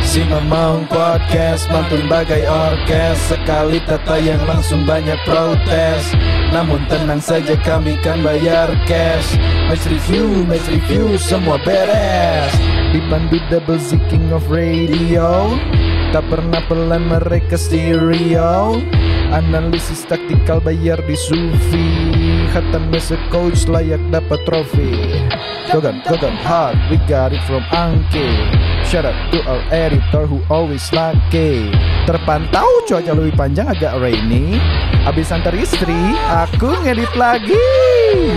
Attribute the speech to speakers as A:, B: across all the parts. A: Singamang Podcast Mantun bagai orkes Sekali tata yang langsung banyak protes Namun tenang saja kami kan bayar cash Match review, match review semua beres Dipandu double Z King of Radio Tak pernah pelan mereka stereo Analisis taktikal bayar di Sufi Hatam as a coach layak dapat trofi Gogan, Gogan hard, we got it from Angke Shout out to our editor who always lucky Terpantau cuaca lebih panjang agak rainy Abis antar istri, aku ngedit lagi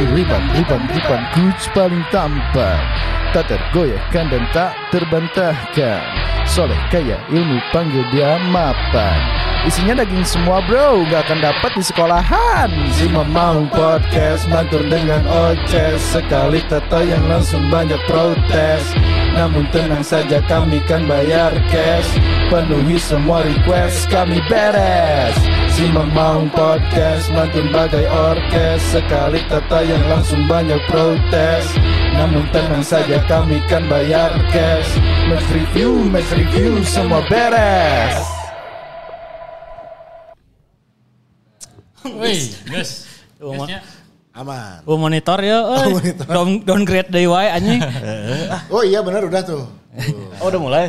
A: Ribbon, ribbon, ribbon, coach paling tampan Tak tergoyahkan dan tak terbantahkan Soleh kaya ilmu panggil dia mapan Isinya daging semua bro, gak akan dapat di sekolahan Si Mamang Podcast, mantur dengan Oces Sekali tata yang langsung banyak protes Namun tenang saja kami kan bayar cash Penuhi semua request, kami beres Si Mamang Podcast, mantur bagai orkes Sekali tata yang langsung banyak protes Namun tenang saja kami kan bayar cash Match review, match review, semua beres
B: Wih, ya. guys.
C: Uma-
B: Guysnya,
D: aman.
C: Oh monitor ya, euy. Down- downgrade dari wae anjing.
D: Oh iya benar udah tuh.
C: oh udah mulai.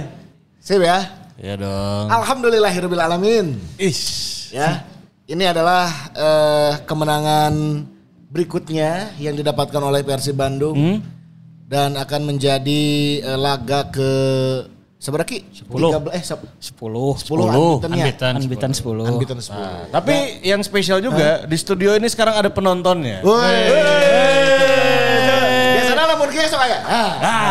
D: Sip ya.
C: Ya dong.
D: Alhamdulillahirabbil alamin.
C: Ish.
D: Ya. Ini adalah eh, kemenangan berikutnya yang didapatkan oleh Persib Bandung dan akan menjadi eh, laga ke seberapa ki? 13 eh sep- Kan
C: 10.
D: gitu, 10 unbeatennya.
B: Unbeaten.
C: Anbitan 10.
D: Unbeaten 10.
E: Tapi yang spesial juga di studio ini sekarang ada penontonnya.
D: Woi. Biasanya lamun kieu sok aya. Ah.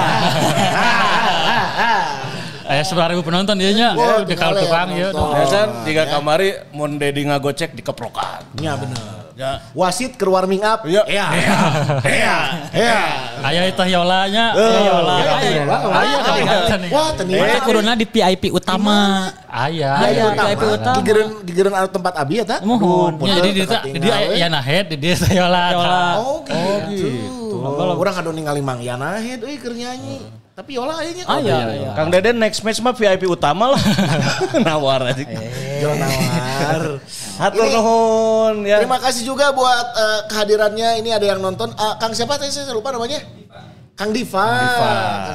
B: Ayah sebelah ribu penonton iya, dia nya.
D: Wah,
B: Dekal
D: tinggalnya
B: tukang ya.
D: penonton.
E: Biasa jika kan? kamari mun dedi ngagocek dikeplokan.
D: Nya bener.
E: Ya.
D: Wasit ke warming up.
E: Iya.
D: Iya.
E: Iya.
D: Iya.
B: Ayah itu Yola nya.
D: Eh,
B: Yola.
D: iya, iya, iya.
B: Ayah
D: Iya, iya. Wah, tenis.
C: Mata kuduna di VIP utama.
D: Iya,
C: Iya,
B: Ayah.
C: Aya,
B: Ayah.
C: VIP utama.
D: Gigeran gigeran anu tempat abi ya ta?
C: Mohon.
B: Iya,
D: Putra
B: jadi dia
D: tempat
B: dia
D: tinggal,
B: ya nahed dia Yola.
C: Yola.
D: Oh gitu. Oh, Orang kado ningali Mang Yana head euy keur nyanyi.
B: Hmm.
D: Tapi yola aya nya.
B: Ah, iya,
C: Ayah, ayah.
E: Kang Deden next match mah VIP utama lah. Iya, Nawar aja.
D: Jangan
B: Iya,
D: nawar.
E: Hatur
D: Ini-
E: nuhun ya.
D: Terima kasih juga buat eh, kehadirannya. Ini ada yang nonton. Ah, Kang siapa tadi saya lupa namanya? Kang Diva.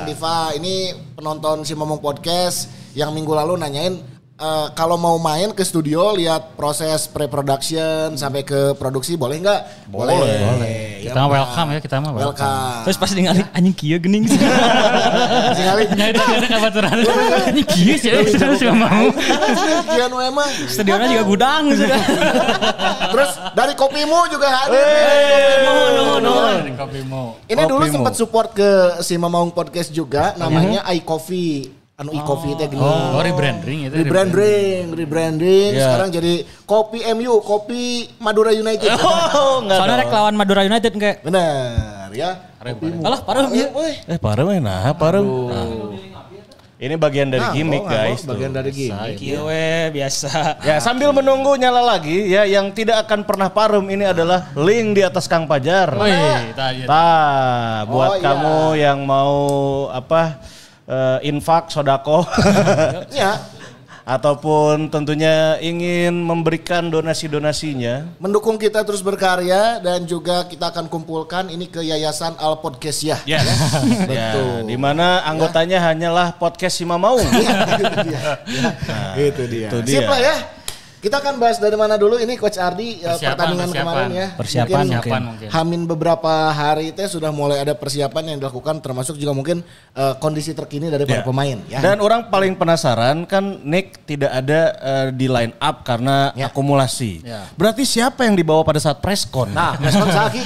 D: Kang Diva. Ini penonton si Momong Podcast yang minggu lalu nanyain eh, kalau mau main ke studio lihat proses pre-production sampai ke produksi boleh nggak? Boleh. Boleh.
B: Kita mah welcome ya, kita mah welcome.
D: Welcome.
C: Terus pas ningali anjing kieu geuning.
D: Singali.
B: Nah itu ada kabaturan. Ini kieu
C: eh,
B: sih, terus gak mau.
D: Kian we mah.
C: Stadionnya juga gudang gitu kan. sudah.
D: Terus dari kopimu juga hadir.
C: Nuhun, nuhun, nuhun.
B: Kopi mau.
D: Ini dulu sempat support ke si Mamaung Podcast juga namanya iCoffee. Anu iCoffee teh gini.
B: Oh, rebranding itu.
D: Rebranding, rebranding. Sekarang jadi Kopi MU, Kopi Madura United.
E: Oh, enggak.
C: Soalnya rek lawan Madura United kayak
D: Bener ya. Kopimu.
C: Alah, parah ya.
D: Weh.
E: Eh, parem eh, nah, parem. Nah. Ini bagian dari
D: Nah,
E: gimmick
D: bohong, ah,
E: guys.
D: bohong, Bagian
E: tuh.
D: dari gimmick.
C: Kieu we biasa.
E: Ya sambil menunggu nyala lagi ya yang tidak akan pernah parem ini adalah link di atas Kang Pajar.
B: Wih, tanya.
E: Tah, buat
D: iya.
E: kamu yang mau apa eh, infak sodako
D: Ya,
E: ataupun tentunya ingin memberikan donasi-donasinya.
D: mendukung kita terus berkarya dan juga kita akan kumpulkan ini ke Yayasan Al Podcastiyah.
E: Yes. ya.
D: Betul. Ya.
E: Di mana anggotanya hanyalah podcast Sima Maung.
D: itu dia. itu dia.
E: itu
D: Iya. Sip
E: dia.
D: lah ya. Kita akan bahas dari mana dulu ini Coach Ardi ya,
B: Persiapan,
D: pertandingan
B: persiapan.
D: kemarin ya.
C: Persiapan,
D: mungkin,
B: persiapan mungkin.
D: Hamin beberapa hari teh sudah mulai ada persiapan yang dilakukan termasuk juga mungkin eh, kondisi terkini dari para pemain ya.
E: Dan orang paling penasaran kan Nick tidak ada eh, di line up karena
D: Ya.
E: akumulasi. Berarti siapa yang dibawa pada saat preskon?
D: nah, respon Saki.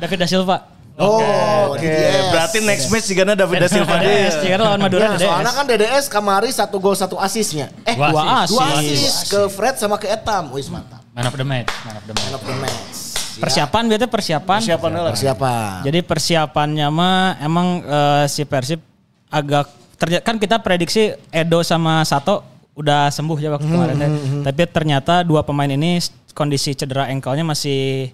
C: David da Silva.
D: Oh,
E: Oke,
D: DDS.
E: berarti next match juga ada David da Silva iya.
C: DDS,
E: deh.
C: jika Iya, lawan
D: Ya,
C: Madura DDS.
D: soalnya kan DDS kamari satu gol satu asisnya. Eh,
B: Dua
C: Dua
B: asis.
C: asis.
D: dua asis ke Fred sama ke Etam. Wis mantap.
B: Man of the match, man of the match.
D: Man of the match. Ya.
C: Persiapan biasanya persiapan.
E: Siapa lah?
D: Persiapan.
C: Jadi persiapannya mah emang eh, si Persib agak ternyata kan kita prediksi Edo sama Sato udah sembuh ya waktu kemarin. ya. Tapi ternyata dua pemain ini s- kondisi cedera engkelnya masih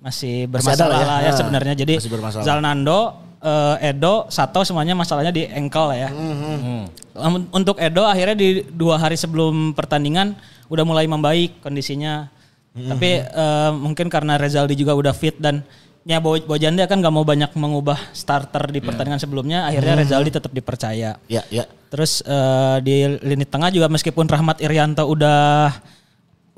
C: masih bermasalah
D: ada lah ya.
C: lah ya,
D: Nah,
C: sebenarnya. Jadi
D: masih bermasalah. Mhm.
C: Zalnando, eh, Edo, Sato semuanya masalahnya di engkel lah ya. Um, Untuk Edo akhirnya di dua hari sebelum pertandingan udah mulai membaik kondisinya.
D: Mhm.
C: Tapi eh, mungkin karena Rezaldi juga udah fit dan ya Bo- Bojanda kan nggak mau banyak mengubah starter
D: Mhm.
C: di pertandingan sebelumnya, akhirnya Rezaldi tetap dipercaya.
D: Ya, ya.
C: Terus eh, di lini tengah juga meskipun Rahmat Irianto udah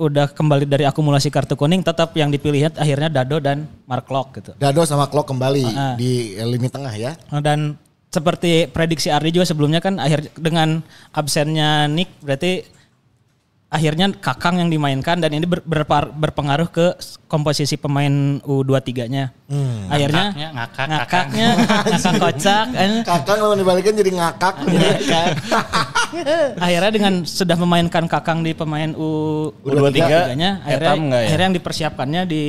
C: udah kembali dari akumulasi kartu kuning, tetap yang dipilih akhirnya Dado dan Mark Locke gitu.
D: Dado sama Klok kembali
C: Ah,
D: di lini tengah ya.
C: Dan seperti prediksi Ardi juga sebelumnya kan akhir dengan absennya Nick berarti akhirnya Kakang yang dimainkan dan ini ber- berpar- berpengaruh ke s- komposisi pemain U23-nya. Akhirnya
B: Ngakaknya, ngakak,
C: ngakaknya, ngakak kocak. eh.
D: Kakak kalau dibalikin jadi ngakak.
C: Ah, iya. akhirnya dengan sudah memainkan Kakang di pemain U
E: U23,
C: nya akhirnya
E: Etam nggak ya? Ah.
C: akhirnya yang dipersiapkannya di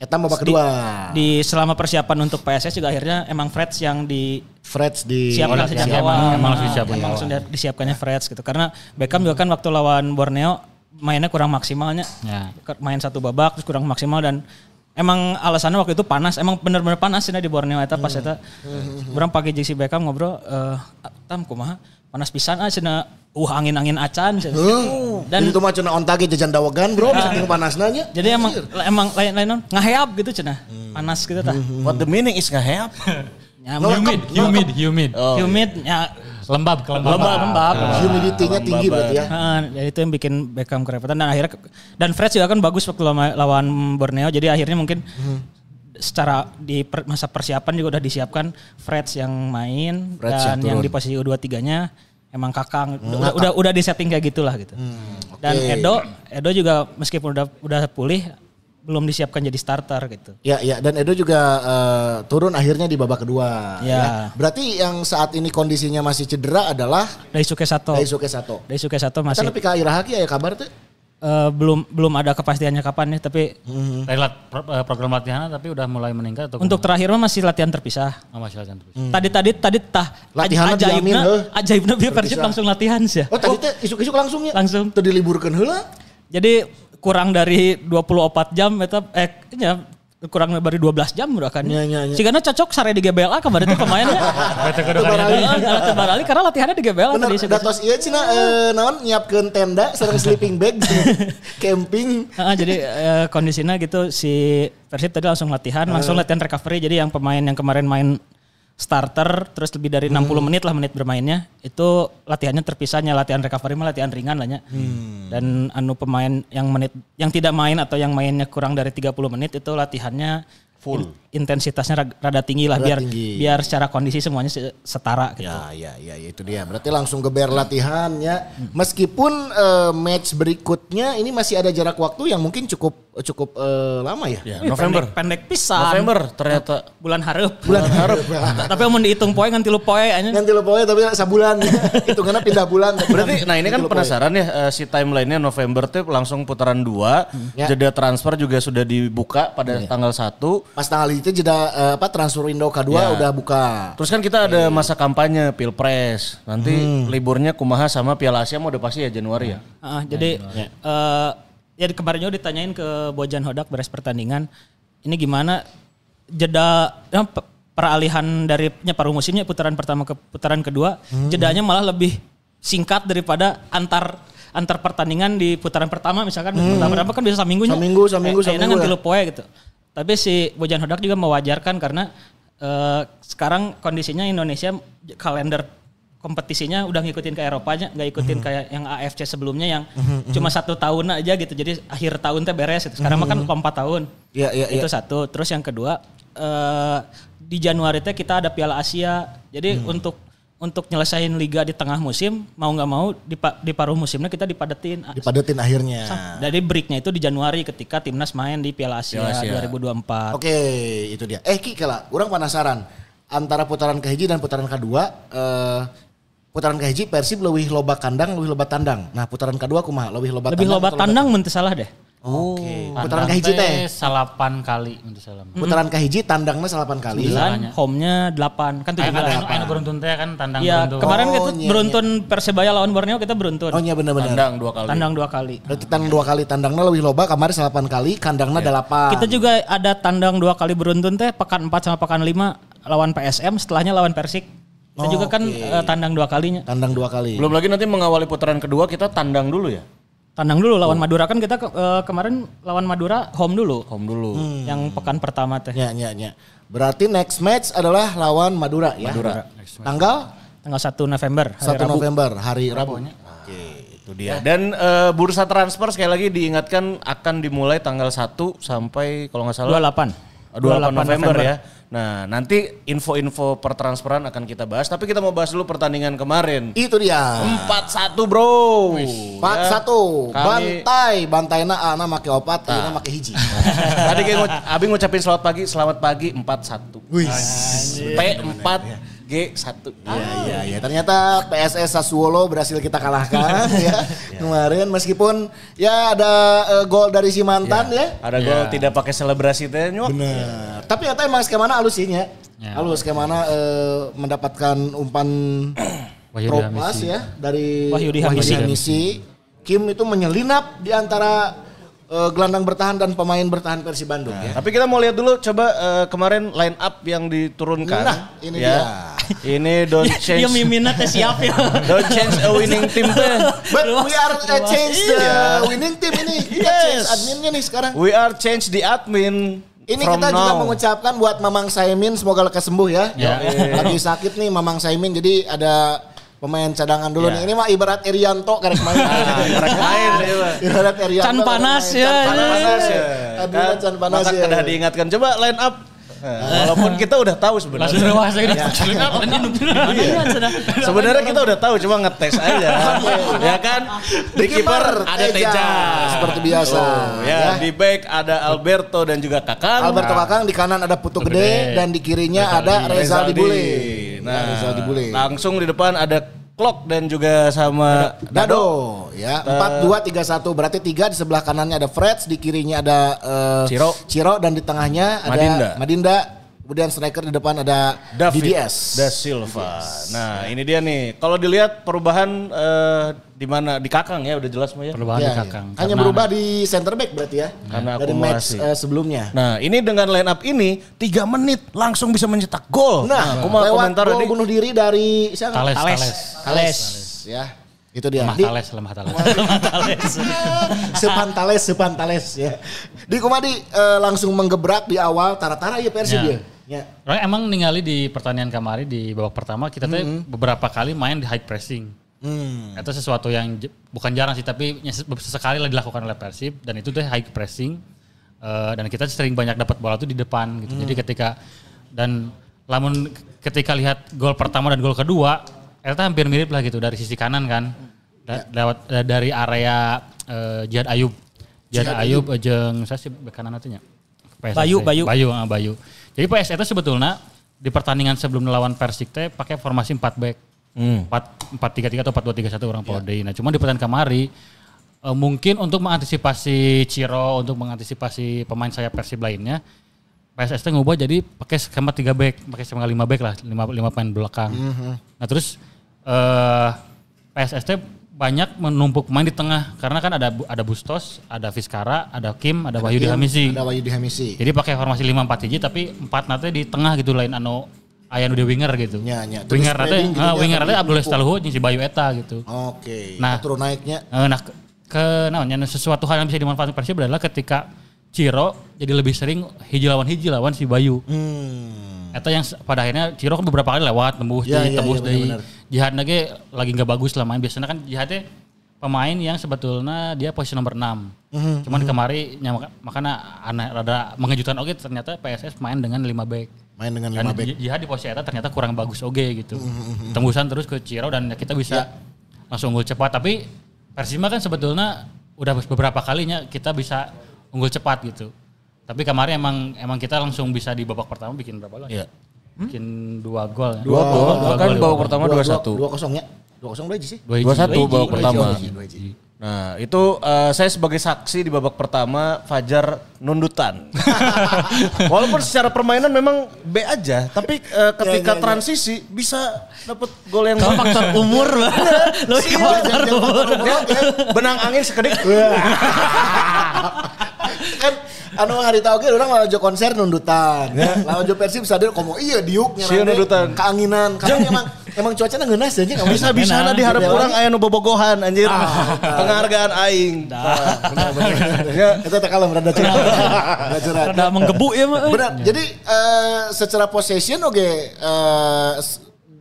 D: Eta babak kedua.
C: di selama persiapan untuk PSS juga akhirnya emang Freds yang di
D: Freds di
C: siapkan sejak
B: emang-
C: awal.
B: emang langsung
C: Nah,
B: disiapin
C: emang sudah disiapkannya Freds gitu. Karena Beckham juga kan waktu lawan Borneo mainnya kurang maksimalnya.
B: Ya.
C: Ke- Main satu babak terus kurang maksimal dan emang alasannya waktu itu panas. Emang bener-bener panas sih nah, di Borneo eta
E: Hmm.
C: pas eta. Orang pakai JC Beckham ngobrol, eh tam kumaha panas pisan ah cina uh angin-angin acan. cenah."
D: Dan itu mah cuna ontage jajan dawegan bro, bisa tinggal panas nanya.
C: Ah. Jadi emang emang lain lain ngaheap gitu cenah. Panas gitu tah.
E: Hmm. What the meaning is nggak help?
C: Ya,
B: Humid, humid, humid.
E: Oh, iya.
C: humid ya
B: Lembab, kelembaban.
C: lembab.
D: Humidity-nya
E: Ah,
D: tinggi berarti ya.
C: Heeh, ya itu yang bikin Beckham kerepotan dan akhirnya ke- dan Fred juga kan bagus waktu lama- lawan Borneo jadi akhirnya mungkin
D: Hmm.
C: secara di per- masa persiapan juga udah disiapkan Fred yang main dan
D: Freds yang
C: yang
D: turun. Hmm.
C: di posisi U23-nya emang Kakang udah, udah udah di setting kayak gitulah gitu. Dan
D: oke.
C: Edo Edo juga meskipun udah udah pulih belum disiapkan jadi starter gitu.
D: Ya, ya. Dan Edo juga eh, turun akhirnya di babak kedua.
C: Ya.
D: Berarti yang saat ini kondisinya masih cedera adalah
C: Daisuke Sato.
D: Daisuke Sato.
C: Daisuke Sato Oh. masih
D: Kan tapi Kak Irahaki ya kabar tuh.
C: eh, belum belum ada kepastiannya kapan nih tapi
B: Dari lat- pro- eh, program latihan tapi udah mulai meningkat atau
D: Hmm.
C: untuk terakhir mah masih latihan terpisah.
B: oh, masih latihan terus.
C: Tadi tadi tadi tah
D: Latihanna Hmm. diamin,
C: ajaibna
D: heuh.
C: ajaibna bieu Persib langsung latihan sih. ya.
D: Oh tadi teh isuk-isuk langsungnya.
C: Langsung.
D: Tuh diliburkan heula.
C: Jadi kurang dari 24 jam eta eh nya kurang dari 12 jam udah kan.
D: Iya, iya, iya.
C: Sigana cocok sare di GBLA kemarin tuh pemainnya.
B: Betul kedua kali
C: Heeh, karena tebarali karena latihannya di GBLA Oh,
D: Bener,
C: tadi sih.
D: datos iya cina eh, naon nyiapkeun tenda sareng sleeping bag camping.
C: Heeh, jadi eh, kondisinya gitu si Persib tadi langsung latihan, langsung latihan recovery. Jadi yang pemain yang kemarin main starter terus lebih dari 60 menit lah menit bermainnya itu latihannya terpisahnya latihan recovery mah latihan ringan lah nya. Dan anu pemain yang menit yang tidak main atau yang mainnya kurang dari 30 menit itu latihannya full intensitasnya rag- rada tinggi lah biar
D: tinggi.
C: biar secara kondisi semuanya se- setara gitu.
D: Ya, ya, ya, ya, itu dia. Berarti langsung geber latihan ya.
C: Hmm.
D: Meskipun eh, match berikutnya ini masih ada jarak waktu yang mungkin cukup cukup eh, lama ya.
E: Ya,
C: Ih,
E: November.
C: pendek, pendek pisan.
E: November ternyata.
C: Bulan hareup.
D: Bulan harap.
C: Tapi mau dihitung poe ngan 3 poe anjing.
D: Nanti lo pokoknya tapi sabulan. itu karena pindah bulan.
E: Berarti nah ini
D: Nanti
E: kan
D: lo pokoknya.
E: penasaran ya eh, si timelinenya November tuh langsung putaran 2,
D: Ya. Iya.
E: jeda transfer juga sudah dibuka pada tanggal 1.
D: Pas tanggal itu jeda eh, apa transfer window kedua
E: Ya.
D: udah buka.
E: Terus kan kita ada
D: Iya.
E: masa kampanye Pilpres. Nanti
D: Hmm.
E: liburnya Kumaha sama Piala Asia mau udah pasti ya Januari ya.
C: Ah, jadi eh ya di- kemarin juga ditanyain ke Bojan Hodak beres pertandingan, ini gimana jeda ya, pe- peralihan dari ya, paruh musimnya putaran pertama ke putaran kedua,
E: Hmm.
C: jedanya malah lebih singkat daripada antar antar pertandingan di putaran pertama misalkan
E: Hmm.
C: putaran pertama kan bisa saminggunya.
D: Saminggu, saminggu,
C: Eh, ayeuna
D: saminggu
C: ngan
E: kan?
D: ya.
C: tilu poe gitu. Tapi si Bojan Hodak juga mewajarkan karena eh, sekarang kondisinya Indonesia j- kalender kompetisinya udah ngikutin ke Eropa aja, nggak ikutin
D: Hmm.
C: kayak yang AFC sebelumnya yang cuma satu tahun aja gitu. Jadi akhir tahun teh beres gitu. Sekarang mah kan lupa empat tahun.
D: Hmm. Iya, iya, iya.
C: Itu satu. Terus yang kedua eh, di Januari teh kita ada Piala Asia. Jadi
D: Hmm.
C: untuk untuk nyelesain liga di tengah musim mau nggak mau di, pa- di paruh musimnya kita dipadetin A-
D: Dipadetin akhirnya.
C: dari breaknya itu di Januari ketika timnas main di Piala Asia,
E: Piala Asia.
C: 2024.
D: Oke, itu dia. Eh Ki Kela, orang penasaran antara putaran kehiji dan putaran kedua eh putaran kehiji Persib lebih loba kandang, lebih loba tandang. Nah, putaran kedua kumaha? Lebih loba
C: Lebih loba
D: atau
C: tandang mun teu salah deh.
D: Iya. Oke.
E: Oh,
D: Putaran kehiji teh.
B: Salapan kali untuk salam.
E: Hmm.
D: Putaran kehiji tandangnya salapan kali.
C: 9, home-nya 8. Kan 17.
B: Ayo kan beruntun teh kan tandang
C: Iya,
B: beruntun.
C: kemarin
D: Oh,
C: kita
D: iya,
C: beruntun Persebaya lawan Borneo kita beruntun.
D: Oh iya benar-benar.
E: Tandang dua kali.
C: Tandang dua kali.
D: Berarti tandang dua kali tandangnya lebih loba, kemarin salapan kali,
E: Iya.
D: kandangnya delapan.
C: Kita juga ada tandang dua kali beruntun teh pekan 4 sama pekan 5 lawan PSM, setelahnya lawan Persik. Kita juga kan eh, tandang dua kalinya.
D: Tandang dua kali.
E: Belum lagi nanti mengawali putaran kedua kita tandang dulu ya.
C: Tandang dulu
D: Oh.
C: lawan Madura kan kita ke- eh, kemarin lawan Madura home dulu.
E: Home dulu.
D: Hmm.
C: Yang pekan pertama teh.
D: Ya, ya, ya. Berarti next match adalah lawan Madura ya. Madura. Tanggal
C: Tanggal 1 November. hari
D: 1
C: Rabu.
D: November, hari Rabu. Oke, itu dia.
E: Dan eh, bursa transfer sekali lagi diingatkan akan dimulai tanggal 1 sampai kalau nggak salah
C: 28.
E: 28 November, ya. Nah, nanti info-info pertransferan akan kita bahas, tapi kita mau bahas dulu pertandingan kemarin.
D: Itu dia.
E: 4-1, Bro.
D: 4 1
E: Iya. Kami-
D: bantai bantai na ana make opat ana make hiji.
E: Tadi kayak ngu- Abi ngucapin selamat pagi, selamat pagi 41. P4 G1.
D: Iya iya iya. Ternyata PSS Sassuolo berhasil kita kalahkan ya kemarin meskipun ya ada eh, gol dari si mantan ya.
E: Ada gol tidak pakai selebrasi teh nyuak.
D: Benar. Tapi ternyata emang skemana halus sih nya. Halus skemana eh, mendapatkan umpan
B: Wahyu
D: propas
B: Dihamisi.
D: ya dari
C: Wahyu Dihamisi.
D: Dihamisi. Kim itu menyelinap di antara eh, gelandang bertahan dan pemain bertahan Persi Bandung ya.
E: Tapi kita mau lihat dulu coba eh, kemarin line up yang diturunkan.
D: Nah, ini
E: dia. Ini don't
C: Dia
E: change
C: miminat teh siap ya.
E: don't change a winning team teh.
D: But we are uh, change the winning team ini. Kita change
E: Yes.
D: adminnya nih sekarang.
E: We are change the admin.
D: Ini
E: from
D: kita juga
E: now.
D: mengucapkan buat Mamang Saimin semoga lekas sembuh ya.
E: Iya.
D: Lagi sakit nih Mamang Saimin jadi ada pemain cadangan dulu nih. Ini mah ibarat Irianto karek main.
E: Nah, karek Iya. main, ya, Pak.
D: ibarat Irianto.
C: Can
D: karek
C: panas
D: main.
C: ya.
D: Can panas ya.
E: Kan,
D: Aduh, can panas
E: maka
D: ya. Eh.
E: kedah diingatkan coba line up. Nah, walaupun kita udah tahu
B: Langsung
E: sebenarnya.
B: rewas lagi. Langsung apa nih? Iya, sudah.
E: Sebenarnya kita udah tahu cuma ngetes aja. ya kan? Di kiper ada Teja.
D: Seperti biasa.
E: Oh, ya, di Nah. back ada Alberto dan juga Kakang.
D: Alberto Kakang di kanan ada Putu Gede, dan di kirinya ada Rezal
E: Rezaldi.
D: Dibule. Ya,
E: Nah,
D: Rezal Dibule.
E: Langsung di depan ada Klok dan juga sama
D: Dado ya
E: Eh.
D: empat dua tiga satu berarti tiga di sebelah kanannya ada Freds di kirinya ada eh,
E: Ciro.
D: Ciro dan di tengahnya ada
E: Madinda.
D: Madinda kemudian striker di depan ada
E: David
D: DDS
E: Da Silva. Nah, ini dia nih. Kalau dilihat perubahan eh, di mana di Kakang ya udah jelas Maya.
B: Perubahan
D: Ya,
B: di
D: ya.
B: kakang.
D: hanya berubah di center back berarti ya
E: Karena
D: dari match
E: akumulasi.
D: eh, sebelumnya
E: Nah, ini dengan line up ini 3 menit langsung bisa mencetak gol.
D: nah,
E: Oh. aku mau
D: lewat
E: komentar
D: gol
E: tadi.
D: bunuh diri dari siapa
B: Tales,
D: Tales.
B: Tales.
D: Tales. ya itu dia
B: Lemah
D: Di-
B: tales, lemah tales.
D: sepantales sepantales ya di Kumadi eh, langsung menggebrak di awal tara-tara ya Persib
B: Ya.
D: ya, ya.
B: Orang emang ningali di pertandingan kemarin di babak pertama kita tuh beberapa kali main di high pressing.
D: Hmm.
B: Itu sesuatu yang j- bukan jarang sih tapi nyes- sesekali lah dilakukan oleh Persib dan itu tuh high pressing Eh, dan kita sering banyak dapat bola tuh di depan gitu. Jadi ketika dan lamun ketika lihat gol pertama dan gol kedua Eta hampir mirip lah gitu dari sisi kanan kan. Da- lewat eh, dari area eh, Jihad Ayub. Jihad, Ayub, eh, jeung saya sih bek kanan atunya. PSSC.
C: Bayu, Bayu.
B: Bayu, ah, Bayu. Jadi PS itu sebetulnya di pertandingan sebelum melawan Persik teh pakai formasi 4 back. Hmm. 4 4-3-3 atau 4-2-3-1 orang Poldein. Nah, cuma di pertandingan kemari eh, mungkin untuk mengantisipasi Ciro, untuk mengantisipasi pemain saya Persib lainnya, PSS teh ngubah jadi pakai skema 3 back, pakai skema 5 back lah, 5 5 pemain belakang. Nah, terus eh PSS teh banyak menumpuk pemain di tengah karena kan ada Bu- ada Bustos, ada Fiskara, ada Kim, ada, Wahyu Dihamisi.
D: Iya, ada Wahyu Dihamisi
B: Jadi pakai formasi 5 4 hiji tapi 4 nanti di tengah gitu lain anu aya nu di winger gitu.
D: Nya, nya. Terus
B: Winger nanti
D: spreading gitu
B: ah,
D: nya,
B: winger
D: tapi
B: nanti Abdul
D: dipupuk.
B: Stalhu jeung si Bayu eta gitu.
D: Oke.
B: Nah.
D: Nah, turun naiknya.
B: Eh, Nah, ke, ke naonnya, nah, sesuatu hal yang bisa dimanfaatkan Persib adalah ketika Ciro jadi lebih sering hiji lawan hiji lawan si Bayu.
D: Hmm.
B: Eta yang se- pada akhirnya Ciro kan beberapa kali lewat tembus
D: Ya,
B: deui,
D: ya,
B: tembus
D: ya,
B: deui.
D: benar-benar.
B: Jihad lagi lagi nggak bagus lah main. Biasanya kan Jihadnya pemain yang sebetulnya dia posisi nomor 6.
D: Hmm,
B: Cuman kemari nya maka- makanya aneh rada mengejutkan oke ternyata PSS main dengan 5 back.
D: Main dengan
B: Dan
D: lima back. Hmm,
B: Ji- Jihad di posisi eta ternyata kurang bagus oke gitu. Tembusan terus ke Ciro dan kita bisa
D: Ya.
B: langsung unggul cepat tapi Persima kan sebetulnya udah beberapa kalinya kita bisa unggul cepat gitu. Tapi kemarin emang emang kita langsung bisa di babak pertama bikin berapa gol?
E: Iya.
B: Bikin dua gol. ya?
E: Dua gol, kan
B: dua
E: babak
B: gol.
E: pertama
D: Dua-
E: 2-1.
D: Dua kosong ya. Dua kosong dua aja sih.
B: Dua hiji.
E: 2-1 babak
D: Dua
E: pertama.
D: hiji, dua hiji.
E: Nah, itu eh, saya sebagai saksi di babak pertama Fajar nundutan. Walaupun secara permainan memang B aja, tapi
C: Iya,
E: eh,
D: Ya, ya,
E: ketika
D: ya.
E: transisi bisa dapat gol yang
C: Kalau faktor umur lah. Lo
D: Iya, jangan- jangan kotor doang ya.
E: benang angin sekedik.
C: Iya.
D: Kan anu hari tahu ge urang lawan jo ya. konser nundutan. Lawan jo Persib sadar komo iya diuk
E: Sia nundutan.
D: Keanginan. Karena emang Emang cuacanya ngeunas aja nggak ya,
E: Bisa bisa
C: Enak. Ah.
E: di
D: gitu
E: harap orang aya nu bobogohan anjir. Penghargaan aing.
D: Ya, itu teh kalem rada curhat. Rada curhat.
C: Rada menggebu ya mah. eh.
D: Benar. Jadi eh, secara possession oke eh, s-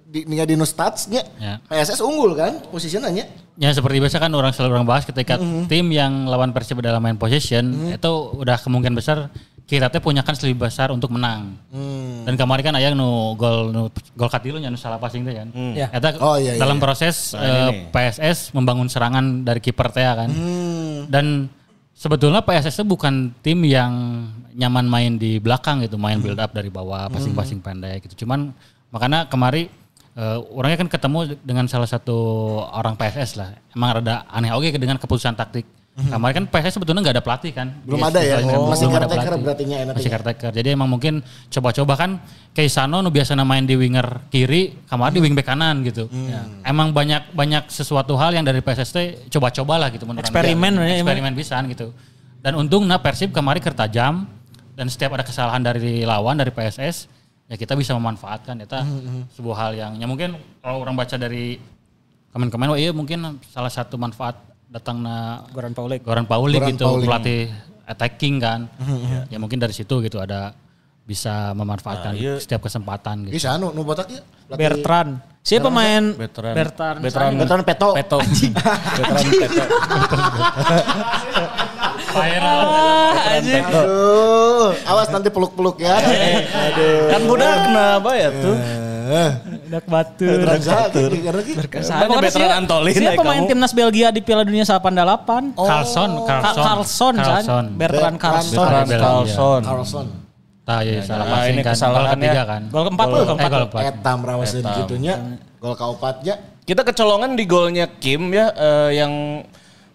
D: di nya di nu statsnya
B: Ya.
D: PSS unggul kan positionnya.
B: Ya seperti biasa kan orang selalu orang bahas ketika
E: Hmm.
B: tim yang lawan Persib adalah main possession itu udah kemungkinan besar kita teh punya kans lebih besar untuk menang.
D: Hmm.
B: Dan kemarin kan ayang nu gol nu gol katilu nya nu salah passing teh kan.
C: Ya.
B: Eta
D: Oh, iya, iya,
B: dalam
D: iya.
B: proses eh, PSS membangun serangan dari kiper teh kan.
D: Hmm.
B: Dan sebetulnya PSS itu bukan tim yang nyaman main di belakang gitu, main
D: Hmm.
B: build up dari bawah, passing-passing pendek gitu. Cuman makanya kemari eh, orangnya kan ketemu dengan salah satu orang PSS lah. Emang rada aneh oke dengan keputusan taktik. Kemarin kan PSS sebetulnya nggak ada pelatih kan.
D: Hmm. Belum
B: Di
D: ada ya?
B: Spurs,
D: Oh. Masih
B: belum ada
D: caretaker
B: pelatih.
D: berarti nya enak
B: Masih
D: ya.
B: caretaker. Jadi emang mungkin coba-coba kan Keisano nu biasanya main di winger kiri, kemarin
C: Hmm.
B: di wingback kanan gitu. Ya. Emang banyak banyak sesuatu hal yang dari PSST coba-cobalah gitu menurut
C: Eksperimen
B: orang.
C: ya, emang.
B: eksperimen pisan gitu. Dan untung nah Persib kemarin kertajam dan setiap ada kesalahan dari lawan dari PSS ya kita bisa memanfaatkan itu
C: Hmm,
B: sebuah hal yang ya mungkin kalau orang baca dari komen-komen wah iya mungkin salah satu manfaat datangna
C: Goran Paulik.
B: Goran Pauli
D: Goran
B: gitu
D: Pauling.
B: pelatih attacking kan. Ya mungkin dari situ gitu ada bisa memanfaatkan
E: Nah, iya.
B: setiap kesempatan gitu.
D: Bisa anu nu botak ya. Pelatih-
C: Bertrand. Siapa pemain
E: Veteran.
C: Bertrand?
E: Veteran.
D: Bertrand Peto.
E: Peto. Veteran Peto.
C: anjing.
D: Aduh, awas nanti peluk-peluk ya.
E: Kan budak kenapa ya tuh?
C: Iya. Dak batu.
D: Eh, Bertrand Zaha, karena ki-
C: Kesan.
E: Mana
C: Pokoknya siapa-
E: Bertrand
C: ya,
E: Antolin
C: siapa
E: naik
C: pemain
E: kamu?
C: timnas Belgia di Piala Dunia 88?
B: Carlson,
C: Ka-
B: Carlson,
C: Carlson,
B: Carlson.
C: kan? Bertrand Carlson.
B: Bertrand.
E: Trans Carlson.
D: Carlson.
B: Tah, iya, salah
E: nah,
B: passing kan.
E: ini
B: Gol
E: kesalahannya.
B: ketiga kan.
C: Gol keempat
B: Gol-
C: tuh,
B: eh,
C: keempat
B: gol
C: tuh.
B: keempat.
D: Etam rawasin
E: Etam.
D: gitunya. Gol kaopatnya.
E: Kita kecolongan di golnya Kim ya eh, yang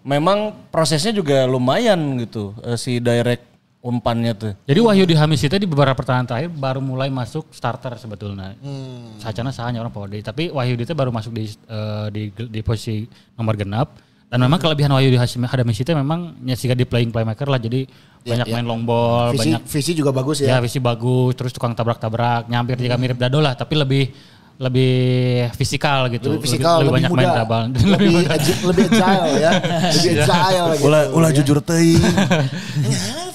E: memang prosesnya juga lumayan gitu eh, si direct umpannya tuh.
B: Jadi Wahyu Dihamis itu di beberapa pertandingan terakhir baru mulai masuk starter sebetulnya.
D: Hmm.
B: Sacana sahanya orang Polri, tapi Wahyu itu baru masuk di, eh, di di posisi nomor genap. Dan memang
D: Hmm.
B: kelebihan Wahyu Dihamis itu memang nyasikan di playing playmaker lah. Jadi banyak main long ball,
D: Visi,
B: banyak
D: visi juga bagus
B: Ya
D: ya. Hmm.
B: visi bagus, terus tukang tabrak-tabrak, nyampir juga mirip Dado lah, tapi lebih lebih fisikal gitu.
D: Lebih fisikal, lebih,
B: banyak
D: muda.
B: main tabal.
D: Lebih, agi- lebih agile ya. Lebih agile gitu. ya.
E: jujur teuing.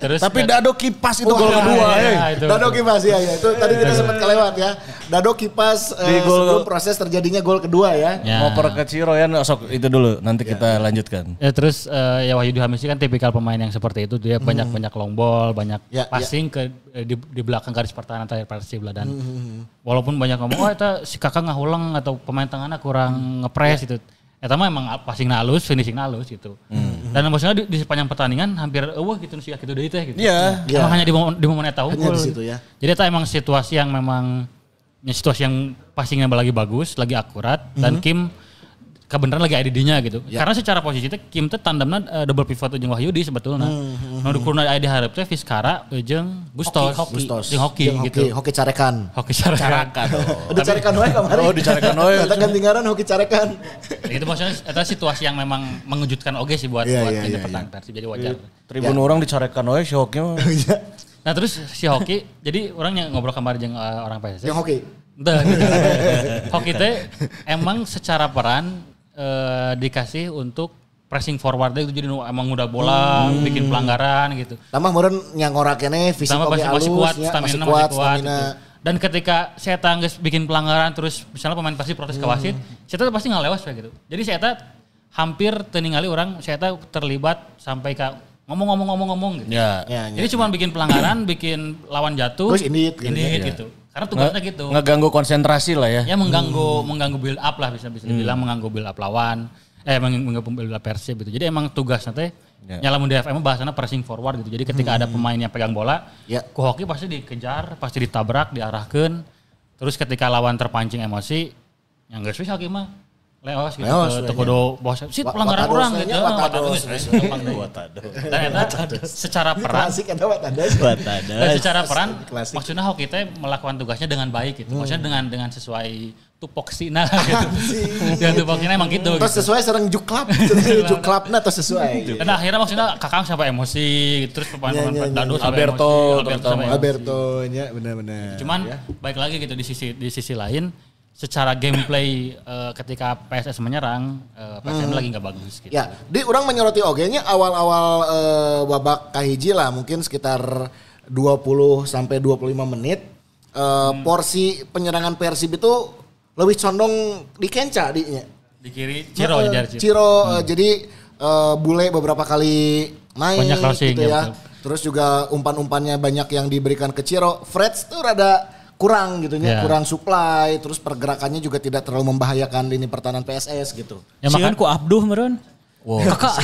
B: terus
E: Tapi Dado kipas itu
D: Wah,
E: gol
D: ya,
E: kedua.
D: ya,
E: eh.
B: ya, itu. Iya.
D: Dado kipas ya, ya. Itu tadi kita sempat kelewat ya. Dado kipas eh,
E: Di gol-
D: sebelum proses terjadinya gol kedua ya.
B: Ya.
E: Ngoper ke Ciroyan sok itu dulu nanti kita lanjutkan.
D: Hmm.
B: Ya, terus eh, ya Wahyu Hamisi kan tipikal pemain yang seperti itu dia banyak-banyak long ball, banyak
D: Hmm. Ya,
B: passing ke eh, di, di belakang garis pertahanan terakhir Persib lah dan
D: Hmm,
B: walaupun banyak ngomong oh eta si Kakak ngahulang atau pemain tangannya
D: Hmm.
B: kurang
D: Ya.
B: ngepres gitu. Eta mah emang passing halus, finishing halus gitu.
D: Hmm,
B: Dan maksudnya di, di sepanjang pertandingan hampir wah gitu sih gitu deui teh gitu.
E: Iya.
D: Iya.
B: Emang hanya di momen, di momen eta
D: Hanya
B: unggul.
D: di situ ya.
B: Jadi itu emang situasi yang memang ya, situasi yang passingnya lagi bagus, lagi akurat dan
D: Mhm.
B: Kim kebenaran lagi IDD-nya gitu.
D: Ya.
B: Karena secara posisi teh Kim teh tandemna eh, double pivot jeung Wahyudi sebetulnya. Mm, Nu dikurna aya diharap teh Fiskara eh, jeung Bustos,
D: Mhm, Hoki,
B: jeung hoki, gitu.
D: Hoki, hoki carekan.
B: Hoki carakan.
D: Udah carekan wae kemarin.
E: Oh, dicarekan wae.
D: Kata gantingaran hoki carekan.
B: itu maksudnya eta situasi yang memang mengejutkan oge sih buat
D: Iya,
B: buat
D: iya,
B: yeah,
D: iya,
B: Persib jadi wajar.
E: Tribun orang dicarekan oleh si Hoki mah.
D: Iya.
B: Nah terus si Hoki, jadi orang yang ngobrol kemarin jeung eh, orang PSS.
D: Yang hoki.
B: Dah. Hoki teh emang secara peran eh, dikasih untuk pressing forward itu jadi nu emang udah bola, bikin pelanggaran gitu.
D: Tambah meureun yang ngorak kene Hmm. fisik
B: Sama
D: oge
B: pasti masih
D: halus,
B: kuat,
D: ya,
B: stamina masih
D: kuat,
B: kuat.
D: stamina.
B: gitu. Dan ketika saya tangges bikin pelanggaran terus misalnya pemain pasti protes
D: Hmm.
B: ke wasit, saya pasti nggak lewas kayak gitu. Jadi saya hampir teningali orang saya terlibat sampai ke ngomong-ngomong-ngomong-ngomong gitu.
E: Ya.
D: Ya, ya.
B: Jadi cuma bikin pelanggaran, bikin lawan jatuh,
D: Terus indit gitu.
B: gitu. gitu. Karena tugasnya gitu
E: Ngeganggu konsentrasi lah ya.
B: ya
D: Hmm.
B: mengganggu mengganggu build up lah bisa bisa dibilang mengganggu build up lawan eh meng- mengganggu build up persib gitu jadi emang tugasnya teh
E: Ya.
B: nyala di FM bahasanya pressing forward gitu jadi ketika ada pemain yang pegang bola
D: Hmm. Ya.
B: ku hoki pasti dikejar pasti ditabrak diarahkan terus ketika lawan terpancing emosi yang gak susah hoki mah leos gitu ke,
D: Leos, ya. we,
B: ke kudu bos sit pelanggaran
D: watados,
B: orang
D: we,
B: gitu
D: nya, watados,
B: watados,
D: we.
B: we. dan eta secara peran
D: Klasik ada watadas.
B: dan Nah, secara peran
D: Nah, Klasik.
B: maksudnya Hoki teh melakukan tugasnya dengan baik gitu. Maksudnya dengan dengan sesuai tupoksina gitu. dengan tupoksina emang gitu.
D: Terus
B: gitu.
D: sesuai serang juklap. Juklapna terus sesuai.
B: Dan akhirnya maksudnya kakak sampai emosi, gitu. terus pemain-pemain
D: Iya, iya,
B: Dado
E: iya.
B: sampai
E: Alberto
B: emosi, Alberto
E: terutama.
B: sampai emosi.
D: Alberto nya benar-benar.
B: Cuman baik lagi gitu di sisi di sisi lain secara gameplay eh, ketika PSS menyerang, eh, PSM lagi nggak bagus gitu.
D: Ya, di orang menyoroti OG-nya awal-awal eh, babak kahiji lah mungkin sekitar 20 sampai 25 menit Eh,
E: Hmm.
D: porsi penyerangan Persib itu lebih condong di Kenca di iya. nya.
B: Di kiri Ciro
D: Eh,
B: di jari Ciro.
D: Ciro, eh, jadi eh, bule beberapa kali main
B: Banyak crossing, ya,
D: gitu ya.
B: betul.
D: Terus juga umpan-umpannya banyak yang diberikan ke Ciro. Freds tuh rada kurang gitu nya,
B: Ya.
D: kurang supply, terus pergerakannya juga tidak terlalu membahayakan lini pertahanan PSS gitu.
B: Ya,
C: Ya,
B: maka,
C: ku Abduh meren. Kakak.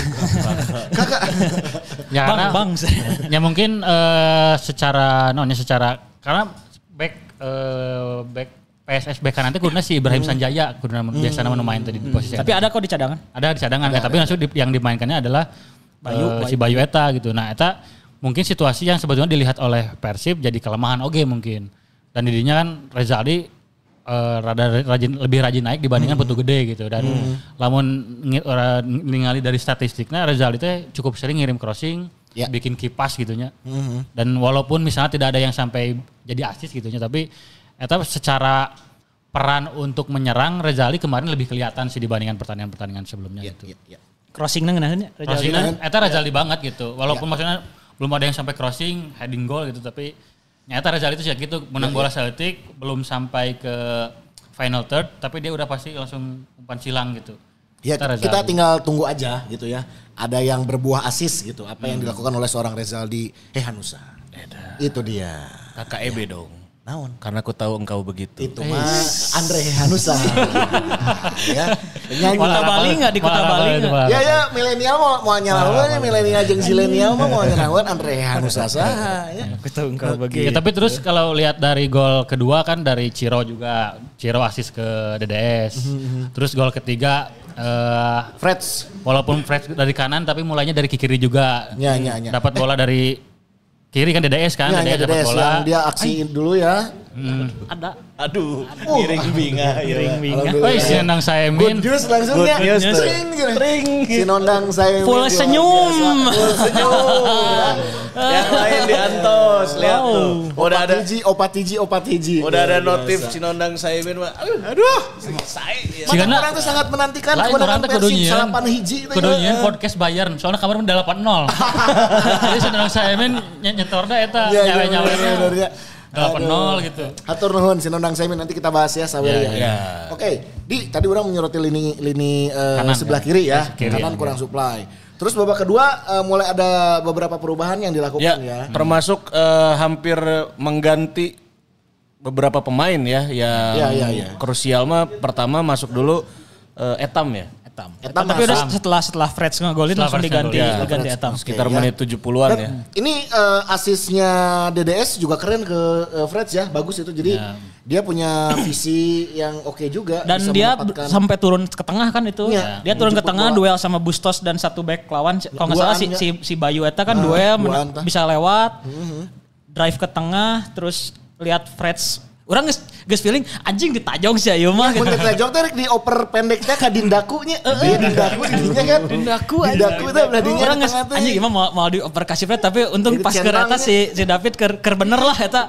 B: ya
C: bang,
B: karena-
C: bang.
B: ya mungkin eh, secara no, ini secara karena back eh, back PSS back kanan itu kuduna si Ibrahim Sanjaya kuduna biasa nama main tadi di posisi
C: Tapi ada kok di cadangan.
B: ada di cadangan kan, tapi maksud di- yang dimainkannya adalah
C: Bayu,
B: eh, si Bayu Eta gitu. Nah, Eta mungkin situasi yang sebetulnya dilihat oleh Persib jadi kelemahan Oge mungkin. Dan dirinya kan Rezaldi eh, rada rajin lebih rajin naik dibandingkan Putu Gede gitu dan lamun ngi- ora- ningali dari statistiknya Rezaldi teh cukup sering ngirim crossing,
D: Ya.
B: bikin kipas gitunya. Dan walaupun misalnya tidak ada yang sampai jadi asis gitunya tapi Eta secara peran untuk menyerang Rezali kemarin lebih kelihatan sih dibandingkan pertandingan-pertandingan sebelumnya gitu.
D: Iya, iya.
C: Crossing nang ngenaheun ya. Reza
B: Crossing
C: Aldi.
B: Eta Razali
C: Iya.
B: banget gitu. Walaupun maksudnya belum ada yang sampai crossing, heading goal gitu tapi nyata Razali itu sih gitu menang
C: Iya,
B: bola Celtic belum sampai ke final third tapi dia udah pasti langsung umpan silang gitu.
D: Ya
B: Eta
D: kita
B: Razali.
D: tinggal tunggu aja gitu ya. Ada yang berbuah asis gitu. Apa
B: Hmm.
D: yang dilakukan oleh seorang Rezaldi Hehanusa. Itu dia.
E: Kakak EB dong.
D: Naon?
E: Karena aku tahu engkau begitu.
B: Eh.
D: Itu mah Andre Hehanusa. ya. Penyanyi.
C: Kota Bali enggak di Kota
B: Malah
C: Bali?
B: Bali itu,
C: nggak?
B: Bali.
D: Ya ya milenial mau mau nyalawan milenial jeung silenial mah mau nyalawan Andre Hehanusa saha ya.
C: Aku tahu engkau bagi.
B: Ya,
D: gitu.
B: tapi terus kalau lihat dari gol kedua kan dari Ciro juga Ciro asis ke DDS.
D: Mhm,
B: Terus gol ketiga eh
D: Freds.
B: walaupun Fred dari kanan tapi mulainya dari kiri juga.
D: Ya ya ya.
B: Dapat bola dari kiri kan DDS kan,
D: Ya, ya,
B: DDS, dapat
D: Dedes
B: bola.
D: yang dia aksi dulu ya.
C: ada.
E: Aduh, miring binga. iya.
C: Ring winga.
B: Woi, senang saya min.
D: ya. Good news langsung ya.
E: Good news eh. tuh.
D: Tring, gitu. Si nondang saya.
C: Full
D: Luar biasa.
C: senyum.
D: Full senyum. ya.
E: Yang lain diantos, lihat tuh. Udah
D: opat
E: ada
D: hiji, opat hiji, opat hiji.
E: udah ada notif Cinondang Saimin mah. Aduh, aduh. Saya.
D: Maka
B: Sigana-
D: orang tuh sangat menantikan
B: Lain
D: kemenangan
B: orang teh kudu
D: Persib
B: nyieun.
D: salapan hiji. ya. Eh. teh.
B: Kudu nyieun podcast Bayern. Soalnya kamar mendala 8-0. Jadi senang saya min ny- nyetorna eta
D: Iya, iya,
B: nyawe-nyawenya.
D: bener, bener, ya.
B: 8-0 gitu.
D: Hatur nuhun si Nondang Saimin nanti kita bahas ya
B: Ya,
D: Saweria.
E: ya.
D: Oke, di tadi orang menyoroti lini lini eh,
B: Kanan,
D: sebelah
B: kan?
D: kiri ya,
B: Kiri, ya.
D: kanan kurang supply. Terus babak kedua eh, mulai ada beberapa perubahan yang
E: Ya,
D: dilakukan ya.
E: termasuk eh, hampir mengganti beberapa pemain ya yang
D: Ya, ya, ya.
E: krusial mah pertama masuk dulu eh, Etam ya.
C: Etam.
D: Etam
C: Tapi udah
D: masuk.
C: setelah setelah Freds ngegolin
B: Setelah
C: langsung
B: Freds
C: diganti
B: ngegolin.
C: diganti Etam.
E: Sekitar
D: Oke, ya.
E: menit 70-an
D: Dan
E: ya.
D: Ini eh, asisnya DDS juga keren ke eh, Freds ya, bagus itu. Jadi dia punya visi yang oke juga.
C: Dan
D: bisa
C: dia
D: menempatkan-
C: sampai turun ke tengah kan itu.
D: Iya.
C: Dia turun ke
D: Jemput
C: tengah
D: bola.
C: duel sama Bustos dan satu back lawan kalau nggak salah si,
D: duaan,
C: si si Bayu Eta kan duel men-
D: duaan, tah.
C: bisa lewat. Drive ke tengah terus lihat Freds. Orang geus geus feeling anjing ditajong sih ayo mah. gitu.
D: Mun kita jok tarik di oper pendeknya ke dindakunya. Heeh, dindaku didinya kan. Dindaku. Dindaku itu berarti nya
C: Orang
D: di
C: nges,
D: tengah teh.
C: anjing gimana mau, mau dioper kasih Fred tapi untung
D: Jadi ya.
C: pas ke
D: centangnya.
C: Eta si, si David ker, ker bener lah Eta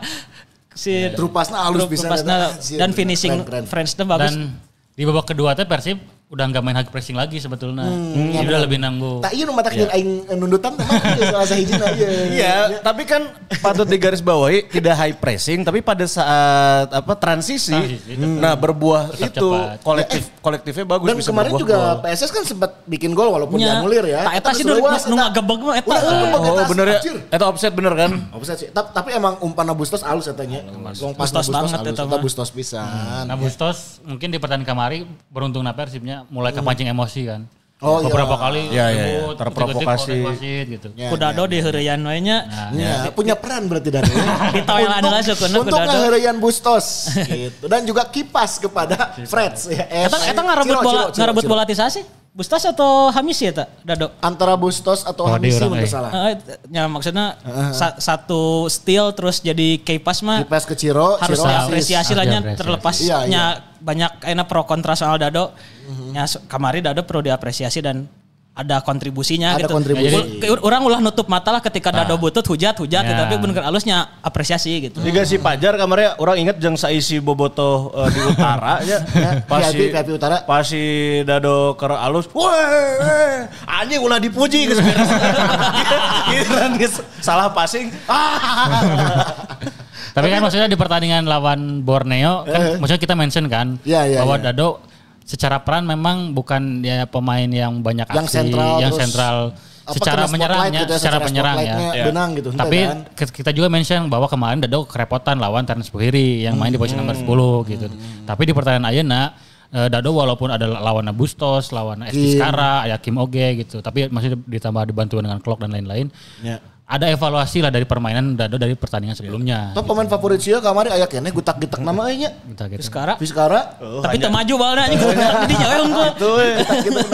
C: si
D: Trupasna Iya. halus pisan
C: trupasna
D: eta. Anjir,
C: dan
D: keren,
C: finishing
D: keren, keren.
C: Friendsnya bagus
B: Dan di babak kedua teh Persib udah nggak main high pressing lagi sebetulnya. Jadi udah lebih nanggung.
D: Hmm, Tak iya nu mata keun aing nundutan teh mah ieu salah sahiji na ieu.
E: Iya, tapi kan patut digarisbawahi tidak high pressing, tapi pada saat apa transisi,
B: Transisi,
E: nah berbuah
B: Tetap
E: itu
B: cepat.
E: kolektif kolektifnya bagus.
D: Dan kemarin
E: berbuah
D: juga
E: gol.
D: PSS kan sempat bikin gol walaupun
C: Nya,
D: dianulir ya.
C: tak Iya. eta sih nu- nu ngagebeg mah eta.
E: Oh bener ya, itu offset bener kan?
D: sih. Tap- Tapi emang umpan Bustos alus etanya. Long pas
C: Bustos
D: Bustos
C: banget
D: alus.
C: eta
D: Eta
C: mah. Hmm,
D: Bustos pisan.
B: Nah Bustos mungkin di pertandingan kemarin beruntung na Persibnya mulai kepancing emosi kan.
D: Hmm. Oh, iya.
B: Beberapa kali
E: Iya, iya, iya.
B: ribut,
E: Terprovokasi.
B: ikut-ikut wasit gitu.
D: Ya,
C: Kudado di heureyan we nya Iya.
D: Ya, punya peran berarti dan
C: Ditoyolan heula seukeuna
D: Untuk
C: Kudado.
D: ngeheureyan Bustos gitu. Dan juga kipas kepada Freds ya. Eh,
C: Eta eta ngarebut
D: Ciro,
C: bola
D: Ciro, Ciro,
C: ngarebut
D: Ciro.
C: bola ti sah sih? Bustas atau Hamis ya eta Dado?
D: antara Bustos atau
B: Oh, dia
D: Hamisi
B: orang, eh.
D: menurut salah.
C: Eh, ya maksudnya sa- satu steal terus jadi keypass mah
D: Kipas ke Ciro,
C: Eh, harus
D: Ciro asis.
C: apresiasi lah nya
B: Apresiasi.
C: terlepasnya eh, nah,
D: Iya, Mhm. iya.
C: Ya, banyak enak pro kontra soal Dado. Nya, so- kamari Dado perlu diapresiasi dan ada kontribusinya
D: Ada
C: gitu.
D: kontribusi.
C: Jadi, ke- orang ulah nutup mata lah ketika dado butut hujat hujat gitu. tapi bener alusnya apresiasi
D: Iya.
C: gitu.
E: Jika si Pajar kamarnya orang inget jeng saisi bobotoh eh, di utara ya.
D: VIP, VIP utara.
E: Pasti dado ker alus. Weh, weh. anjing ulah dipuji geus beres. Giliran geus salah passing. Ah.
B: Tapi kan maksudnya di pertandingan lawan Borneo
D: Eh.
B: kan maksudnya kita mention kan
D: Iya, iya,
B: bahwa
D: iya.
B: Dado secara peran memang bukan dia pemain yang banyak
D: Yang
B: aksi,
D: sentral,
B: yang
D: terus
B: sentral
D: apa,
B: secara
D: kena
B: menyerangnya,
D: spotlight gitu ya,
B: secara
D: secara
B: penyerang ya.
D: spotlightnya benang gitu, henteu
B: Tapi
D: kan?
B: ke- kita juga mention bahwa kemarin Dado kerepotan lawan Terence Buhiri yang main di posisi
D: Hmm.
B: nomor 10 gitu. Tapi di pertandingan Ayana eh, Dado walaupun ada lawan Bustos, lawan Esti Skara, ada Kim Oge gitu. Tapi masih ditambah dibantu dengan Klok dan lain-lain. Ada evaluasi lah dari permainan Dado dari pertandingan sebelumnya.
D: Top pemain favorit sih kamari aya kene gutak-gitak nama euy nya.
B: Gitu, gitu.
C: Sekarang
D: Fiskara.
E: Oh,
C: tapi teu maju balna anjing. Jadi nyawa unggul.
E: Tuh,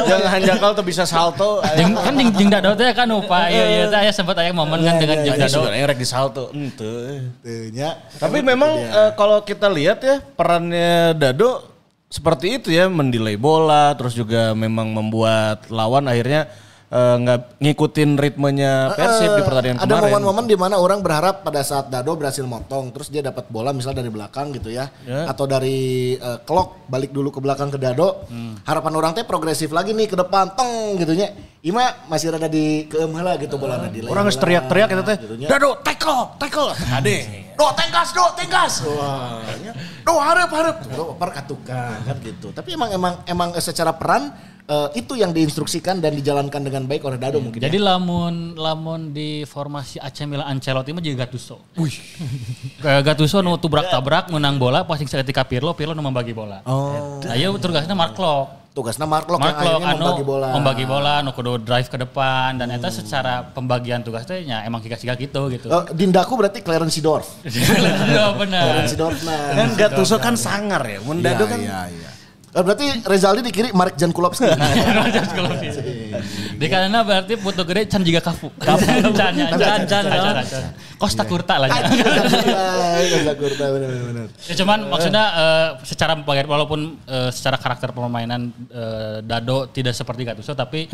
E: jangan hanjakal tuh bisa salto.
B: Jeung kan jeung jeung dadot teh kan upaya ieu ieu teh aya sempat aya momen
D: Iya,
B: kan dengan jeung
E: Jadi
B: dadot.
E: sebenarnya rek di salto. Ente.
D: Teu nya.
E: Tapi memang eh, kalau kita lihat ya perannya Dado seperti itu ya mendelay bola terus juga memang membuat lawan akhirnya eh, nggak ngikutin ritmenya Persib di pertandingan
D: Eh, ada
E: kemarin.
D: momen-momen di mana orang berharap pada saat Dado berhasil motong terus dia dapat bola misal dari belakang gitu ya atau dari eh, clock balik dulu ke belakang ke Dado
E: Hmm.
D: harapan orang teh progresif lagi nih ke depan teng gitu nya Ima masih rada di keemhala gitu bola tadi
E: Orang nggak teriak-teriak itu teh.
D: Gitu nya.
E: Dado tackle, tackle. Ade.
D: do tengkas do tengkas wah nya, do harap harap do perkatukan kan gitu tapi emang emang emang secara peran eh, itu yang diinstruksikan dan dijalankan dengan baik oleh
E: Hmm,
D: Dado mungkin
B: Jadi lamun lamun di formasi AC Milan Ancelotti mah jeung Gattuso. Wih. Gattuso nu tubrak-tabrak menang bola passing seketika Pirlo, Pirlo nu membagi bola. Oh. Nah, ieu turgasna Mark Klok.
D: tugasnya Mark Lok
B: Mark
D: yang
B: Klok
D: akhirnya
B: anu
D: membagi bola Hmm.
B: membagi bola nu kudu drive ke depan dan eta secara pembagian tugas teh nya emang giga-giga gitu gitu.
D: Eh, Dindaku berarti Clarence Sidorf
B: Iya, bener.
D: Clarence Sidorf nah
B: Eh.
E: Kan Gattuso kan sangar ya. Mun Dado kan
D: Eh, berarti Rezaldi di kiri Mark Jankulovski
B: Rogers kalau sih. Di kanan berarti foto gede Chan juga kafu. Kafu Chan Chan Chan Chan. kan? Costa Curta lah. ya.
D: benar-benar
B: Ya, cuman maksudnya eh, secara pembagian walaupun eh, secara karakter permainan eh, Dado tidak seperti Gattuso tapi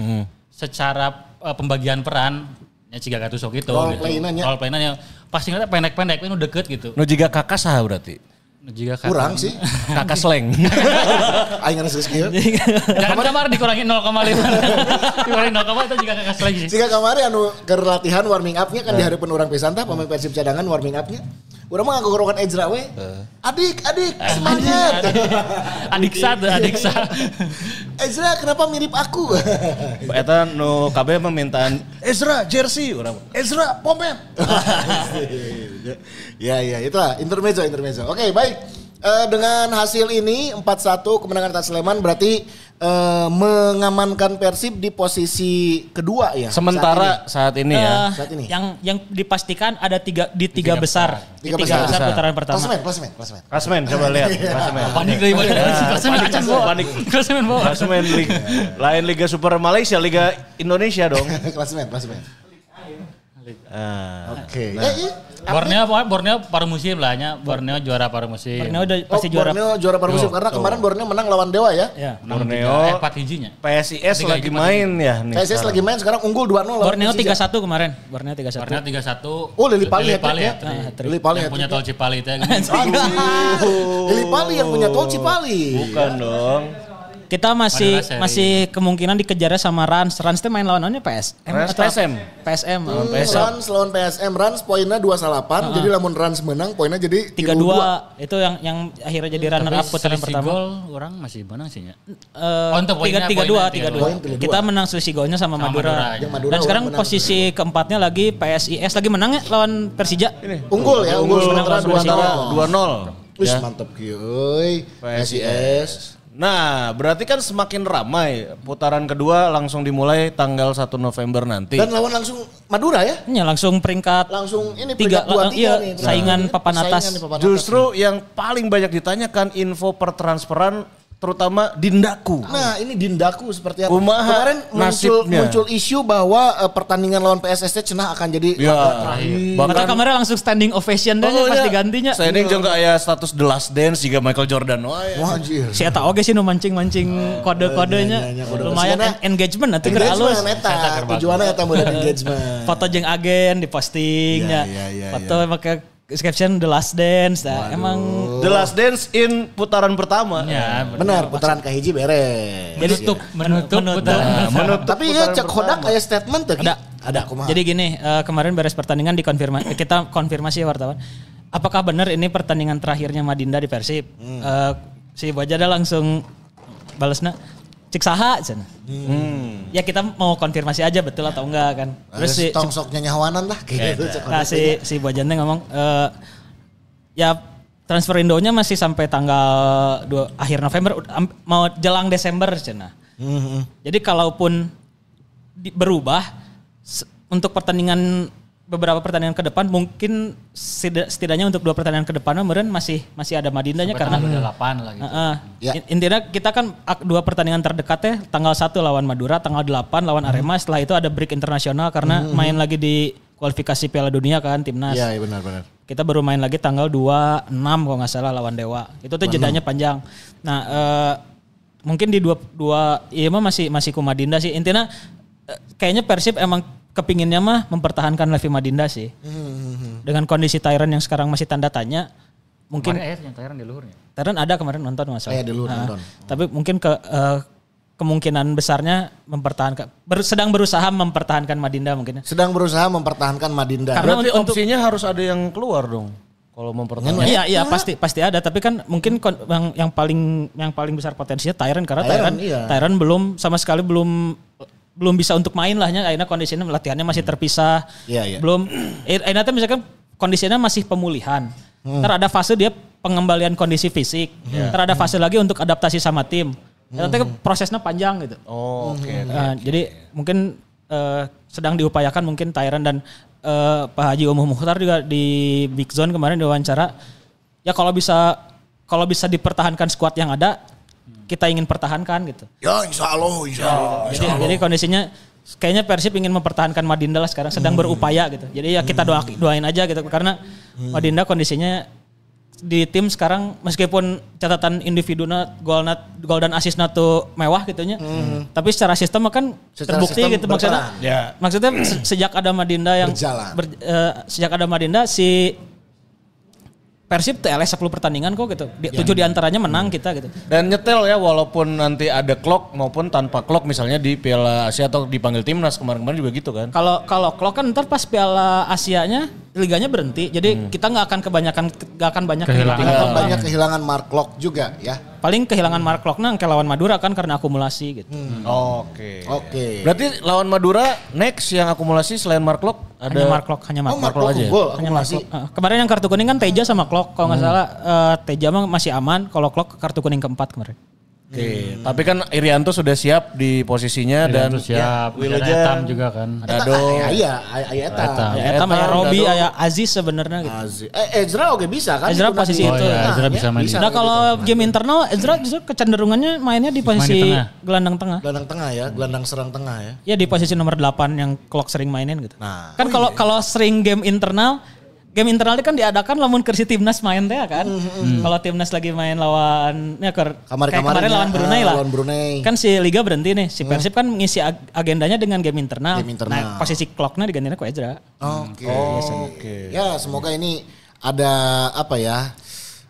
B: secara eh, pembagian peran ya ciga Gattuso gitu.
D: Role
B: gitu.
D: play-nya nya.
B: Role play-nya nya. Pasti ngeliat pendek-pendek ini deket gitu.
E: nu jiga kakak sah berarti.
B: Jika kata-
D: kurang sih
E: Kakak sleng.
D: aing ngeres skill
B: Iya. Jangan kamar dikurangi 0,5. dikurangi 0,5 itu juga kakak lagi sih.
D: Jika kemarin anu ke latihan warming up-nya
B: Eh.
D: kan di hari orang pisan tah pemain Persib cadangan warming up-nya. Urang mah ngagorokan Ezra we.
B: Eh.
D: Adik, adik, semangat.
B: Adik
D: iya.
B: satu, adik satu.
D: Ezra kenapa mirip aku?
E: Eta nu KB memintaan Ezra jersey urang. Ezra pomen.
D: ya ya itulah intermezzo intermezzo. Oke, baik. Eh, dengan hasil ini 4-1 kemenangan atas Sleman berarti eh, mengamankan Persib di posisi kedua ya. saat
E: Sementara saat ini
C: Eh,
E: ya.
D: Saat ini.
C: Yang yang dipastikan ada tiga di tiga, besar.
D: ini.
C: Di tiga besar, putaran pertama.
D: Pertama. Klasemen, klasemen, klasemen.
E: Kasmen coba lihat. Kasmen.
B: Panik dari mana?
D: Iya.
B: Klasemen acan bawa.
E: panik.
B: Klasemen bawa.
E: Klasemen Liga. Lain Liga Super Malaysia, Liga Indonesia dong.
D: klasemen, klasemen.
E: Ah.
D: Oke. Eh, eh,
B: Borneo pokoknya Borneo paruh musim lah nya. Borneo juara paruh musim.
C: Borneo udah pasti
D: oh,
C: juara.
D: Borneo juara paruh musim karena kemarin Borneo menang lawan Dewa ya.
C: Ya.
B: Menang
E: Borneo.
B: tiga, eh, empat hijinya.
E: PSIS lagi main ya nih.
D: PSS
E: sekarang.
D: lagi main sekarang unggul 2-0 lawan
C: Borneo
D: Persija.
C: 3-1 kemarin. Borneo 3-1.
B: Borneo 3-1.
D: Oh, Lili Pali
B: Lili
D: hat-trick
B: Pali
D: ya?
B: hat-trick.
D: Ah, hat-trick. Lili Pali
B: Yang punya tol
D: hat-trick.
B: Cipali teh.
C: Oh.
D: Aduh. Lili Pali yang punya tol Cipali.
E: Bukan
D: Iya.
E: dong.
C: Kita masih
B: Madura seri.
C: masih kemungkinan dikejar sama Rans. Rans teh main lawanannya PS.
E: Rans PSM.
C: PSM. lawan
D: Hmm,
C: PSM.
D: Rans lawan PSM, Rans poinnya
C: Ah.
D: 2-8, jadi lamun Rans menang poinnya jadi
C: 3-2 itu yang yang akhirnya jadi runner up putaran
B: pertama.
C: pertama.
B: gol orang masih menang sih nya.
C: Eh,
B: Oh, itu poinnya, poinnya,
C: tiga- tiga dua,
B: tiga
C: tiga
B: dua.
C: dua.
D: Poin tiga dua.
C: Kita menang selisih golnya sama,
B: Sama Madura,
C: Madura.
B: ya.
D: Yang Madura
C: Dan sekarang
D: orang menang.
C: posisi keempatnya lagi PSIS lagi menang ya lawan Persija.
D: Unggul ya, unggul sementara
E: Dua antara
C: Ya.
D: 2-0.
E: 2-0.
D: Wih, mantep kieu. PSIS.
E: Nah, berarti kan semakin ramai. Putaran kedua langsung dimulai tanggal 1 November nanti.
D: Dan lawan langsung Madura ya.
C: Ya langsung peringkat
D: Langsung ini
C: Tiga,
D: peringkat 2-3
C: iya,
D: nih.
C: saingan papan atas.
D: Saingan di papan atas.
E: Justru yang paling banyak ditanyakan info pertransferan terutama Dindaku.
D: Nah ini dindaku seperti apa.
E: Kumaha
D: Kemarin muncul,
E: nasibnya?
D: muncul isu bahwa eh, pertandingan lawan PSSC Cenah akan jadi
E: Ya,
C: Iya.
D: laga iya.
C: Mata kamera langsung standing ovation dan pas digantinya. Iya.
E: Saya
B: Iya.
E: ini juga kayak status The Last Dance juga Michael Jordan. Wah, ya.
D: Wah anjir.
C: Si Eta oke sih nu
D: Eh,
C: mancing-mancing
D: iya,
C: kode-kodenya. Lumayan en- engagement atuh keur
D: Engagement
C: alus.
D: eta. Tujuannya eta mudah engagement.
C: Foto jeung agen dipostingnya.
E: Iya, iya, iya, Iya.
C: Foto pakai caption The Last Dance. Nah, emang
E: The Last Dance in putaran pertama.
B: Ya,
D: Benar, putaran kahiji beres.
B: menutup, menutup,
C: Menutup.
B: betul.
E: Nah, menutup
D: Tapi ya
E: putaran
D: cek hodak
E: pertama.
D: kayak statement tuh. Ki.
C: Ada.
D: Ada kumaha.
C: Jadi gini, eh, kemarin beres pertandingan dikonfirmasi kita konfirmasi ya wartawan. Apakah benar ini pertandingan terakhirnya Madinda di Persib?
E: Hmm.
C: Eh, si Bajada langsung balesna cik saha cenah.
E: Hmm.
C: Ya kita mau konfirmasi aja betul atau enggak kan. Terus si,
D: tong sok nyanyawanan lah gitu cek
C: nah, si, si Bajada ngomong eh, ya transfer Indonya masih sampai tanggal dua, akhir November ud- am- mau jelang Desember cenah.
D: Mhm.
C: Jadi kalaupun di- berubah se- untuk pertandingan beberapa pertandingan ke depan mungkin setida- setidaknya untuk dua pertandingan ke depan meren masih masih ada Madindanya
B: Karena
C: karena
B: udah 8 lagi.
C: Gitu. Heeh.
D: Ya.
C: In- intinya kita kan ak- dua pertandingan terdekatnya tanggal 1 lawan Madura, tanggal 8 lawan Arema, setelah itu ada break internasional karena main lagi di kualifikasi Piala Dunia kan timnas.
D: Iya, iya benar benar.
C: Kita baru main lagi tanggal 26 kalau nggak salah lawan Dewa. Itu tuh jedanya panjang. Nah, eh, mungkin di dua dua iya mah masih masih ku Madinda sih. Intinya eh, kayaknya Persib emang kepinginnya mah mempertahankan Levi Madinda sih. Dengan kondisi Tyron yang sekarang masih tanda tanya, mungkin
B: Kemarin akhirnya tayaran di luhurnya.
C: Taran ada kemarin nonton masalah.
D: Saya Iya, dulu nonton.
C: Tapi mungkin ke eh, kemungkinan besarnya mempertahankan ber- sedang berusaha mempertahankan Madinda mungkin.
D: Sedang berusaha mempertahankan Madinda.
C: Karena
E: Berarti
C: untuk-
E: opsinya harus ada yang keluar dong. Kalau mempertahankan.
C: Iya
D: Ah.
C: iya pasti pasti ada tapi kan mungkin kon- yang yang paling yang paling besar potensinya Tyron karena Tyron
D: Tyron, iya.
C: Tyron belum sama sekali belum belum bisa untuk main lahnya akhirnya kondisinya latihannya masih
E: Hmm.
C: terpisah.
D: Iya, iya.
C: Belum eh, akhirnya tuh misalkan kondisinya masih pemulihan.
E: Hmm.
C: Ntar ada fase dia pengembalian kondisi fisik.
E: Iya.
C: Ntar
E: Hmm.
C: ada fase lagi untuk adaptasi sama tim. Nanti prosesnya panjang gitu.
E: Oh, oke. iya.
C: Nah, Jadi mungkin eh, sedang diupayakan mungkin Tyron dan eh, Pak Haji Umuh Mukhtar juga di Big Zone kemarin diwawancara. Ya kalau bisa kalau bisa dipertahankan skuad yang ada, kita ingin pertahankan gitu.
D: Ya insya Allah, insya Allah.
C: Jadi, jadi kondisinya kayaknya Persib ingin mempertahankan Madinda lah sekarang
D: Hmm.
C: sedang berupaya gitu. Jadi ya kita doa, doain aja gitu karena
D: Hmm.
C: Madinda kondisinya di tim sekarang meskipun catatan individunya gol nat- gol dan asisnya tuh mewah gitunya. Tapi secara sistem kan
D: Hmm. Secara
C: terbukti
D: sistem
C: gitu maksudnya.
D: berperan.
E: Ya.
C: Maksudnya se- sejak ada Madinda yang
D: Berjalan.
C: ber- eh, sejak ada Madinda si Persib TLS 10 pertandingan kok gitu.
D: Ya.
C: Di, Tujuh diantaranya menang kita gitu.
E: Dan nyetel ya walaupun nanti ada clock maupun tanpa clock misalnya di Piala Asia atau dipanggil timnas kemarin-kemarin juga gitu kan.
C: Kalau kalau Klok kan ntar pas Piala Asianya liganya berhenti, jadi kita nggak akan kebanyakan nggak akan banyak
B: Kehilangan.
C: kehilangan
D: Kan
C: Klok.
D: banyak kehilangan Mark Locke juga ya.
C: Paling kehilangan Mark Klok nang ke lawan Madura kan karena akumulasi
D: Hmm,
C: gitu.
E: Oke.
D: Oke.
E: Berarti lawan Madura next yang akumulasi selain Mark Lok
C: Hanya
E: ada
C: Mark Klok, hanya
D: Oh
C: Mark Klok.
D: Mark Locke
E: aja.
D: unggul
C: Hanya Mark
D: akumulasi.
C: Klok. Ah, kemarin yang kartu kuning kan Teja sama Klok, kalau nggak salah eh, Teja mah masih aman, kalau Klok kartu kuning keempat kemarin.
E: Oke, tapi kan Irianto sudah siap di posisinya Ya, dan
B: Terus siap, ada Etam juga kan.
E: Dado.
D: Eta, Iya, iya, iya, eta.
C: Ya, Eta,
E: Eta,
C: ya Robi,
E: Dado.
C: ya Aziz sebenarnya gitu.
D: Aziz. Eh, Ezra oke bisa kan?
C: Ezra
D: Itu
C: posisi
D: nanti.
C: itu. Oh, iya,
D: ya,
B: Ezra bisa main
C: Nah kalau game internal Ezra justru kecenderungannya mainnya di posisi
B: tengah.
C: gelandang tengah.
D: gelandang tengah ya, gelandang serang tengah ya.
C: Ya di posisi nomor 8 yang Klok sering mainin gitu.
D: Nah.
C: kan kalau kalau sering game internal, game internal itu kan diadakan lamun kersi timnas main teh kan.
D: Hmm,
C: Kalau timnas lagi main lawan ya ker-
D: Kamar
C: kayak kemarin lawan Brunei lah.
D: Ah, Lawan Brunei.
C: Kan si liga berhenti nih, si Persib kan ngisi ag- agendanya dengan game internal.
D: Game internal.
C: Nah, posisi Kloknya digantinya ke Ezra.
D: Oke. Oke. Ya, semoga ini ada apa ya?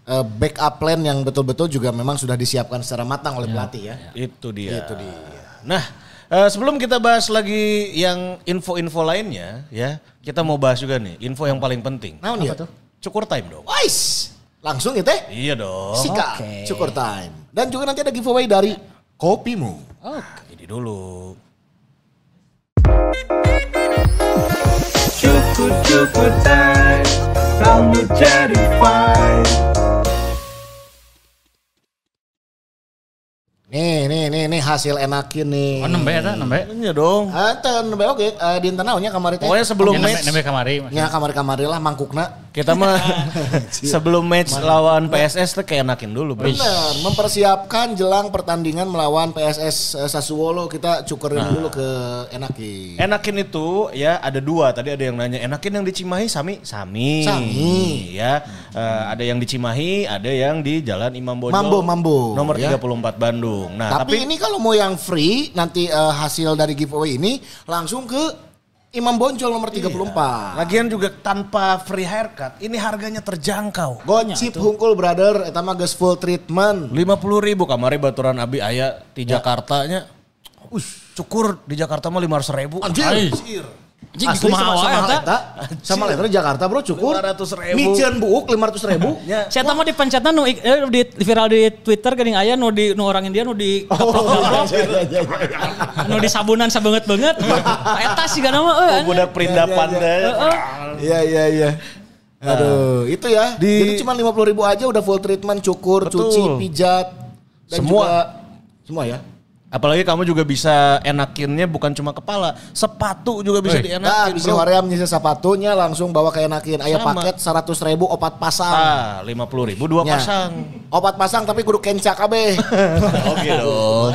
D: eh, backup plan yang betul-betul juga memang sudah disiapkan secara matang oleh pelatih ya.
E: Itu dia. Itu dia. Nah, eh, sebelum kita bahas lagi yang info-info lainnya ya, kita mau bahas juga nih info yang paling penting.
D: Nah, ya.
E: Cukur time dong.
D: Wais. Langsung ya teh.
E: Iya
C: Oh,
E: dong.
D: Sika, cukur time. Dan juga nanti ada giveaway dari kopimu.
C: Oh.
E: Ini dulu.
F: Cukup cukup time Kamu jadi fine
D: Nih, nih, nih, nih hasil enakin nih.
B: Oh, nembe
C: ya,
B: eta, nembe.
E: Iya dong.
D: Ah, teu nembe oke, eh, di internalnya kamari teh.
E: Pokoknya sebelum
B: Ya, nembe-
E: match
B: Nembe kamari.
D: Nya kamari-kamari lah mangkukna.
E: Kita mah sebelum match lawan PSS tuh kayak enakin dulu, bro.
D: Benar, mempersiapkan jelang pertandingan melawan PSS eh, Sassuolo kita cukerin
C: Nah.
D: dulu ke Enaki.
E: Enakin itu ya ada dua tadi ada yang nanya enakin yang di Cimahi Sami Sami,
D: Sami.
E: ya Eh, ada yang di Cimahi ada yang di Jalan Imam Bonjol
D: Mambo, Mambo,
E: nomor
D: ya.
E: 34 Bandung nah
D: tapi,
E: tapi,
D: ini kalau mau yang free nanti eh, hasil dari giveaway ini langsung ke Imam Bonjol
C: Iya.
D: nomor 34.
E: lagian juga tanpa free haircut ini harganya terjangkau
D: Gocip hungkul brother, eta mah geus full treatment.
E: lima puluh ribu kamari baturan Abi ayah di Jakarta nya us cukur di Jakarta mah lima ratus ribu
C: Jing kumaha wae ya, eta.
D: Sama letter Jakarta bro cukur.
E: 500.000.
D: Micen buuk 500 ribu.
C: Saya tahu di pencetan nu ik- eh, di viral di Twitter geuning aya nu di nu orang India nu di
D: Oh, iya,
C: nu di sabunan sabeungeut banget. Eta sih gana
D: Oh,
C: mah euy, aneh.
E: budak perindapan deh
D: Iya iya iya. Aduh, itu ya.
E: Ah. Di-
D: Jadi cuma 50 ribu aja udah full treatment, cukur,
E: Betul.
D: cuci, pijat.
E: Semua.
D: juga- semua ya.
E: apalagi kamu juga bisa enakinnya bukan cuma kepala sepatu juga bisa
D: Nah,
E: dienakin
D: bisa
E: bro.
D: Korea menyisa sepatunya langsung bawa ke enakin. Ayah
E: Sama.
D: paket 100 ribu opat pasang.
E: Ah, lima puluh ribu dua
D: Ya.
E: pasang.
D: Opat pasang tapi kudu kenca kabeh.
E: Oke dong.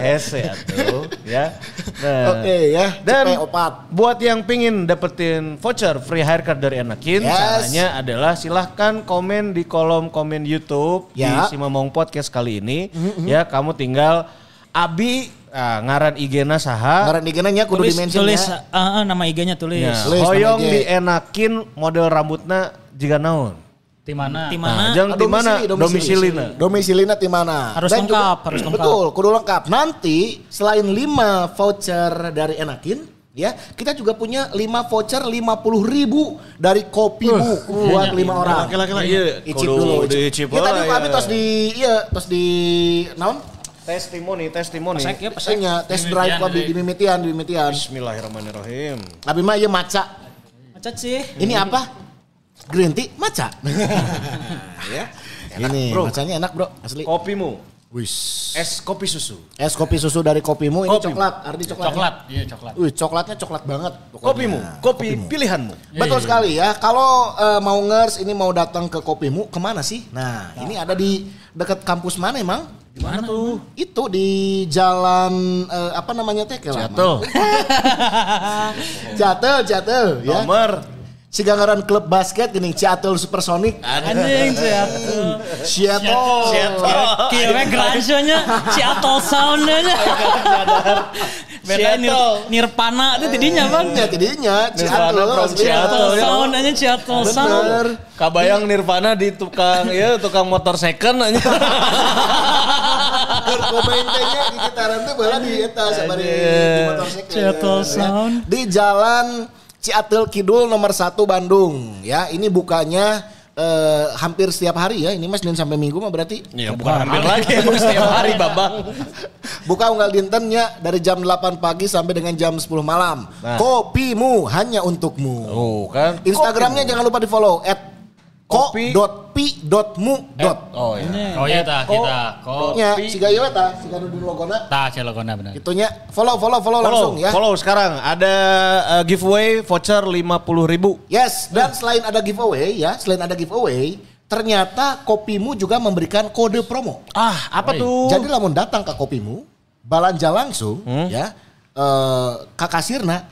E: Hese atuh, ya. Nah.
D: Oke ya.
E: Dan
D: cepet opat.
E: buat yang pingin dapetin voucher free haircut dari Anakin,
D: Yes.
E: caranya adalah silahkan komen di kolom komen YouTube
D: Ya.
E: di Simamong Podcast kali ini. Ya, kamu tinggal Abi ah, ngaran IG-na saha.
D: Ngaran digena kudu
C: Tulis
D: dimention
C: tulis
D: ya.
C: eh, eh, nama IG-nya tulis.
E: Ya,
D: Tulis nama
E: hoyong
D: IG.
E: di Enakin model rambutna jika naon.
B: Di mana?
C: Di
E: Nah,
C: mana?
D: ah,
E: jeung di mana? Domisilina.
D: Domisilina di mana?
C: Harus
D: Dan
C: lengkap, harus lengkap.
D: Betul, kudu lengkap. Nanti selain 5 voucher dari Enakin, ya, kita juga punya 5 voucher 50 ribu dari kopi bu buat lima orang.
E: laki-laki. Iya,
D: Icip
E: kudu
D: dulu. icip.
E: diicip
D: Ya, tadi
E: lah,
D: kami
E: ya.
D: tos di iya, tos di naon?
E: Testimoni, testimoni.
C: Pesek ya, pesek.
D: Pesenya, test drive kami di Mimitian, di Mimitian.
E: Bismillahirrahmanirrahim.
D: Abi mah ieu maca.
C: Macet sih.
D: Ini apa? Green tea maca. ya. Enak, ini
E: bro.
D: macanya enak, Bro. Asli.
E: Kopimu. Es kopi susu.
D: Es kopi susu dari kopimu ini
E: Kopi.
D: coklat, Ardi coklat.
B: Coklat, iya coklat.
D: Wih, coklatnya coklat banget. pokoknya.
E: Kopimu, kopi pilihanmu.
D: Betul sekali ya. Kalau eh, mau ngers ini mau datang ke kopimu kemana sih? Nah, ini ada di dekat kampus mana emang? Di mana tuh? Itu di jalan eh, apa namanya teh?
E: Jatuh.
D: Ya. Jatel, Jatel ya.
E: Nomor.
D: Cigangaran klub basket gini Ciatel Supersonic.
C: Anjing ya. sehat.
D: Seattle.
C: Kira gransonya si Atol soundnya. Beda nir, Nirpana itu tidinya bang.
D: Ya jadinya Ciatel.
E: Nirvana from
D: asli.
E: Seattle,
C: Atol
E: ya.
C: sound aja si Atol sound.
D: Bener.
E: Kabayang Nirvana di tukang ya tukang motor second aja.
D: Komentenya di gitaran tuh bala di eta sabar di di motorsiklet.
C: Ciatul Sound.
D: Di jalan Ciatul Kidul nomor 1 Bandung ya. Ini bukanya eh, hampir setiap hari ya. Ini Mas Senin sampai Minggu mah berarti.
E: Ya bukan hampir lagi emang setiap hari babang.
D: Buka unggal dintennya dari jam 8 pagi sampai dengan jam 10 malam.
E: Nah.
D: Kopimu hanya untukmu.
E: Oh kan.
D: Instagramnya jangan lupa di follow at
E: Kopi.
D: ko.pi.mu. Dot.
E: Oh iya.
B: Oh iya tah kita. Kok
D: Nya, siga ieu eta, siga nu di logona.
B: tah cia logona benar.
D: Itunya follow follow follow,
E: Follow,
D: langsung ya.
E: follow sekarang ada uh, giveaway voucher 50.000 ribu.
D: Yes,
E: Hmm.
D: dan selain ada giveaway ya, selain ada giveaway, ternyata kopimu juga memberikan kode promo.
E: Ah apa tuh?
D: Jadi lamun datang ke kopimu, balanja langsung
E: Hmm.
D: ya, eh ke kasirna,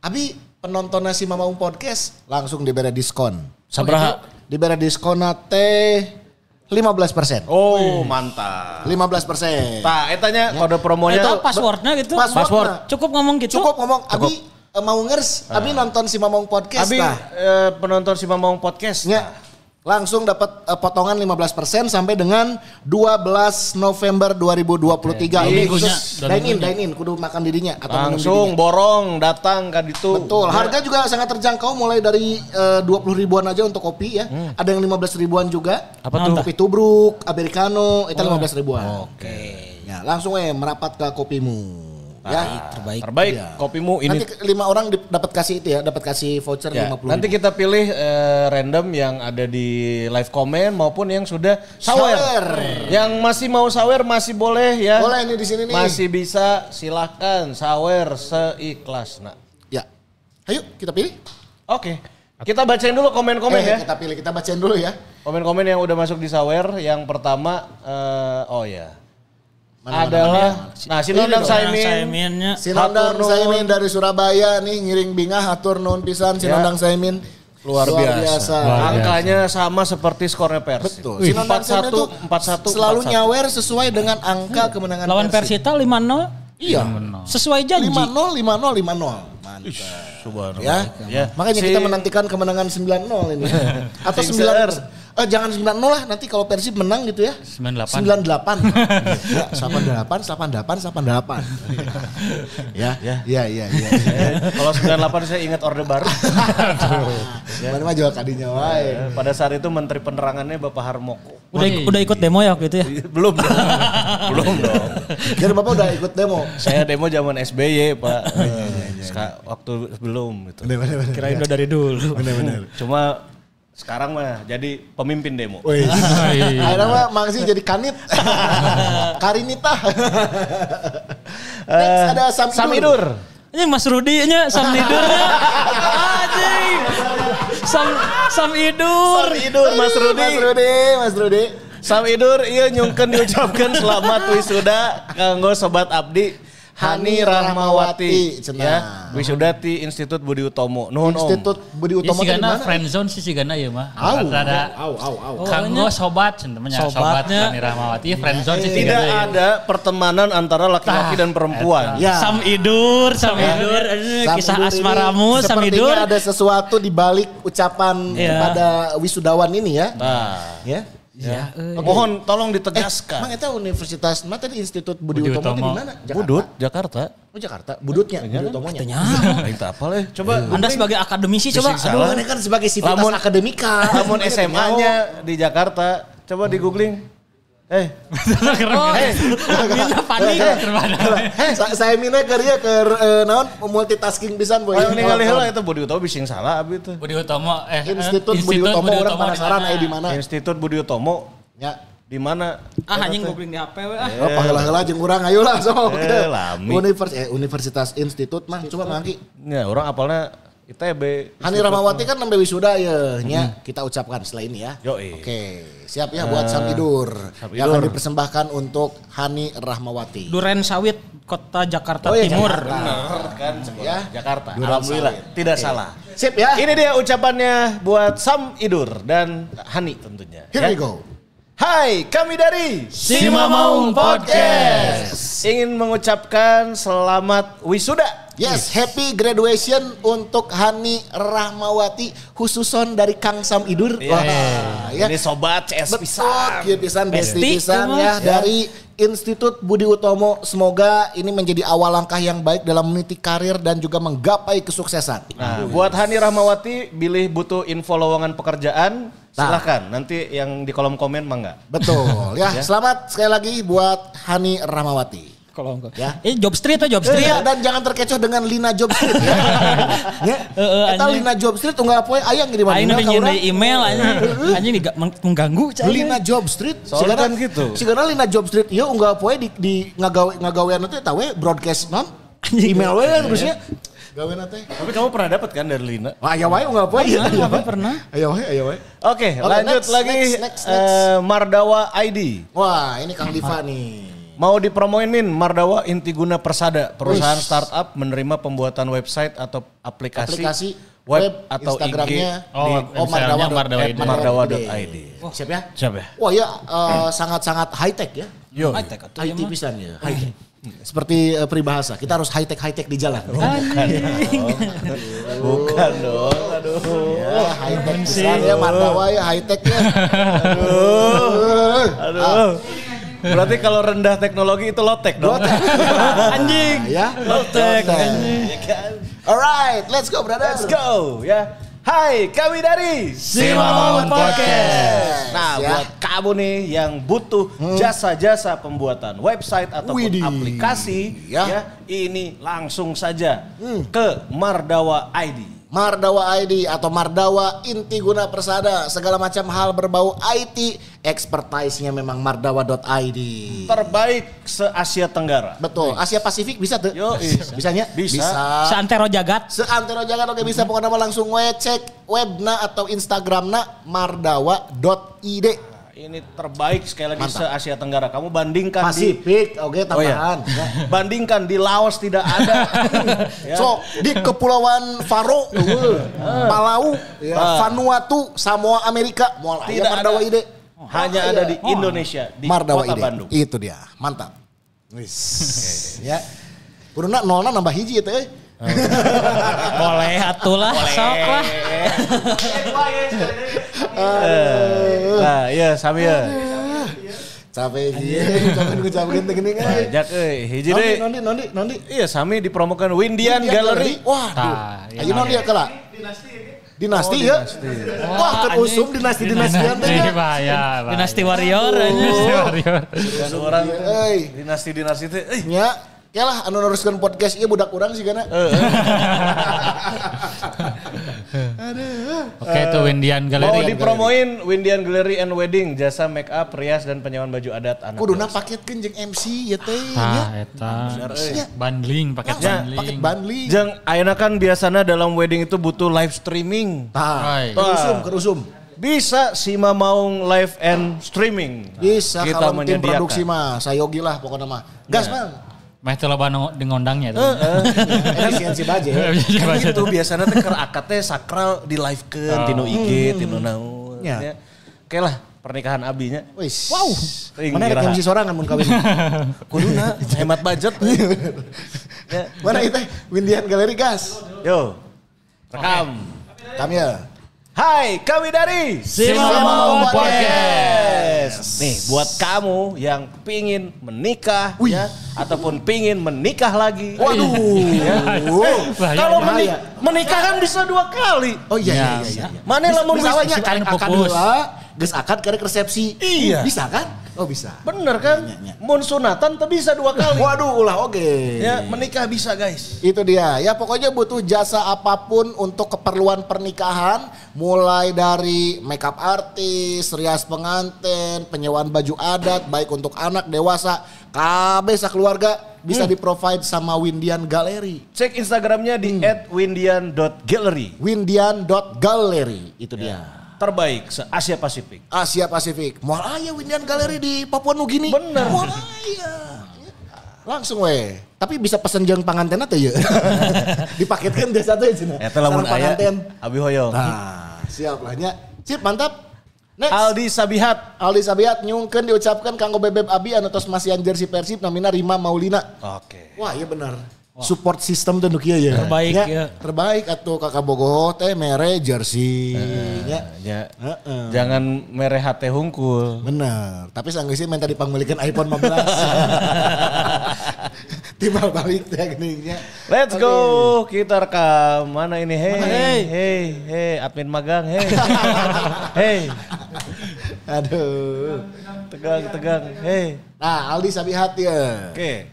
D: abi penonton nasi mamaung podcast langsung diberi diskon.
E: Sabraha.
D: Diberi diskon teh 15%.
E: Oh mantap.
D: 15%.
E: Nah,
D: Ya.
E: etanya kode promonya.
C: Itu passwordnya gitu.
D: Passwordnya.
C: Cukup ngomong gitu.
D: Cukup ngomong, abi eh, mau ngers, abi nonton si mamaung podcast
E: Ah. Abi
D: tah.
E: eh, penonton si Mamong Podcast.
D: Ya. Langsung dapat eh, potongan 15% sampai dengan 12 November 2023. Ini
B: minggunya,
D: khusus
B: dua
D: dine in,
B: minggunya.
D: dine in, kudu makan dirinya atau minum
E: Langsung
D: dirinya.
E: borong datang kan itu.
D: Betul. Harga juga sangat terjangkau mulai dari eh, dua 20 ribuan aja untuk kopi ya. Ada yang 15 ribuan juga.
E: Hmm. Apa Oh.
D: tuh? Kopi tubruk, americano, itu 15 ribuan. Oke. Ya, langsung eh merapat ke kopimu. Ya.
E: Terbaik. Terbaik. Kopimu ini.
D: Nanti ke- lima orang dip- dapat kasih itu ya, dapat kasih voucher
E: Ya,
D: 50
E: nanti kita pilih eh, random yang ada di live comment maupun yang sudah sawer.
D: Sawer.
E: Yang masih mau sawer masih boleh ya.
D: Boleh nih di sini nih.
E: Masih bisa silahkan sawer seikhlasna.
D: Ya. Ayo kita pilih.
E: Nah, Oke. Kita bacain dulu
D: eh,
E: komen-komen ya.
D: kita pilih, kita bacain dulu ya.
E: Komen-komen yang udah masuk di Sawer yang pertama eh, oh ya.
D: Mana-mana
E: adalah nah Sinondang Saimin.
C: Saiminnya.
D: Sinondang
E: Hatur nuhun.
D: Saimin dari Surabaya nih ngiring bingah hatur nuhun pisan Sinondang Saimin.
E: Ya. Luar biasa. Angkanya sama seperti skornya Persib.
D: Betul.
E: Wih,
D: Sinondang Saimin tuh
E: 41 41
D: selalu
E: 41.
D: nyawer sesuai dengan angka
E: Hmm.
D: kemenangan
C: Lawan Persita 5-0
D: Iya.
C: sesuai janji.
D: 5-0 5-0 5-0. Mantap. Ya.
E: Ya.
D: Makanya
E: Si-
D: kita menantikan kemenangan 9-0 ini. Atau
E: Sing
D: 9 eh jangan 9-0 lah nanti kalau Persib menang gitu ya.
B: 98.
D: 98. Ya, 88, 88, 88. Ya.
E: Ya.
D: Iya, iya, iya.
E: Eh, Kalau 98 saya ingat orde baru.
C: Ya.
D: Mana mah jual kadinya wae.
E: Eh, Pada saat itu menteri penerangannya Bapak Harmoko.
C: Udah udah ikut demo ya waktu itu ya.
E: Belum dong. Belum dong.
D: Jadi Bapak udah ikut demo.
E: Saya demo zaman SBY, Pak. Eh, seka- Waktu belum gitu.
D: Benar-benar.
C: Kirain udah dari dulu.
D: Benar-benar.
E: Cuma sekarang mah jadi pemimpin demo.
D: Wih.
B: Iya.
D: Akhirnya mah Mangsi jadi kanit. Karinita.
C: Eh,
D: Next ada Sam Idur.
E: Samidur.
C: Ini Mas Rudi nya Sam Idurnya. Anjing. Sam Sam Idur.
E: Sam Idur, Mas Rudi.
D: Mas Rudi, Mas Rudi.
E: Sam Idur, iya nyungken diucapkan selamat wisuda kanggo sobat Abdi. Hani
D: Hani Rahmawati,
E: Rahmawati,
D: cenah.
E: ya, wisuda ti Institut Budi Utomo. Nuhun om.
D: Institut Budi
C: Iya
B: Ya,
D: Utomo
B: si
D: tadi
B: Gana
D: mana?
B: friendzone sih si Gana ya mah.
D: Au,
B: Ada
D: au, au, au.
B: kanggo sobat sebenarnya sobat
C: Sobatnya.
B: Fani Rahmawati ya, friendzone sih si
E: Tidak
B: Gana ya.
C: iya.
E: ada pertemanan antara
C: Nah,
E: laki-laki dan perempuan.
D: Ya.
C: Sam Idur, Sam Idur, Aduh,
D: Sam
C: kisah
D: Idur ini
C: asmaramu, Sam
D: sepertinya
C: Idur.
D: ada sesuatu di balik ucapan
C: Iya.
D: kepada wisudawan ini ya.
E: Nah,
D: Ya.
C: Ya, eh.
E: mohon tolong
D: Eh,
E: ditegaskan.
D: Mang eta universitas mana tadi Institut Budi,
B: Budi
D: Utomo, tadi
B: Utomo.
D: di mana? Jakarta.
E: Budut, Jakarta.
D: Oh Jakarta, Budutnya, Budi Utomonya.
C: Tanya.
E: Lain tak apa leh. Coba
C: Ah. Anda sebagai akademisi coba.
E: Bising
D: Aduh,
E: salah.
D: ini kan sebagai sivitas
E: Lamun-
D: akademika.
E: Namun SMA-nya di Jakarta. Coba di googling. Eh,
C: Oh,
D: Eh.
C: Mina panik.
D: Heh, sa- saya mina kerja ke eh, naon multitasking pisan boy.
E: yang ningali heula eta Budi Utomo bising salah abi teh.
B: Budi Utomo eh eh,
D: Institut Budi Utomo orang
B: di
D: penasaran
B: mana?
D: aya di mana.
E: Institut Budi Utomo
D: Ya.
E: di mana?
C: Ah anjing googling di HP we ah.
D: Oh, pagela-gela jeung urang ayolah sok.
E: Eh, lami.
D: Univers eh, universitas institut mah coba mangki.
E: Ya, orang apalnya ITB.
C: Ah.
D: Hani Ramawati kan nembe wisuda ya, nya kita ucapkan setelah ini ya.
E: Yoi.
D: Oke, siap ya buat Sam Idur. Yang akan dipersembahkan untuk Hani Rahmawati.
C: Duren sawit kota Jakarta
D: Oh, iya,
C: Timur.
D: Jakarta.
E: kan
D: Ya.
E: Jakarta.
D: Durham
E: Alhamdulillah,
D: sawit.
E: tidak salah.
C: Iya.
D: Sip ya.
E: Ini dia ucapannya buat Sam Idur dan Hani tentunya.
D: Here
E: ya.
D: we go.
E: Hai, kami dari
C: Simamaung
E: Podcast. Ingin mengucapkan selamat wisuda
D: Yes, happy graduation untuk Hani Rahmawati khususon dari Kang Sam Idur. Wah, ya.
E: Ini sobat CS
D: Betul,
E: pisan.
D: kieu pisan, besti
C: Besti,
D: pisan
C: emang.
D: ya dari Institut Budi Utomo. Semoga ini menjadi awal langkah yang baik dalam meniti karir dan juga menggapai kesuksesan.
E: Nah, buat Hani Rahmawati, bilih butuh info lowongan pekerjaan,
D: Nah.
E: silahkan. Nanti yang di kolom komen mah enggak.
D: Betul ya. Selamat sekali lagi buat Hani Rahmawati.
C: Kalau enggak.
D: Ya.
C: Ini job street we job street.
D: Iya, dan jangan terkecoh dengan Lina Job Street ya. ya.
C: Heeh,
D: Eta
C: anjing.
D: Lina Job Street unggal poe aya di mana?
C: Aing nepi nyium di email anjing. Anjing diga- meng- mengganggu cai.
D: Lina Job Street
E: Soalnya
D: sigana-
E: kan gitu.
D: sigana Lina Job Street ieu unggal poe di di ngagawe ngagawean teh eta we broadcast non email we
E: Iya.
D: kan terusnya gawean teh
E: Tapi kamu pernah dapat kan dari Lina?
D: Wah, aya wae unggal poe
E: Iya,
D: ieu.
C: Pernah, tapi pernah.
D: Aya wae, aya wae.
E: Oke,
D: Oke,
E: lanjut
D: next,
E: lagi
D: next, next, next.
E: eh, Mardawa ID.
D: Wah, ini Kang Diva nih.
E: Mau dipromoin Min, Mardawa Intiguna Persada, perusahaan startup menerima pembuatan website atau aplikasi,
D: Aplikasi
E: web, atau
D: Instagramnya
E: IG
B: Oh,
D: oh, Mardawa.
B: Mardawa ID.
E: mardawa.id.
D: Siap ya?
E: Siap ya?
D: Wah ya eh, sangat-sangat high tech ya.
E: Yo.
C: Ai, teka tuh,
D: IT
C: ya, mah.
D: pisan ya, high tech. Seperti eh, peribahasa, kita harus high tech high tech di jalan.
E: Oh, Bukan
D: Oh.
E: dong, aduh. Oh,
D: Ya, high tech pisan ya, Mardawa ya high tech ya. Aduh.
E: Aduh. Ah. Berarti kalau rendah teknologi itu lotek dong.
D: Lotek.
C: Anjing.
D: Ya.
C: Lotek.
E: Iya kan?
D: Alright, let's go brother.
E: Let's go ya. Hai, kami dari
C: Simamon
D: Podcast. Ya.
E: Nah,
D: Hmm.
E: buat kamu nih yang butuh jasa-jasa pembuatan website ataupun
D: Widih.
E: aplikasi
D: Ya. Hmm.
E: ya, ini langsung saja ke Mardawa ID.
D: Mardawa ID atau Mardawa Inti Guna Persada, segala macam hal berbau IT, expertise-nya memang mardawa.id.
E: Terbaik se-Asia Tenggara.
D: Betul, Asia Pasifik bisa tuh.
E: Yo, bisa.
D: Bisanya?
E: Bisa.
C: Seantero jagat.
D: Seantero jangan oke bisa pokoknya mah langsung we cek webna atau instagramna mardawa.id.
E: Nah, Ini terbaik sekali lagi se-Asia Tenggara. Kamu bandingkan di
D: Pasifik, oke
E: Oh, iya.
D: tambahan.
E: bandingkan di Laos tidak ada. Ya.
D: So, di kepulauan Faro, eueuh, Palau, ya, Vanuatu, Samoa Amerika, moal aya
E: tidak
D: Mardawa
E: ada. Oh,
D: ID.
E: Hanya
D: Moal
E: ada
D: aya.
E: di Indonesia, di
D: Oh, iya. Mardawa
E: kota
D: ID.
E: Bandung.
D: Itu dia, mantap. Wis. ya. Kuruna nolna nambah hiji ya,
E: Iya.
D: eta euy.
C: Boleh atulah sok lah.
D: Eh,
E: Nah, iya sami ya.
D: Capek ieu, capek ngucapkeun teh geuning euy.
E: Ajak euy,
D: Nondi,
E: hiji deui.
D: nondi, nondi, nondi.
E: Iya, sami dipromokan Windian Gallery.
D: Wah,
B: Tah, ya
D: ayo dia kala. Ah, iya. Dinasti ya. Wah, kan usum dinasti dinasti teh.
B: Dinasti, bahaya, bahaya.
C: Dinasti Warrior.
B: iya, Dinasti Warrior.
D: Iya,
E: Dan orang
D: Euy.
E: dinasti-dinasti teh euy.
D: Nya, ya lah anu neruskeun podcast ieu budak urang sih kana.
B: Oke itu Windian Gallery.
E: Mau dipromoin Windian Gallery and Wedding, jasa make up, rias dan penyewaan baju adat anak.
D: Kuduna paketkeun jeung MC ya teh.
B: Tah,
D: Nya,
B: Ah, eta.
D: Nya,
B: Bundling, paket
D: langsung paket
B: bundling.
D: bundling.
E: Jeng, ayeuna kan biasanya dalam wedding itu butuh live streaming.
D: Tah,
B: Hai.
D: kerusum, kerusum.
E: Bisa Sima Maung live and streaming.
D: Bisa
E: Nah, Kita
D: kalau tim
E: menyediakan. Eh,
D: produksi mah, sayogi lah pokoknya mah. Gas, Bang.
B: Meh teu loba nu ngondangnya itu.
D: Efisiensi ya. budget.
B: Iya,
E: Kan eh, gitu biasanya teh keur akad teh sakral di live
B: Oh.
E: kan tino IG, tino naon.
D: Hmm. Ya.
E: Ya. Oke lah pernikahan abinya.
D: Wis.
E: Wow.
D: Mana rek MC sorangan mun kawin.
E: Kuduna hemat budget. ya.
D: Mana itu Windian Gallery gas.
E: Yo. Rekam.
D: Kami ya.
E: Hai, kami dari
B: Simamau
E: Podcast. Nih, buat kamu yang pingin menikah ya ataupun pingin menikah lagi. Iya.
D: Waduh.
B: Bahaya.
E: Kalau
D: Bahaya.
E: meni- menikah kan bisa dua kali.
D: Oh iya iya
B: Ya.
D: iya. iya.
E: Mana lamun
D: bisa bisa
E: bisa-
B: bisa
D: karek
B: kan
D: akad
B: fokus.
D: heula, geus akad karek resepsi.
E: Iya.
D: Bisa kan? Oh bisa.
E: Bener kan? Mun sunatan teu bisa dua kali.
D: Iya, Waduh ulah oge.
E: Ya, menikah bisa, guys.
D: Itu dia. Ya pokoknya butuh jasa apapun untuk keperluan pernikahan, mulai dari makeup artis, rias pengantin, penyewaan baju adat baik untuk anak dewasa, KB keluarga bisa
E: Hmm.
D: di-provide sama Windian Gallery.
E: Cek Instagramnya
D: Hmm.
E: di @windian.gallery.
D: Windian.gallery itu
E: Ya.
D: dia.
E: Terbaik se-Asia Pasifik.
D: Asia Pasifik. Moal aya Windian Gallery di Papua Nugini.
E: Bener.
D: Moal aya. Langsung we. Tapi bisa pesen jeung pangantenna teh yeuh. Dipaketkeun jasa teh cenah.
E: Eta lamun
D: Sareng
E: aya
D: panganten.
E: Abi Hoyong.
D: Nah, siap lah nya. Sip, mantap. Next.
E: Aldi Sabihat.
D: Aldi Sabiat nyungkeun diucapkan kanggo Bebeb Abi anu tos masih anjir si Persib namina Rima Maulina.
E: Oke.
D: Wah, iya benar. Support system tuh kieu ya.
C: Terbaik,
D: Nya,
E: iya.
C: ya.
D: Terbaik atuh Kakak Bogoh teh mere jersey nya.
E: Ya.
D: Heeh.
E: Jangan mereh hati hungkul.
D: Bener, tapi sanggup sih minta dipanggulikan iPhone 15. Timbal balik teh geningnya.
E: Let's
D: Oke.
E: go, kita rekam. Mana ini? Hey, hey, hey, hey, admin magang, hey. hey,
D: Aduh.
E: tegang, tegang, hey.
D: Nah, Aldi Sabihat ya.
E: Oke.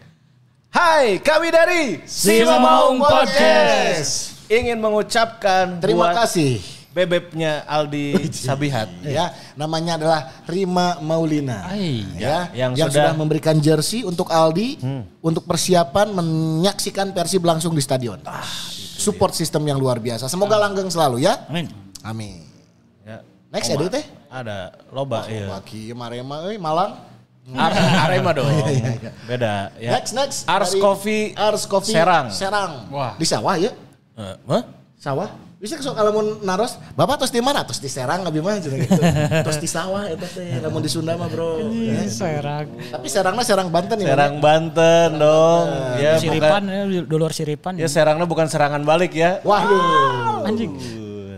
E: Hai, kami dari
B: Sima Maung Podcast.
E: Ingin mengucapkan
D: Terima
E: buat
D: kasih.
E: bebeknya Aldi Sabihat.
D: Ya, namanya adalah Rima Maulina.
B: Hai.
D: Ya,
E: Ya, yang
D: yang,
E: sudah- Hmm.
D: sudah, memberikan jersey untuk Aldi untuk persiapan menyaksikan Persib langsung di stadion.
E: Ah,
D: Support sistem yang luar biasa. Semoga langgeng selalu
E: Hmm.
D: ya.
C: Amin.
D: Amin.
E: Ya.
D: Next
E: Oma.
D: ya teh.
E: Ada loba, iya.
D: Baki Marema euy Malang.
E: Are- Arema dong. Beda ya.
D: Iya, Next next.
E: Ars
D: Dari
E: Coffee
D: Ars Coffee
E: Serang.
D: Serang.
B: Wah.
D: Di sawah ya.
E: Eh, hah?
D: Sawah. Bisa kesok alamun naros, Bapak tos di mana? Tos di Serang lebih mah cenah gitu. tos di sawah eta teh, lamun di Sunda mah, Bro. Ya.
C: Serang.
D: Tapi Serangnya Serang Banten ya.
E: Iya. Serang Banten dong. Ya, bukan,
C: Siripan, ya, dulur Siripan.
E: ya Serangnya bukan serangan balik ya.
D: Waduh. Anjing.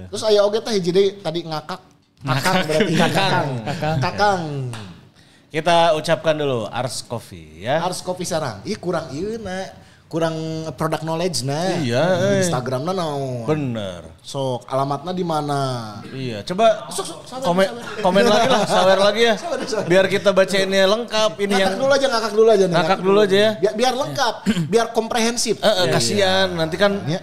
D: Terus aya oge teh hiji deui tadi ngakak. Kakang berarti. Kakang.
C: Kakang.
D: Kakang.
E: Kita ucapkan dulu Ars Coffee ya.
D: Harus kopi sarang. Ih kurang ieu na. Kurang product knowledge na.
E: Iya, eh.
D: Instagramna naon.
E: Bener.
D: Sok alamatnya di mana?
E: Iya, coba
D: Sok sok sabar,
E: komen
D: sabar.
E: komen lagi lah, sawer lagi ya.
D: Sabar, sabar.
E: Biar kita bacainnya lengkap ini yang
D: Ngakak dulu aja, ngakak dulu aja. nih,
E: Ngakak dulu aja ya.
D: Biar, biar lengkap, biar komprehensif.
E: Eh, eh, kasihan nanti kan
D: Ya.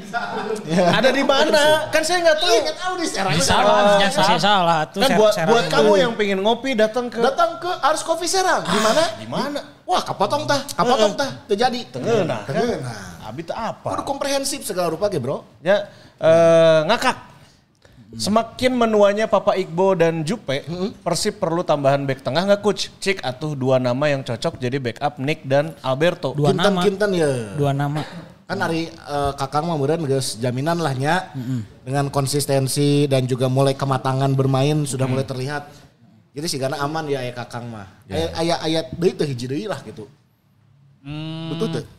E: Ada di mana? Kan saya nggak tahu.
D: Iya, nggak tahu nih sekarang.
C: Salah, salah, salah. Tuh
E: Kan
C: ser-
E: buat
C: serang
E: buat
C: dulu.
E: kamu yang pengen ngopi datang ke
D: Datang ke Ars Coffee Serang. Di mana? Di mana? Wah, kapotong tah, kapotong tah. Terjadi.
E: Tengenah.
D: Tengenah.
E: Abi teu kan? apa?
D: Kudu komprehensif segala rupa ge, Bro.
E: Ya eh, ngakak. Semakin menuanya Papa Iqbo dan Jupe, Persib perlu tambahan back tengah nggak coach? Cik atuh dua nama yang cocok jadi backup Nick dan Alberto.
C: Dua nama.
D: Kinten-kinten ya.
C: Dua nama.
D: Kan hari eh, Kakang mah meureun geus jaminan lah nya dengan konsistensi dan juga mulai kematangan bermain sudah mulai terlihat. Jadi sih karena aman ya aya Kakang mah. Aya aya aya deui teu hiji deui lah gitu. Betul tuh.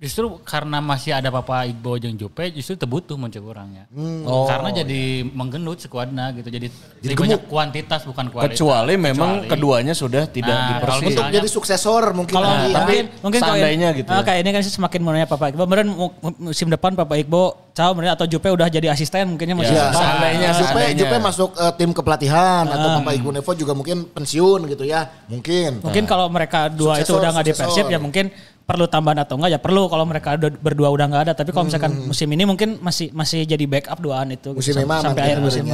B: Justru karena masih ada Papa Iqbo jeung Jupe justru tebutuh muncul orangnya.
D: Hmm.
B: karena jadi menggendut sekuadnya gitu. Jadi, jadi banyak kuantitas bukan kualitas.
E: Kecuali memang
B: Kecuali.
E: keduanya sudah tidak
B: Nah,
E: di Persib.
B: kalau
D: Untuk
B: Misalnya-
D: jadi suksesor mungkin
C: Kalau
D: nanti.
C: mungkin mungkin kalau ini-
E: seandainya gitu
C: eh,
E: ya.
C: kayak ini kan sih semakin menuanya Papa Iqbal. Beneran mu- musim depan Papa Iqbal Cao beneran atau Jupe udah jadi asisten mungkinnya masih.
E: Ya.
D: Iya,
C: Nah,
E: seandainya,
D: Jupe,
E: seandainya.
D: Jupe masuk eh, tim kepelatihan atau Bapak Ibu Nevo juga mungkin pensiun gitu ya. Mungkin.
E: Ah.
C: Mungkin kalau mereka dua itu
D: Suksesor,
C: udah nggak di
D: suksesor.
C: Persib ya mungkin perlu tambahan atau enggak ya perlu kalau mereka udah- berdua udah nggak ada tapi kalau misalkan
E: Hmm.
C: musim ini mungkin masih masih jadi backup duaan itu
D: Musim
C: Sam-
D: memang
C: sampai akhir musim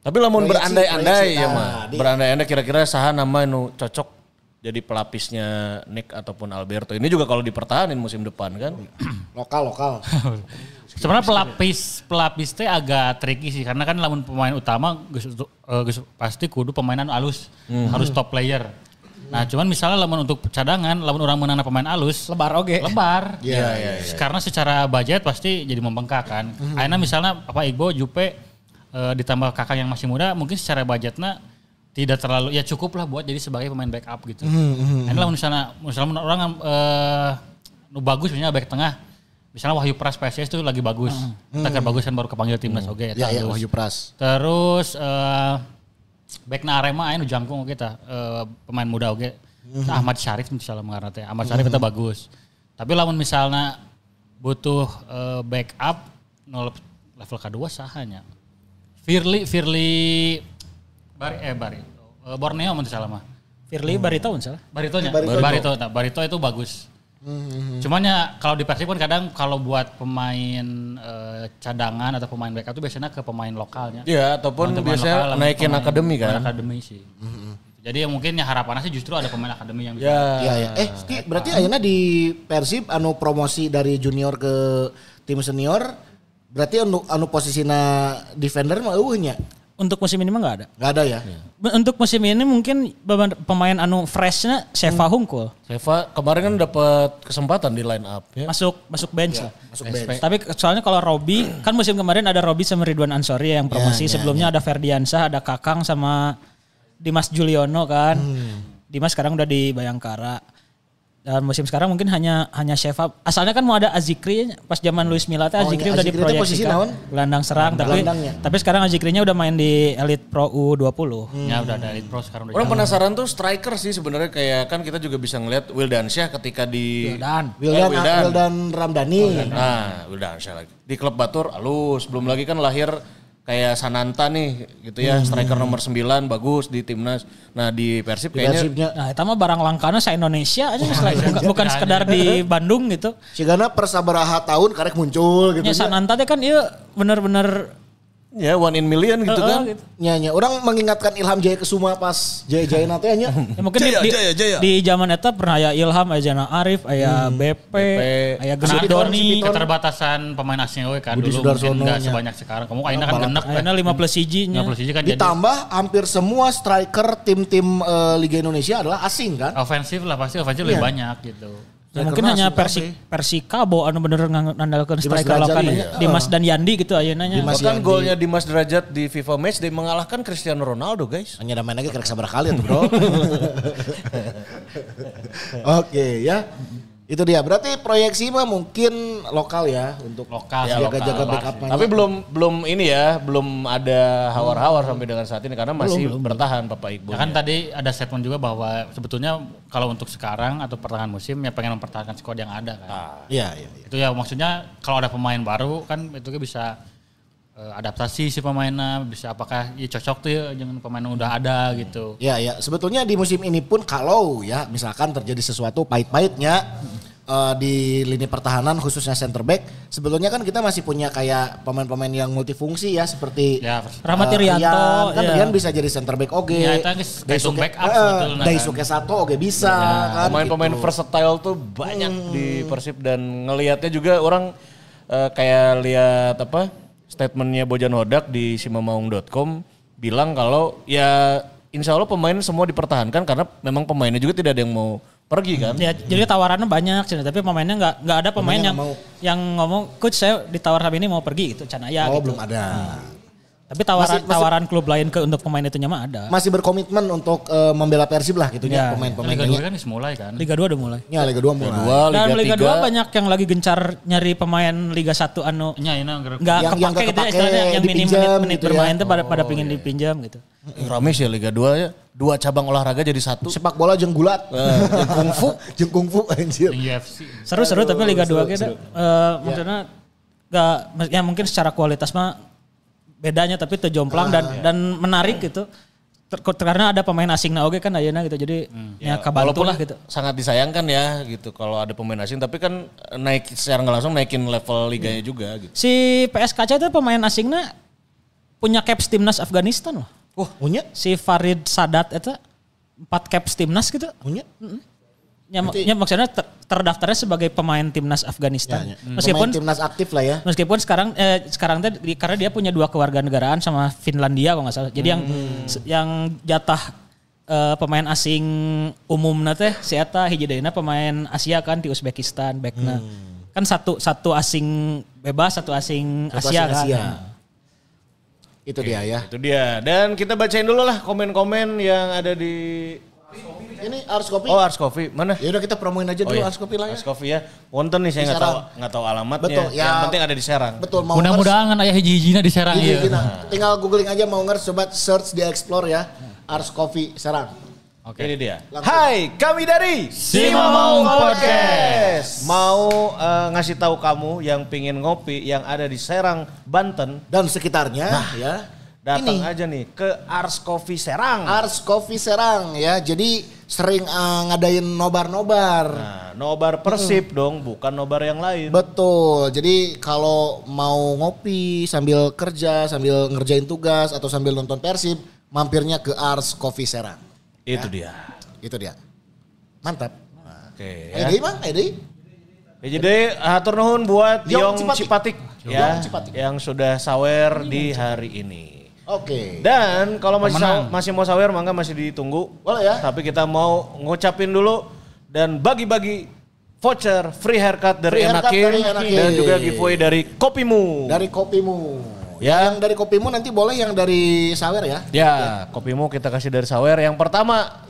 E: Tapi
D: Proyeksi-
E: lamun berandai-andai
D: proyeksi,
E: ya
D: nah,
E: mah.
D: di-
E: Berandai-andai kira-kira saha nama nu cocok jadi pelapisnya Nick ataupun Alberto. Ini juga kalau dipertahanin musim depan kan.
D: Lokal, lokal.
B: Sebenarnya pelapis pelapis teh agak tricky sih karena kan lamun pemain utama geus- eh, geus pasti kudu pemainan alus
D: Hmm.
B: harus top player. Nah, cuman misalnya lamun untuk cadangan, lamun orang menang pemain alus
C: lebar oke
B: lebar.
D: Iya, iya, Hmm.
B: Karena secara budget pasti jadi membengkak kan. Akhirnya misalnya apa Iqbo, Jupe eh, ditambah kakak yang masih muda mungkin secara budgetnya tidak terlalu ya cukup lah buat jadi sebagai pemain backup gitu.
D: Hmm,
B: Akhirnya lah misalnya misalnya menurut orang eh, nu bagus misalnya back tengah. Misalnya Wahyu Pras PSS itu lagi bagus. Tegar bagus kan baru kepanggil timnas oke ya.
D: Hmm, Ya, ya, Wahyu Pras.
B: Terus eh back na Arema aya nu jangkung oge tah eh, pemain muda oge. Tah Ahmad Syarif misalnya mengarna teh. Ahmad Syarif eta bagus. Tapi lamun misalnya butuh eh, backup no le- level kedua sahanya. Firly Firly Bari eh Bari eh, Borneo mun teu salah mah.
C: Firly Barito
E: Hmm.
C: misalnya
B: Baritonya Barito Barito, nah, Barito itu bagus. Cuman ya kalau di Persib kan kadang kalau buat pemain eh, cadangan atau pemain backup itu biasanya ke pemain lokalnya.
E: Iya, ataupun
B: Teman-teman
E: biasanya
B: lokal,
E: naikin
B: teman-teman
E: akademi kan.
B: pemain akademi sih. Jadi ya mungkin ya harapannya sih justru ada pemain akademi yang bisa.
E: Ya.
D: Iya, iya. Eh, Ki, berarti akhirnya di Persib anu promosi dari junior ke tim senior, berarti anu anu posisina defender mah eueuh nya.
C: untuk musim ini mah nggak ada
D: Enggak ada ya?
C: untuk musim ini mungkin beban- pemain anu freshnya Seva Hungkul
E: Seva kemarin kan dapat kesempatan di line up ya.
C: masuk masuk bench lah.
D: Masuk bench.
C: Tapi ke- soalnya kalau Robi kan musim kemarin ada Robi sama Ridwan Ansori ya yang promosi. Sebelumnya ada Ferdiansyah, ada Kakang sama Dimas Juliono kan.
D: Hmm.
C: Dimas sekarang udah di Bayangkara. Dan musim sekarang mungkin hanya hanya Sheva. Asalnya kan mau ada Azikri pas zaman Luis Milla teh
D: Oh,
C: Azikri
D: iya.
C: udah
D: Azikri teh posisi naon?
C: diproyeksikan gelandang serang tapi
D: Gelandangnya.
C: tapi sekarang Azikrinya udah main di Elite Pro U20.
B: Ya udah ada Elite Pro sekarang udah.
E: Orang penasaran tuh striker sih sebenarnya kayak kan kita juga bisa ngelihat Wildansyah ketika di
C: Dan
D: Wildan, ah,
E: Eh, Wildan.
D: Wildan Ramdhani.
E: Nah, Wildansyah lagi. Di klub Batur alus, belum lagi kan lahir kayak Sananta nih gitu ya, striker nomor 9 bagus di timnas. Nah, di Persib kayaknya
D: Persibnya.
C: Nah, itu mah barang langkana sa Indonesia
D: Oh,
C: aja
D: iya,
C: bukan, bukan sekedar di Bandung gitu.
D: Sigana persabaraha tahun karek muncul gitu.
C: Ya Sananta teh kan iya bener-bener
E: ya one in million gitu kan.
D: Nya nya orang mengingatkan Ilham Jaya Kesuma pas Jaya Jaya nanti nya.
C: ya mungkin di- di, di zaman eta pernah ya Ilham, aya Jana Arif,
D: Hmm,
C: aya BP,
E: Eh,
C: aya
B: Karena
C: Genado.
B: Doni keterbatasan pemain asing we kan
D: Budi
B: dulu mungkin
D: Sudarsono
B: nggak
D: nya.
B: sebanyak sekarang. Kamu kayaknya kan genep kan.
C: Ayeuna 5 plus 1 nya.
B: 50 siji kan jadi
D: Ditambah hampir semua striker tim-tim eh, Liga Indonesia adalah asing kan?
B: ofensif lah pasti ofensif lebih banyak gitu.
C: Ya, mungkin hanya
D: Karena asing
C: Persi Persikabo anu bener ngandalkeun striker
D: Derajat,
C: lokal
D: iya.
C: Dimas dan Yandi gitu ayeunanya.
D: Dimas-
E: Bahkan
D: Yandi.
E: golnya Dimas Derajat di FIFA Match dia mengalahkan Cristiano Ronaldo, guys.
D: Hanya main lagi kerek sabar kali tuh bro. Oke ya. Itu dia. Berarti proyeksi mah mungkin lokal ya untuk
B: Lokal,
D: jaga-jaga
B: lokal.
D: backup
E: Tapi belum belum ini ya, belum ada hawar-hawar sampai dengan saat ini karena masih bertahan Bapak
B: Ya
E: Iqbal.
B: kan tadi ada statement juga bahwa sebetulnya kalau untuk sekarang atau pertengahan musim ya pengen mempertahankan skuad yang ada kan.
D: Iya, iya. iya.
B: Itu ya maksudnya kalau ada pemain baru kan itu kan bisa eh, adaptasi si pemainnya bisa apakah ya cocok tuh ya dengan pemain yang udah ada gitu.
D: Ya, ya. Sebetulnya di musim ini pun kalau ya misalkan terjadi sesuatu pahit-pahitnya eh, di lini pertahanan khususnya center back sebetulnya kan kita masih punya kayak pemain-pemain yang multifungsi ya seperti
B: Ya,
C: Rahmat
D: eh,
C: Irianto,
D: Rian. kan
C: ya.
D: Rian bisa jadi center back oke Eh,
B: Ya, itu kan Daisuke backup sebetulnya kan. Ya,
D: Daisuke Sato oke bisa kan
E: Pemain-pemain
D: gitu.
E: versatile tuh banyak di Persib dan ngelihatnya juga orang eh, kayak lihat apa statementnya Bojan Hodak di simamaung.com bilang kalau ya insya Allah pemain semua dipertahankan karena memang pemainnya juga tidak ada yang mau pergi kan.
C: Ya, jadi tawarannya banyak cina, tapi pemainnya nggak nggak ada pemain yang yang ngomong coach saya ditawar hari ini mau pergi gitu cina ya.
D: oh
C: gitu.
D: belum ada
C: Tapi tawaran
D: Masih- masih-
C: tawaran klub lain ke untuk pemain itunya mah ada.
D: masih berkomitmen untuk eh, membela Persib lah gitu
C: Ya,
D: ya
B: Liga
D: pemain-pemainnya
B: 2 kan mulai kan.
C: Liga 2 udah mulai.
D: ya Liga 2 mulai
E: Dua,
C: Dan Liga
E: Liga,
C: 2
E: tiga.
C: banyak yang lagi gencar nyari pemain Liga 1 anu
B: Nya Iya, ini nggak-
C: nggak
D: Yang- yang
C: kepake
D: nggak
C: gitu ya
D: kepake,
C: istilahnya yang minim
D: dipinjam
C: menit-menit
D: gitu ya.
C: bermain tuh pada pada pingin dipinjam gitu.
E: Eh, Rame sih ya Liga 2 ya. Dua cabang olahraga jadi satu.
D: sepak bola jeng gulat jeng kungfu jeng kungfu anjir
B: yang UFC.
C: Seru-seru tapi Liga 2 kita eh, maksudnya nggak ya mungkin secara kualitas mah bedanya tapi terjomplang
D: Ah,
C: dan
D: iya.
C: dan menarik gitu. Ter- karena ada pemain asingna oge kan ayeuna gitu. Jadi
D: Hmm.
C: ya, kabantu lah gitu.
E: sangat disayangkan ya gitu kalau ada pemain asing tapi kan naik secara nggak langsung naikin level liganya juga gitu.
C: Si PSKC itu pemain asingnya punya caps timnas Afghanistan loh.
D: wah punya
C: Si Farid Sadat itu empat caps timnas gitu.
D: punya
C: Ya, mak- ya maksudnya ter- terdaftarnya sebagai pemain timnas Afghanistan. Meskipun
D: Pemain timnas aktif lah ya
C: meskipun sekarang eh, sekarang teh di- karena dia punya dua kewarganegaraan sama Finlandia kalau nggak salah. Jadi yang se- yang jatah eh, pemain asing umumna teh si eta hiji deuna pemain Asia kan di Uzbekistan backna. Kan satu satu asing bebas, satu asing
D: Satu
C: Asia
D: asing
C: kan.
D: Asia. itu dia ya
E: Itu dia. Dan kita bacain dulu lah komen-komen yang ada di
D: ini Ars Kopi
E: Oh, Ars Coffee. Mana?
D: ya udah kita promoin aja
E: Oh,
D: dulu
E: iya.
D: Ars Kopi lah ya
E: Ars Coffee ya. Wonten nih saya
D: Di
E: nggak tahu
D: Serang.
E: nggak tahu alamatnya.
D: Betul, ya.
E: Yang penting ada di Serang.
D: betul mau ngers-
B: Mudah-mudahan ayah hiji-hijina diserang
D: Iya,
B: ya.
D: kita- tinggal googling aja mau ngers sobat search di explore ya Ars Coffee Serang
B: Oke.
E: Ini dia.
D: Langsung.
E: Hai, kami dari
B: Simamong Podcast.
E: Mau eh, ngasih tahu kamu yang pingin ngopi yang ada di Serang, Banten,
D: dan sekitarnya ya
E: datang
D: Ini.
E: aja nih ke Ars Coffee Serang.
D: Ars Coffee Serang ya jadi sering eh, ngadain nobar-nobar
E: Nah, nobar Persib dong, bukan nobar yang lain.
D: Betul. Jadi kalau mau ngopi sambil kerja, sambil ngerjain tugas atau sambil nonton Persib, mampirnya ke Ars Coffee Serang.
E: Itu dia.
D: Itu dia. Mantap.
E: Oke.
D: Ayo deh, Mang. Ayo deh.
E: Ya, jadi hatur nuhun buat
D: Yong
E: Yong, Cipatik,
D: Cipatik.
E: ya
D: Yong Cipatik.
E: yang sudah sawer di hari ini.
D: Oke.
E: Dan kalau masih saw- masih mau sawer mangga masih ditunggu.
D: Boleh ya.
E: Tapi kita mau ngucapin dulu dan bagi-bagi voucher free haircut dari
D: Free haircut
E: Enakin
D: dari Enakin.
E: dan juga giveaway dari Kopimu.
D: Dari kopimu.
E: Ya.
D: Yang dari kopimu nanti boleh yang dari sawer ya.
E: Ya, Kopimu kita kasih dari sawer. Yang pertama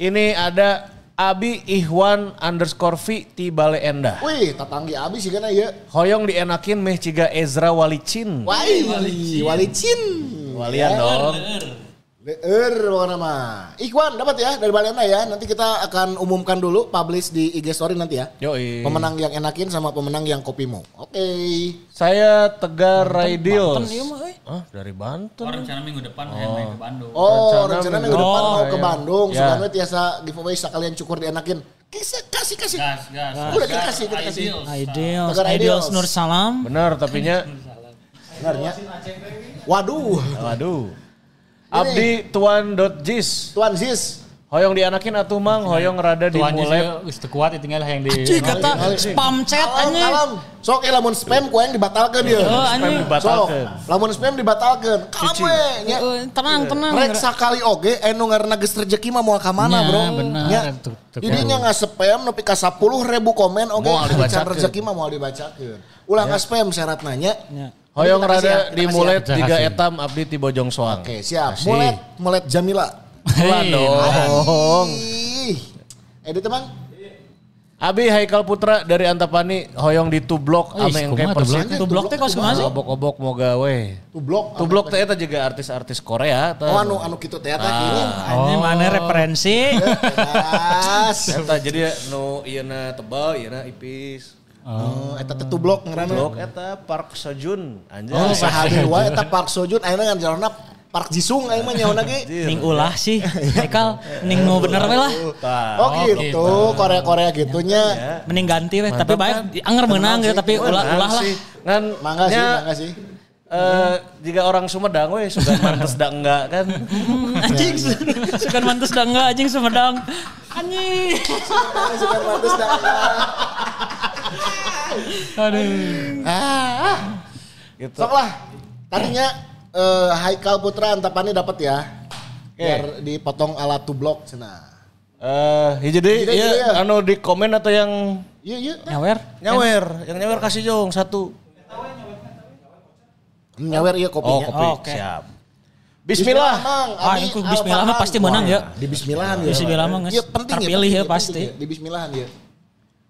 E: ini ada Abi Ihwan underscore V Tibale Endah.
D: Wih, tatanggi abis sih kan ya.
E: Hoyong dienakin meh ciga Ezra Walicin.
D: Wah, iya. eh. walicin. Ya.
E: Walian dong.
D: Leer pokoknya mah. Ikhwan dapat ya dari Balena ya. Nanti kita akan umumkan dulu publish di IG story nanti ya.
E: Yoi.
D: Pemenang yang enakin sama pemenang yang kopimu. Oke.
E: Saya Tegar Raidil.
C: Banten ieu mah, euy.
E: Ah, dari Banten.
B: Orang rencana minggu depan saya main ke Bandung.
D: Oh,
E: Rencana
D: rencana
E: minggu
D: minggu depan
E: depan.
D: mau ke
E: Iya.
D: Bandung.
E: Iya.
D: Sebenarnya tiasa giveaway sekalian cukur dienakin. Kasih, kasih, kasih.
B: Gas, gas.
D: Udah Nah, kita kasih, kita kasih.
B: Ideals.
C: Ideals,
D: Tegar
C: ideals
D: Ideals.
C: Nur Salam.
E: Benar, tapinya.
D: Sebenarnya. Waduh.
E: Eh, Waduh. Abdi Tuan.jis.
D: Tuan Ziz.
E: Hoyong dianakin atuh mang, hoyong rada
B: Tuannya
E: dimulai.
B: sih, ya, wis kuat tinggal yang di.
C: Cih kata spam chat
D: Kalem,
C: anjing.
D: kalem. Sok eh, lamun spam kue yang dibatalkan dia.
C: Oh, anjing.
D: Sok,
E: Dibatalkan.
D: lamun spam dibatalkan. Kalem we, nya.
C: Eh, Tenang, tenang.
D: Rek sakali oge enu ngarena geus rezeki mah moal ka mana,
C: Ya,
B: Nya,
D: Bro?
B: bener.
D: Nya.
B: Tuh, tuh,
D: Jadi nya nge-spam nepi ka 10.000 komen oge.
E: Moal dibacakeun.
D: Can rezeki mah moal dibacakeun. Ulah nge-spam syarat nanya.
C: Ya.
E: Hoyong
D: Kita kasih ya,
E: rada
D: kita
E: dimulai
B: kasih ya.
E: tiga
B: Kasih.
E: etam abdi ti Bojong Soang.
D: Oke, siap. Mulet, mulet Jamila.
B: Iya.
E: Pelan dong.
D: Bohong. Edi Eh, teman,
E: Abi Haikal Putra dari Antapani, hoyong di tublok
B: Oh, ih,
E: ame engke
B: kumaha
E: persib.
D: Tublok?
C: Tuh blok teh kos kumaha sih?
E: Obok-obok mau gawe.
D: tublok.
E: Tublok teh eta juga artis-artis Korea. teh.
D: Oh anu anu kitu teh eta kieu.
C: Ini mana referensi?
D: Tas.
E: Eta jadi ya, nu iana tebal, iana ipis.
D: Oh, eta teh
E: Kan
D: tublok Oh. ngaranna.
E: Blok eta Park Sojun anjay.
C: Oh,
D: Oh, sahadewa eta Park Sojun ayeuna ngan jalona Park Jisung aing mah nyaho lagi.
C: Ning ulah sih, Haikal. Mending nu bener we lah.
D: Oh gitu, Ya. Korea-Korea gitunya.
C: Mending ganti we, tapi baik anger menang gitu tapi ulah ulah lah.
E: Kan
D: Mangga sih,
E: nya,
D: mangga sih.
E: eh, jika orang Sumedang we sudah mantes da enggak kan.
C: Anjing, suka mantus dah enggak anjing Sumedang. Anjing.
D: Ah, Sudah pantes dah. Aduh. Ah.
E: Gitu.
D: Sok lah. Tadinya eh, Haikal Putra Antapani dapat ya. Biar dipotong ala tublok cenah.
E: Eh, ya jadi
D: Jadi,
E: ya,
D: iya.
E: anu di komen atau yang
D: Iya, iya.
C: Nyawer.
E: nyawer, yang nyawer kasih jong satu.
D: Nyawer iya
E: Oh,
D: kopinya.
E: kopi.
C: Oh, oke.
E: Siap. Bismillah.
D: Mang.
C: Ah,
D: Abi
C: itu bismillah mah
D: Alfarhan.
C: pasti menang ya.
D: Di bismillahan ya.
C: Bismillah mah, guys.
D: Iya penting
C: Terpilih ya,
D: penting
C: pasti.
D: penting Di bismillahan ya.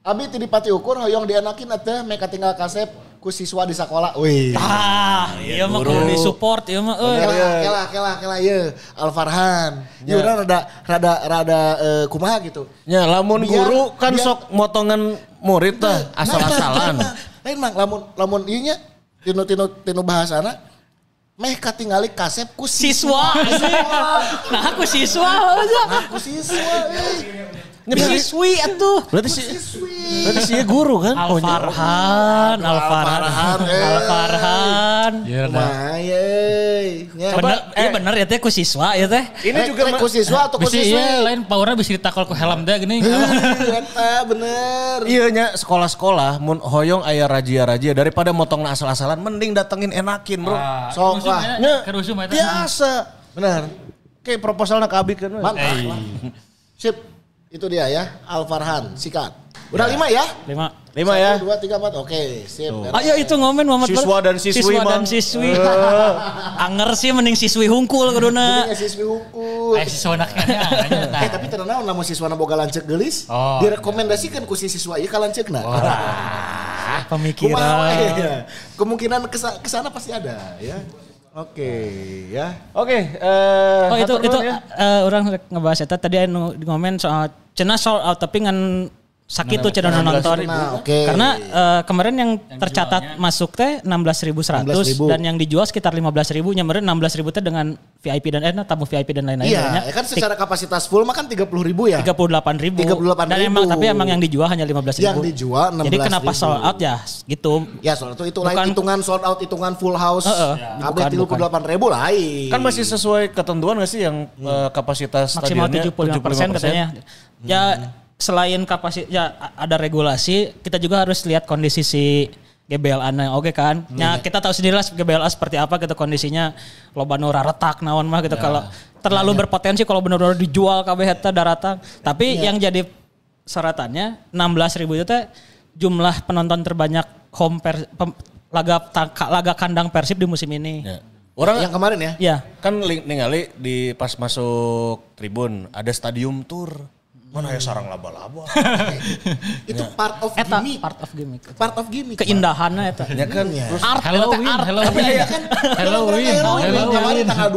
D: Abi ti dipati ukur hoyong dianakin ateh meka tinggal kasep ku siswa di sekolah. Wih.
C: Ah, iya mah kudu di support iya mah euy.
D: Kelah, kelah, kelah, kelah, ya. Alfarhan. Ya. orang rada, rada, rada eh, kumaha gitu.
C: Iya,
E: Ya, lamun
D: Biar-
E: guru kan
D: biar-
E: sok motongan murid tah asal-asalan.
D: Nah, nah, Lain mang, lamun, lamun ieu nya tinu, tinu, tinu bahasana, meh katingali kasep ku
C: Siswa. anjing. Nah, aku siswa. anjing.
D: Nah, ku siswa, eh.
C: Siswi atuh.
E: Berarti si
D: Siswi.
E: berarti si guru kan?
C: Alfarhan, Alfarhan,
D: Alfarhan, eh.
C: Alfarhan.
B: Iya, dah.
D: Kumaha, ye. Nya.
C: Bener, iya bener ya teh ku siswa ya teh.
D: Eh,
E: Ini juga
D: teh,
E: ma-
D: ku siswa Eh. atau ku
B: Bisa iya
D: siswi?
B: lain powernya bisa ditakol ku helm deh gini.
D: Eta, Ah, bener.
E: Iya nya sekolah-sekolah mun hoyong aya rajia-rajia daripada motong asal-asalan mending datengin enakin, Bro.
C: Ah.
D: Sok lah.
E: Nya,
B: Kerusum eta.
E: Biasa.
D: Bener.
E: Kayak proposalna kaabikeun we.
D: Mantap. lah. Sip. Itu dia ya, Alfarhan. Sikat. Udah lima ya?
C: Lima.
E: Lima ya.
D: Satu, dua, tiga, empat. Oke, sip.
C: Ayo itu ngomen Muhammad Bar.
E: Siswa dan siswi,
C: Siswa dan
E: Mang.
C: siswi. Anger sih mending siswi hungkul
D: Jadi
C: kuduna.
D: nggak siswi hukum.
B: Aya siswa anak kayaknya.
D: Eh tapi tenang naon lamun siswa boga lanceuk geulis,
B: Oh.
D: direkomendasikeun ku si siswa ieu ka lanceukna. Kumaha we,
C: Pemikiran.
D: ya. Kemungkinan kesa- kesana pasti ada ya. Oke, ya.
E: Oke, eh
C: Oh itu
E: hatur
C: itu
E: nuhun ya.
C: eh, orang rek ngebahas eta tadi anu di ngomen soal cenah sold out tapi ngan sakit tuh cenah nu nonton.
D: Nah, oke.
C: Karena eh, kemarin yang tercatat masuk teh 16.100
D: 16.000.
C: dan yang dijual sekitar 15.000 nyamperin 16.000 teh dengan VIP dan eh nah, tamu VIP dan lain-lain.
D: Iya,
C: banyak.
D: ya kan secara kapasitas full mah kan 30 ribu ya.
C: 38.000.
D: 38.000.
C: Dan emang tapi emang yang dijual hanya 15.000.
D: Yang dijual
C: Jadi kenapa
D: 16.000.
C: sold out ya gitu.
D: Ya soal itu itu lain
C: Bukan-
D: hitungan sold out, hitungan full house.
C: Heeh.
D: Kabeh
C: Bukan,
D: 38 ribu lain.
E: Ya, Kan masih sesuai ketentuan gak sih yang eh, kapasitas
C: maksimal 75
E: stadionnya
C: persen katanya. Ya selain kapasitas ya a- ada regulasi, kita juga harus lihat kondisi si GBLA -nya oke kan. Ya kita tahu sendiri lah GBLA seperti apa gitu kondisinya loba nu raretak naon mah gitu kalau terlalu berpotensi kalau benar-benar dijual kabeh eta daratan. Tapi yang jadi seratannya 16.000 itu teh jumlah penonton terbanyak home per, pem- laga ta- laga kandang Persib di musim ini.
E: Ya. Orang
D: yang kemarin ya.
C: Ya.
E: kan li- ningali di pas masuk tribun ada stadium tour. Mana ya sarang laba-laba.
D: Itu part of
C: Eta
D: gimmick.
C: part of gimmick.
D: Part of gimmick.
C: Keindahannya eta.
E: ya kan terus
C: Art
B: Halloween,
C: eta, art.
D: Iya,
B: Halloween. Halloween,
D: Halloween. Halloween.
B: Halloween.
D: kan. Kemarin tanggal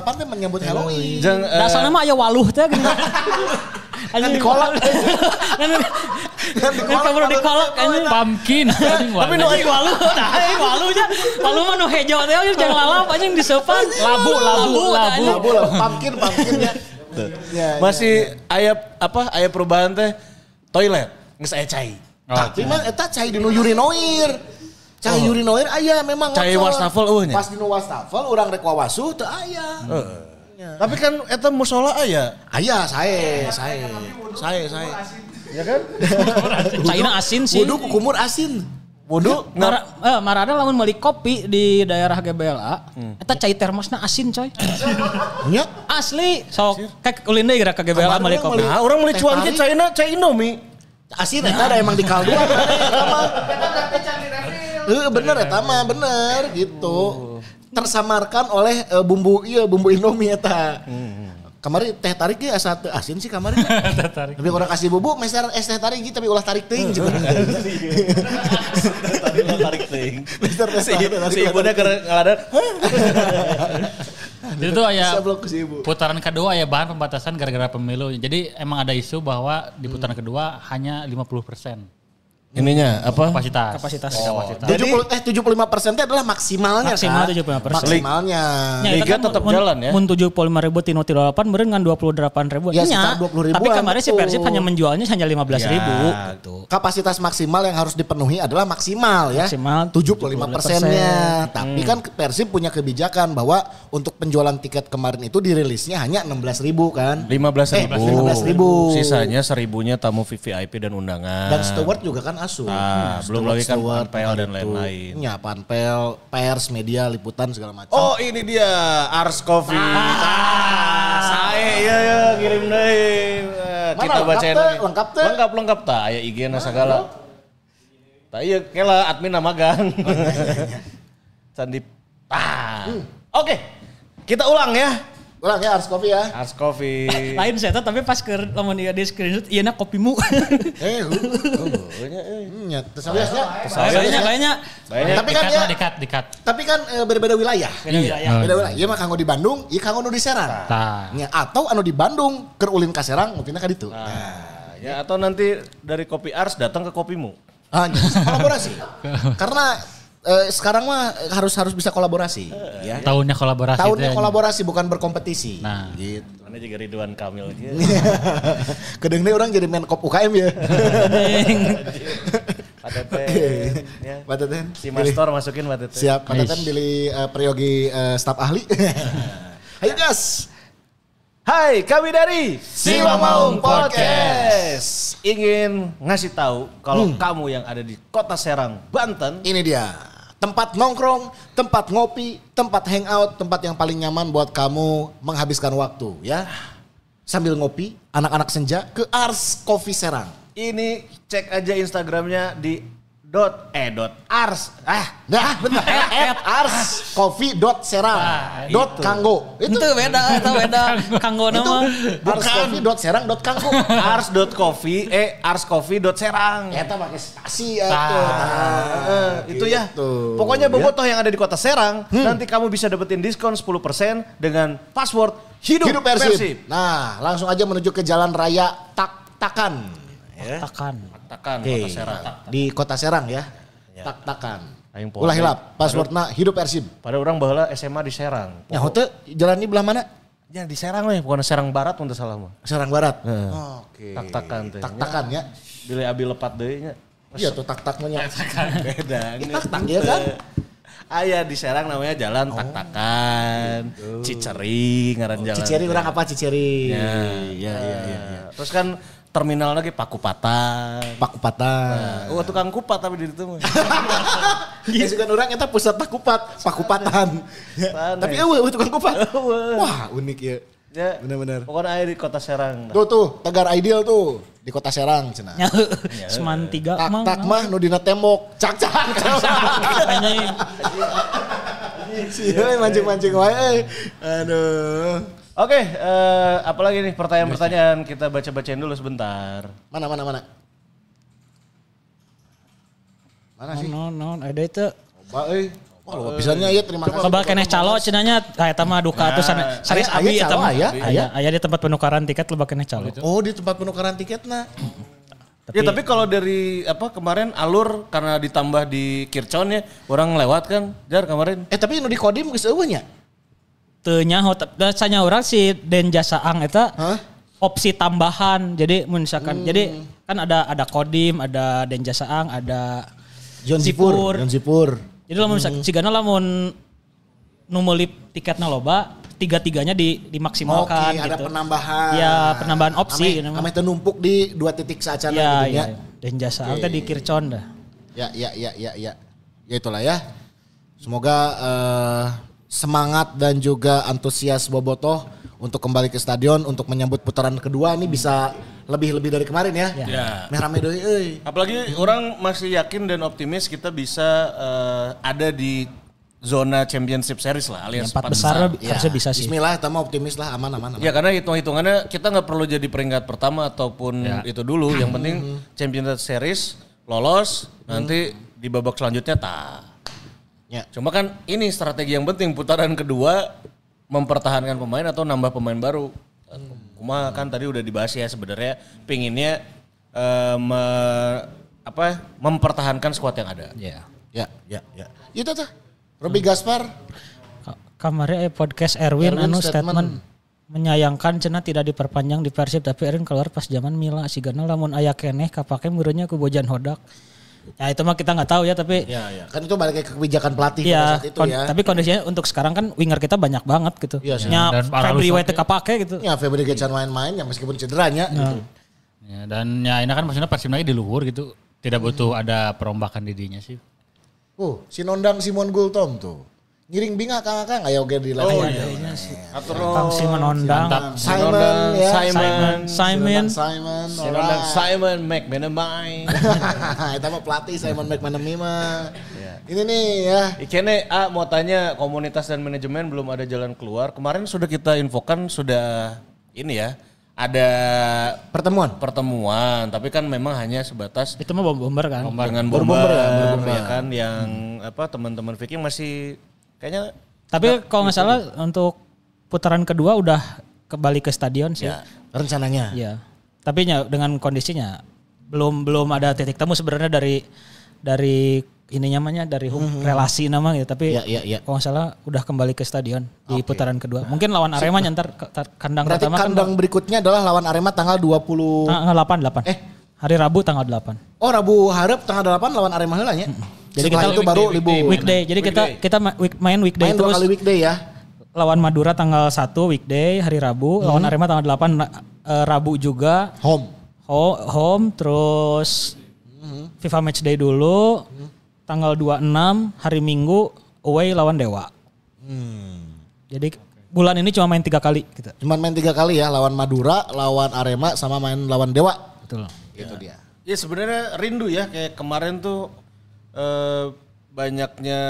D: 28 28 kan menyambut Halloween.
E: jang eh,
C: Dasarnya mah aya waluh teh. Kan
D: dikolak.
C: Kan
D: Kan dikolak,
C: kabur dikolak anjing.
B: Pumpkin. Tapi
C: Iya. Tapi nu aing waluh, nah aing waluh nya. Waluh mah nu hejo teh anjing jeung lalap anjing disepan.
B: Labu, labu,
C: teh,
B: labu.
C: anjing.
D: Labu lah, pumpkin, pumpkin ya. Ya, ya.
E: masih ayah apa ayah perubahan teh toilet nggak saya cai
D: Tapi
E: iya.
D: mah eta cai dinu urinoir. Cai urinoir aya memang.
E: Oh. Cai
D: ngocor.
E: wastafel eueuhnya. Oh.
D: Pas dinu wastafel urang rek wawasu teu aya. Ya.
E: tapi kan eta musola ayah
D: Aya sae, sae. Sae, sae. Kan?
C: Caina asin sih.
D: Wudu ku kumur asin.
E: wudhu
C: Mara,
E: ngar
C: eh, Marada lamun meuli kopi di daerah GBLA,
D: Hmm.
C: eta cai termosna asin coy.
D: Nya.
C: Asli, so kayak ulin deui gerak ke GBLA
D: Kemarin
C: meuli
D: orang
C: kopi.
D: meuli-
E: nah orang mulai
D: Teh
E: cuan
D: tarik.
E: ke China cai Indomie
D: Asin eta ada emang di kalduan. Eta mah. Heeh, bener eta mah, bener gitu. Tersamarkan oleh eh, bumbu iya bumbu Indomie eta. Kemarin teh tarik ge asa teu asin sih kemarin. teh tarik. Tapi orang kasih bubuk meser es teh tarik gitu tapi ulah tarik teuing gitu.
E: tadi lo tarik ting
D: Mister Teh
E: si,
D: tarik, tarik,
E: si
D: tarik.
E: ibunya keren ngaladar "Hah?"
B: Jadi itu aya
D: Bisa blok ke si ibu.
B: putaran kedua ya bahan pembatasan gara-gara pemilu. Jadi emang ada isu bahwa di putaran kedua hanya 50 persen.
E: ininya apa?
B: kapasitas. Iya,
C: Kapasitas.
B: Kapasitas.
D: 70 eh 75 persennya adalah maksimalnya
C: Maksimal
D: kan?
C: 75%.
D: Maksimalnya.
E: Liga tetap jalan ya.
C: Nah, kan Mun 75 ribu tino 38 meureun ngan 28 ribu. Iya.
D: Ya, sekitar 20.000
C: Tapi
D: -an,
C: kemarin si
D: betul. Ya.
C: Persib hanya menjualnya hanya 15
E: ya,
C: ribu. Gitu.
D: Kapasitas maksimal yang harus dipenuhi adalah maksimal ya.
C: Maksimal
D: 75 persennya. Tapi
E: Hmm.
D: kan Persib punya kebijakan bahwa untuk penjualan tiket kemarin itu dirilisnya hanya 16 ribu kan.
E: 15 ribu.
D: Eh, 15.000.
E: Sisanya seribunya tamu VIP dan undangan.
D: Dan Stewart juga kan asuh.
E: Ah,
D: Hmm,
E: belum
D: Stewart-
E: lagi kan
D: Stewart,
E: PL dan lain-lain.
D: Ya, panpel, pers, media, liputan segala macam.
E: Oh ini dia Ars Coffee. Ah, saya ya ya kirim deh. Eh, Kita
D: lengkap
E: bacain.
D: teh?
E: lagi.
D: Lengkap teh?
E: Lengkap lengkap tak? Ya IG na segala. Tak iya kela admin nama
D: Oh,
E: gang.
D: iya,
E: Sandi. Ah. Oke. Kita ulang ya.
D: Ulang ya Ars Coffee ya.
E: Ars Coffee.
C: Lain saya teh, tapi pas ke lamun ieu di screenshot iya ieu na kopimu.
D: Eh,
E: uh,
D: hu-
E: oh, eh.
D: hmm, ya, terus apa ya?
C: Kayaknya kayaknya
D: Tapi kan ya,
B: dekat dekat.
D: tapi kan eh, beda-beda wilayah.
B: Iya.
D: Beda wilayah. Iya mah kanggo di Bandung, iya kanggo nu di Serang.
B: Tah.
D: Nya atau anu di Bandung keur ulin ka Serang ngupina ka ditu. Nah.
E: Ah, Ya atau nanti dari kopi Ars datang ke kopimu.
D: Ah, kolaborasi. Karena eh, sekarang mah harus harus bisa kolaborasi. Ya.
B: Tahunnya kolaborasi. ya.
D: Tahunnya
B: teh.
D: kolaborasi bukan
B: Iya.
D: berkompetisi.
B: Nah.
D: gitu.
E: Mana juga Ridwan Kamil. Ya.
D: Kedeng deh orang jadi menkop UKM ya.
E: Pak Tete. Ya.
D: Pak Teten.
E: Si Mastor masukin Pak Tete.
D: Siap, Pak Teten pilih eh, peryogi eh, staf ahli. Ayo gas.
E: Hai, kami dari Siwa Maung Podcast. Hmm. Ingin ngasih tahu kalau kamu yang ada di Kota Serang, Banten,
D: Ini dia. Tempat nongkrong, tempat ngopi, tempat hangout, tempat yang paling nyaman buat kamu menghabiskan waktu ya. Sambil ngopi, anak-anak senja ke Ars Coffee Serang.
E: ini cek aja Instagramnya di dot eh dot ars ah
D: Nah, benar. At Ars Coffee dot Serang dot Kanggo. Itu
C: itu beda, itu beda. Kanggo
D: itu
C: nama.
D: Ars Coffee dot Serang dot Kanggo.
E: ars dot coffee eh ars coffee dot serang Gitu. eh,
D: Eta pakai spasi ya. tuh. Nah,
E: itu ya
D: gitu.
E: pokoknya bobotoh yang ada di kota Serang nanti kamu bisa dapetin diskon 10% dengan password hidup,
D: Hidup Persib. Nah, langsung aja menuju ke Jalan Raya Tak Takan. Ya.
C: Takan.
E: Tekan
D: Oke. nah,
E: kota Serang
D: Di Kota Serang ya. Tak Takan.
E: Aing poe.
D: Ulah hilap, passwordna hidup Persib.
E: pada orang bahwa SMA di Serang
D: Ya hotel jalan ini belah mana?
E: Ya di Serang weh, bukan Serang Barat untuk salah mah.
D: Serang Barat.
E: Heeh.
D: Oke.
E: Tak-takan tuh.
D: Tak-takan ya.
E: Bila abi lepat deui nya.
D: Iya tuh tak-taknya.
E: Kan Beda.
D: Ini tak-tak
E: iya
D: ya kan?
E: Aya di Serang namanya jalan tak-takan, Ciceri ngaran jalan.
D: Ciceri
E: teh.
D: orang apa Ciceri?
E: Ya, ya, ya, ya, ya. Terus kan terminal lagi Pakupatan.
D: Pak Kupatan.
E: Oh, tukang kupat tapi di situ mah.
D: Gitu kan orang eta pusat Pakupat, Pakupatan. Ya.
E: Sana.
D: Tapi eueuh eueuh tukang kupat.
E: Eueuh.
D: Wah, unik ya.
E: Ya.
D: Bener-bener.
E: Pokoknya aya di Kota Serang.
D: Tuh tuh, Tegar Ideal tuh di Kota Serang cenah.
C: Nyaho. Seman tiga
D: Ya. Tak
C: mang.
D: tak mah nu dina tembok. Cak cak.
C: Anjing.
D: Si euy Iya, mancing-mancing wae euy. Aduh.
E: Oke, eh, apalagi nih pertanyaan-pertanyaan kita baca-bacain dulu sebentar.
D: Mana mana mana? Mana sih?
C: No, no, ada itu.
D: Coba euy. Wah, lupa pisannya ya terima kasih.
C: eh. Coba keneh calo cenanya ah eta mah duka atuh sana sanes
D: Aya-
C: abi
D: aya
C: eta
D: Ya. calo,
C: mah.
D: aya, aya.
C: Aya aya di tempat penukaran tiket loba keneh calo.
D: Oh, di tempat penukaran tiketna.
E: Gitu. ya tapi kalau dari apa kemarin alur karena ditambah di Kircon ya orang lewat kan jar kemarin
D: Eh, tapi nu di Kodim geus eueuh nya.
C: Teu nyaho tep- da- sanya urang si Den Jasaang eta
D: Hah?
C: opsi tambahan. Jadi mun
D: Hmm.
C: misalkan jadi kan ada ada Kodim, ada Den Jasaang, ada
D: John
C: Sipur.
D: Sipur. John Sipur.
C: Jadi lamun
D: Hmm.
C: misalkan sigana lamun nu meuli tiketna loba, tiga-tiganya di
D: Oke,
C: dimaksimalkan
D: ada
C: gitu.
D: penambahan.
C: Iya, penambahan opsi. gitu.
D: Ame, ame teu numpuk di dua titik saacana
C: Iya,
D: gitu
C: iya.
D: nya.
C: Den Jasaang teh di Kircon dah.
D: Ya, ya, ya, ya, ya. Ya itulah ya. Semoga eh, semangat dan juga antusias Bobotoh untuk kembali ke stadion untuk menyambut putaran kedua ini bisa lebih-lebih dari kemarin ya.
C: Iya.
E: Ya.
D: Merame deui euy.
E: apalagi orang masih yakin dan optimis kita bisa eh, ada di zona Championship Series lah alias
C: Empat besar Iya, harusnya bisa sih.
D: Ya, Bismillah, kita mah optimis lah, aman aman. aman.
E: Ya karena hitung-hitungannya kita nggak perlu jadi peringkat pertama ataupun itu dulu. Yang penting
D: Mm-hmm.
E: Championship Series lolos nanti di babak selanjutnya tak.
D: Ya.
E: Cuma kan ini strategi yang penting putaran kedua mempertahankan pemain atau nambah pemain baru.
D: Mm-hmm.
E: Kuma kan tadi udah dibahas ya sebenarnya pinginnya eh, me- apa mempertahankan squad yang ada.
B: Ya.
D: Ya.
E: Ya, ya.
D: Itu tuh. Robi Gaspar.
C: Ka- Kamari eh, podcast Erwin,
D: Erwin
C: anu
D: statement.
C: statement. menyayangkan cenah tidak diperpanjang di Persib tapi Erwin keluar pas zaman Mila sigana lamun aya keneh kapake meureunnya ku Bojan Hodak. Ya itu mah kita nggak tahu ya tapi
D: Ya, ya. Kan itu balik ke kebijakan pelatih pada
C: Iya,
D: saat itu
C: kon-
D: ya.
C: tapi kondisinya untuk sekarang kan winger kita banyak banget gitu.
D: Iya sih.
C: Nya
B: Dan para
C: Febri
B: Lusok
C: White
B: ya.
C: kapake gitu.
D: Ya Febri Gecan main-main ya meskipun cederanya gitu.
B: Ya, dan ya ini kan maksudnya Persib lagi di luhur gitu. Tidak butuh ada perombakan didinya sih.
D: Uh, si Nondang Simon Gultom tuh. Ngiring binga kakak ayo ge di level.
C: iya. Kang si menondang.
D: Simon ya.
E: Simon,
C: Simon.
D: Simon. Simon.
E: Simon, dan Simon McManamy.
D: Hahaha, Itu mah pelatih Simon McManamy mah. Ini nih ya.
E: Ikene A mau tanya komunitas dan manajemen belum ada jalan keluar. Kemarin sudah kita infokan sudah ini ya ada
D: Pertemuan.
E: pertemuan, tapi kan memang hanya sebatas
C: Itu mah bom bomber kan.
E: dengan bomber, ya kan yang apa teman-teman Viking masih kayaknya
C: Tapi kalau
D: gitu.
C: nggak salah untuk putaran kedua udah kembali ke stadion sih. Iya.
D: Rencananya.
C: Tapi nya dengan kondisinya belum belum ada titik temu sebenarnya dari dari ini namanya dari hum- relasi nama gitu. Tapi
D: Mm-hmm. Iya, iya, iya.
C: kalau nggak salah udah kembali ke stadion di putaran kedua. Mungkin lawan Arema nyantar ke- tar- kandang
D: Berarti
C: pertama
D: kandang berikutnya adalah lawan Arema tanggal 20.
C: kan tanggal 8 8.
D: Eh.
C: Hari Rabu tanggal 8.
D: Oh Rabu harap tanggal 8 lawan Arema heula nya.
C: Jadi
D: Setelah
C: kita
D: itu baru libur.
C: Weekday. Jadi kita kita ma- week- main weekday
D: Main dua
C: terus
D: kali weekday ya.
C: lawan Madura tanggal 1 weekday hari Rabu, lawan
D: Mm-hmm.
C: Arema tanggal 8 ra- eh, Rabu juga
D: Home.
C: Ho- home terus FIFA Matchday dulu tanggal 26 hari Minggu away lawan Dewa. Jadi bulan ini cuma main tiga kali gitu.
D: Hmm. Cuman main tiga kali ya lawan Madura, lawan Arema sama main lawan Dewa.
C: Betul.
D: Itu dia.
E: ya sebenarnya rindu ya kayak kemarin tuh eh, banyaknya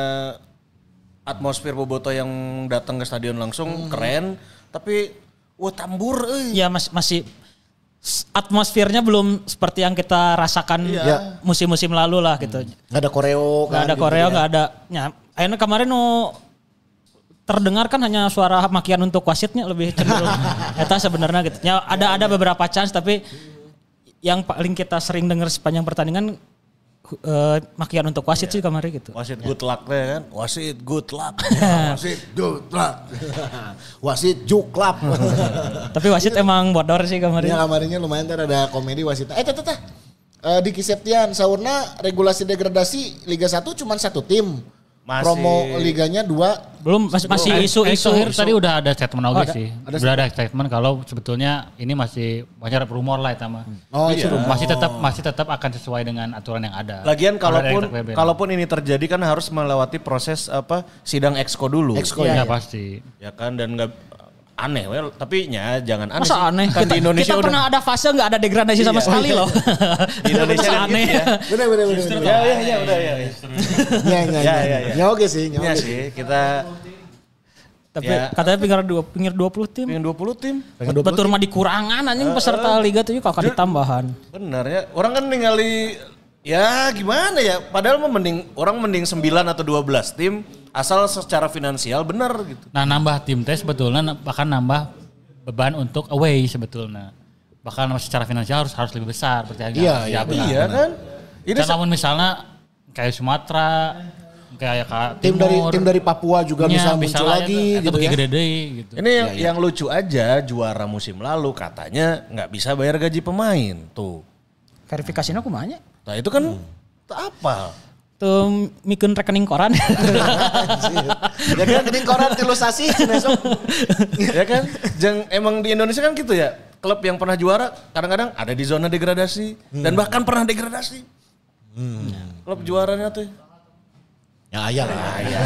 E: atmosfer Boboto yang datang ke stadion langsung keren, tapi wah tambur eh, euy.
C: Ya mas- masih s- atmosfernya belum seperti yang kita rasakan musim-musim lalu lah gitu.
D: Gak ada koreo
C: Gak
D: kan.
C: ada
D: gitu
C: koreo,
D: ya.
C: gak ada. Ya, akhirnya kemarin nu terdengar kan hanya suara makian untuk wasitnya lebih cenderung. Eta sebenarnya gitu. Ya, ada ada beberapa chance tapi yang paling kita sering dengar sepanjang pertandingan hu- eh, makian untuk
E: Iya.
C: wasit sih kemarin gitu.
E: Wasit good luck deh kan. Wasit good luck.
D: Wasit juklap. Wasit juklap.
C: Tapi wasit emang bodor sih
D: Ini
E: Iya.
C: kemarin.
D: kamarnya Iya, lumayan ntar ada komedi wasit. Eh teteh teteh. Eh, Diki Septian, Saurna regulasi degradasi Liga 1 cuman satu tim.
E: Masih.
D: Promo liganya dua
C: Belum mas- masih
E: Iya.
B: Eh,
C: isu-isu.
B: Sohir tadi udah ada statement
D: Oh,
B: oke
C: ada-
B: sih. udah ada statement kalau sebetulnya ini masih banyak rumor lah sama.
D: Oh, itu rumor.
B: Masih tetap masih tetap akan sesuai dengan aturan yang Nah, ada.
E: Lagian kalaupun
B: Aturan yang ada.
E: kalaupun ini terjadi kan harus melewati proses apa sidang exco dulu.
D: Exco
B: ya,
D: ya.
B: pasti.
E: Ya kan dan nggak aneh well, tapi ya jangan aneh.
C: Masa
E: sih.
C: aneh
E: Kan di Indonesia
C: kita
E: udah Iya.
C: pernah ada fase nggak ada degradasi sama sekali loh.
E: di Indonesia
C: Masa
E: kan
C: aneh.
E: gitu ya.
D: Bener bener bener. bener.
E: Ya ya ya udah ya. ya.
D: Ya ya
E: Ya,
D: ya.
E: ya, ya.
D: Ya oke sih. Ya
E: Iya
D: oke.
E: sih kita
C: Tapi
E: Ya.
C: katanya pinggir dua pinggir 20 tim.
E: pengen 20 tim.
C: Betul mah dikurangan anjing peserta liga tuh kalau kali tambahan.
E: Bener ya. Orang kan ningali ya gimana ya padahal mah mending orang mending 9 atau 12 tim asal secara finansial bener gitu.
B: Nah nambah tim tes sebetulnya na- bahkan nambah beban untuk away sebetulnya. Bahkan secara finansial harus harus lebih besar percaya
D: Iya,
B: iya,
E: Iya kan? Ini
B: Dan namun misalnya kayak Sumatera, kayak Kak
D: Tim
B: Timur, Iya,
D: dari tim dari Papua juga bisa muncul
B: lah
D: lagi
B: eta- eta
D: gitu
B: bagi
D: ya.
B: gede deui gitu.
E: Ini yang, yang lucu aja juara musim lalu katanya nggak bisa bayar gaji pemain tuh.
C: Verifikasinya kumanya?
E: Nah itu kan tak apa.
C: Tuh mikeun rekening koran.
D: Ya kan gede koran ilustrasi cina sok.
E: ya kan? Jeng, emang di Indonesia kan gitu ya. Klub yang pernah juara kadang-kadang ada di zona degradasi dan bahkan pernah degradasi. Klub juaranya tuh.
D: Ya aya lah.
E: Ah, iya.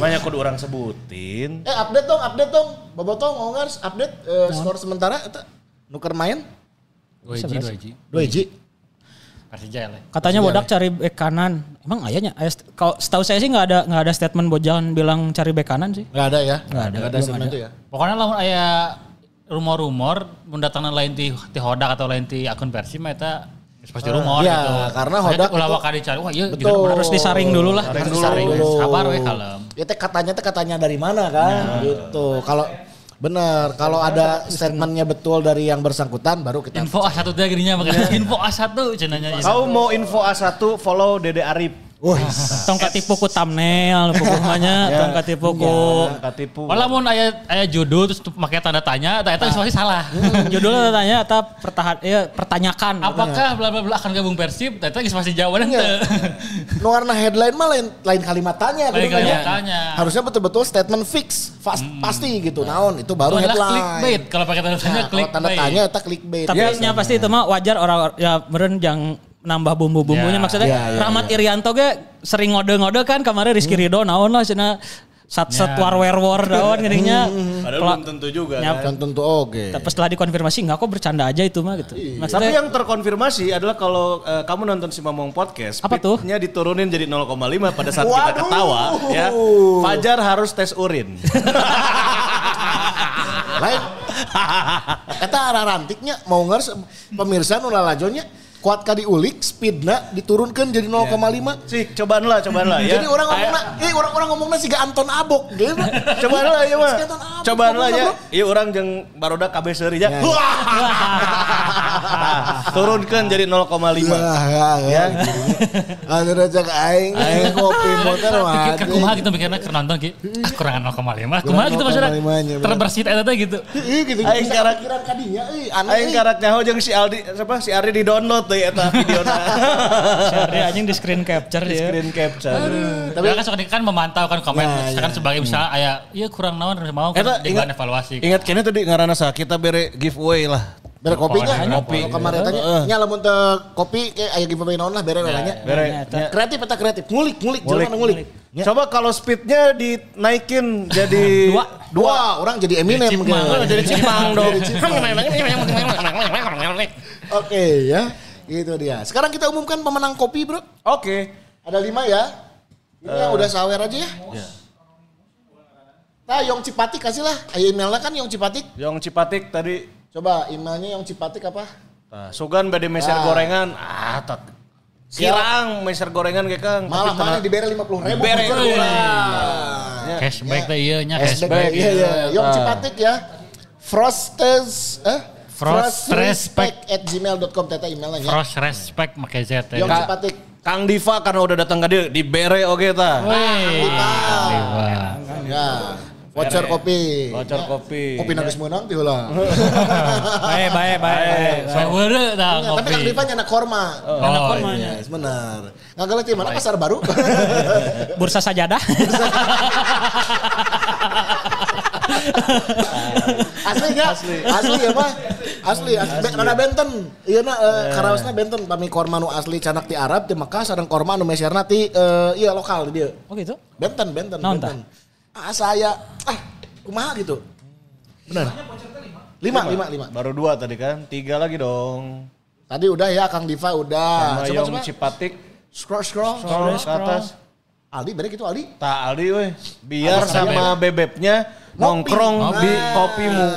E: Banyak kudu orang sebutin.
D: Eh update dong, update dong. Bobotoh mau nggak update eh, skor sementara eta nuker main
B: Dua hiji, dua hiji.
D: 2 hiji.
B: Persija lah.
C: Katanya bodak cari bek kanan. Emang ayahnya? Ayah, Eh, st- kalau setahu saya sih nggak ada nggak ada statement bojan bilang cari bek kanan sih.
D: Enggak ada ya?
C: Nggak ada,
D: Nggak ada
C: belum
D: semen
C: ada.
D: itu ya.
B: Pokoknya lamun aya rumor-rumor mendatangkan lain ti, ti Hodak atau lain ti akun Persib mah eta pasti rumor
D: iya,
B: gitu.
D: karena
B: Makanya
D: Hodak
B: ulah
D: itu-
B: wakari cari. Wah, iya
D: Betul.
C: Gitu. Harus disaring dulu lah.
B: Harus disaring. Sabar we kalem. Nah.
D: Ya teh katanya teh katanya dari mana kan gitu. Kalau Bener, kalau ada statementnya betul dari yang bersangkutan baru kita
B: Info A1 tuh akhirnya
D: Iya.
B: makanya info A1 cenanya. gitu.
G: Kau mau info A1 follow Dede Arif.
C: Tongkat tipu ku thumbnail, pokoknya tongkat tipu ku
G: Katipu.
B: Walau mun aya aya jodoh terus tuh pakai tanda tanya, ternyata
D: Ah.
B: pasti salah.
C: judulnya tanya atau pertahan, ya, pertanyakan.
B: Apakah bla bla bla akan gabung Persib? Ternyata geus pasti jawaban
D: Iya.
B: teu.
D: Nu warna headline mah lain lain kalimat tanya
B: Lain
D: gitu kan ya.
B: kalimat tanya.
D: Harusnya betul-betul statement fix, fast, pasti gitu.
C: Nah.
D: Naon itu baru
B: Itu adalah
D: headline.
B: clickbait. Kalau pakai tanda
D: Nah,
B: tanya
D: kalau
B: clickbait.
D: tanda tanya itu clickbait. Iya.
C: Tapi nya Ya, pasti itu mah wajar orang ya meren yang nambah bumbu-bumbunya
B: Ya.
C: maksudnya
D: Ya, ya,
C: Rahmat Irianto ge sering ngode-ngode kan kemarin Rizky
E: Hmm.
C: Ridho naon lah cina
E: Ya.
C: sat sat war war war naon geuninnya.
E: Padahal
C: Pela-
E: belum tentu juga.
C: Ya,
E: kan.
D: Dan tentu oke.
C: Tapi setelah dikonfirmasi enggak kok bercanda aja itu mah gitu.
E: Iya. Tapi
C: Maksudnya
E: yang terkonfirmasi adalah kalau eh, kamu nonton si Mamong Podcast,
C: Apa tuh?
E: pitnya diturunin jadi 0,5 pada saat
D: Waduh.
E: kita ketawa ya. Fajar harus tes urin.
D: Lain. Eta arah rantiknya mau ngers pemirsa nu lalajonnya kuat ka diulik speedna diturunkan jadi 0,5.
E: Sih, cobaan lah, cobaan lah ya.
D: Jadi orang ngomongna, eh orang-orang ngomongna si Anton Abok gitu.
E: cobaan lah ya mah.
D: Si Anton Abok
E: Cobaan lah ya.
D: ngomongna, bro.
E: Iya orang jeung baroda KB seuri ya. Turunkan jadi 0,5.
D: Wah, ya, ya. Ada rejek aing, aing kopi motor mah.
B: Pikir kumaha gitu mikirnya ke nonton ki. Ah kurangan 0,5. Kumaha gitu maksudnya.
D: 0,5-nya, bener.
B: Terbersit eta teh gitu.
D: Iya gitu.
E: Aing
D: Bisa
E: karak-
D: pikiran kadinya, eh aneh.
E: Aing
D: euy.
E: karak nyaho jeung si Aldi siapa si Ari di download tuh ya, eta videona.
C: sehari anjing di screen capture
E: Di
C: ya.
E: Screen capture.
B: Tapi kan suka kan memantau kan komen, misalkan sebagai misalnya aya iya kurang naon mau kan
E: Eta
B: di bahan evaluasi.
E: Ingat kene tadi ngarana sah kita bere giveaway lah.
D: Bere kopi nya.
B: Kopi.
D: Kalau kemarin tanya, nya lamun teu kopi kayak aya giveaway naon lah bere lah nya.
E: Bere.
C: Ternyata.
D: Kreatif eta kreatif. Ngulik, ngulik,
E: Ngulik.
D: jangan ngulik.
E: Ya. Coba kalau speednya dinaikin jadi
C: Dua.
D: Dua orang jadi Eminem
B: Jadi Cipmang.
D: gitu.
E: jadi cipang dong.
D: Oke ya. Itu dia. Sekarang kita umumkan pemenang kopi, Bro.
E: Oke.
D: Ada lima ya. Ini yang udah sawer aja ya. Nah, Yong Cipatik kasih lah. Ayo emailnya kan Yong Cipatik.
E: Yang Cipatik tadi
D: Coba emailnya Yong Cipatik apa?
E: tah, Sugan bade meser
D: Nah.
E: gorengan. Ah, tak. Kirang meser gorengan kayak kang.
D: Malah mana
E: di
D: diberi lima puluh ribu. Nah,
E: bere
B: Cashback teh iya nya
D: Cashback.
B: cashback.
D: Iya, iya. Yong Cipatik ya. Frostes, eh?
B: Frostrespect.
D: at gmail.com teta emailnya ya.
B: Cross respect make Z teh.
D: Yong Cipatik.
E: Kang Diva karena udah datang ke dia dibere
B: Oh,
E: oke
B: iya.
E: ta.
B: Wih. Wah.
D: Ya. Voucher kopi.
E: Voucher
D: Ya.
E: kopi.
D: Kopi nangis menang tuh lah.
C: Baik baik baik.
B: Saya weureu tah
D: Ya, Tapi
B: ngopi.
D: Kang Dipa nyanak korma.
B: Oh, iya.
D: Yes, benar. Nggak ngerti mana pasar baru.
C: Bursa sajadah.
D: asli ya? Asli. Asli ya mah. Asli, asli. Be- Karena Benten. Iya na, eh, karaosna Benten. Pami korma nu asli canak ti Arab, ti Mekah, sareng korma nu meserna ti eh, iya lokal di dia.
C: Oh gitu.
D: Benten, Benten,
C: Naon
D: Benten. Ah saya, ah kumaha gitu. Benar. Lima, lima, lima.
E: Baru dua tadi kan, tiga lagi dong.
D: Tadi udah ya Kang Diva udah. Ah,
E: Sama
D: Coba
E: Yong
D: coba.
E: Cipatik
D: Scroll scroll.
E: scroll ke atas.
D: Aldi bener gitu Aldi.
E: Ta Aldi weh, biar sama bebeknya nongkrong di
D: Nah.
E: kopimu.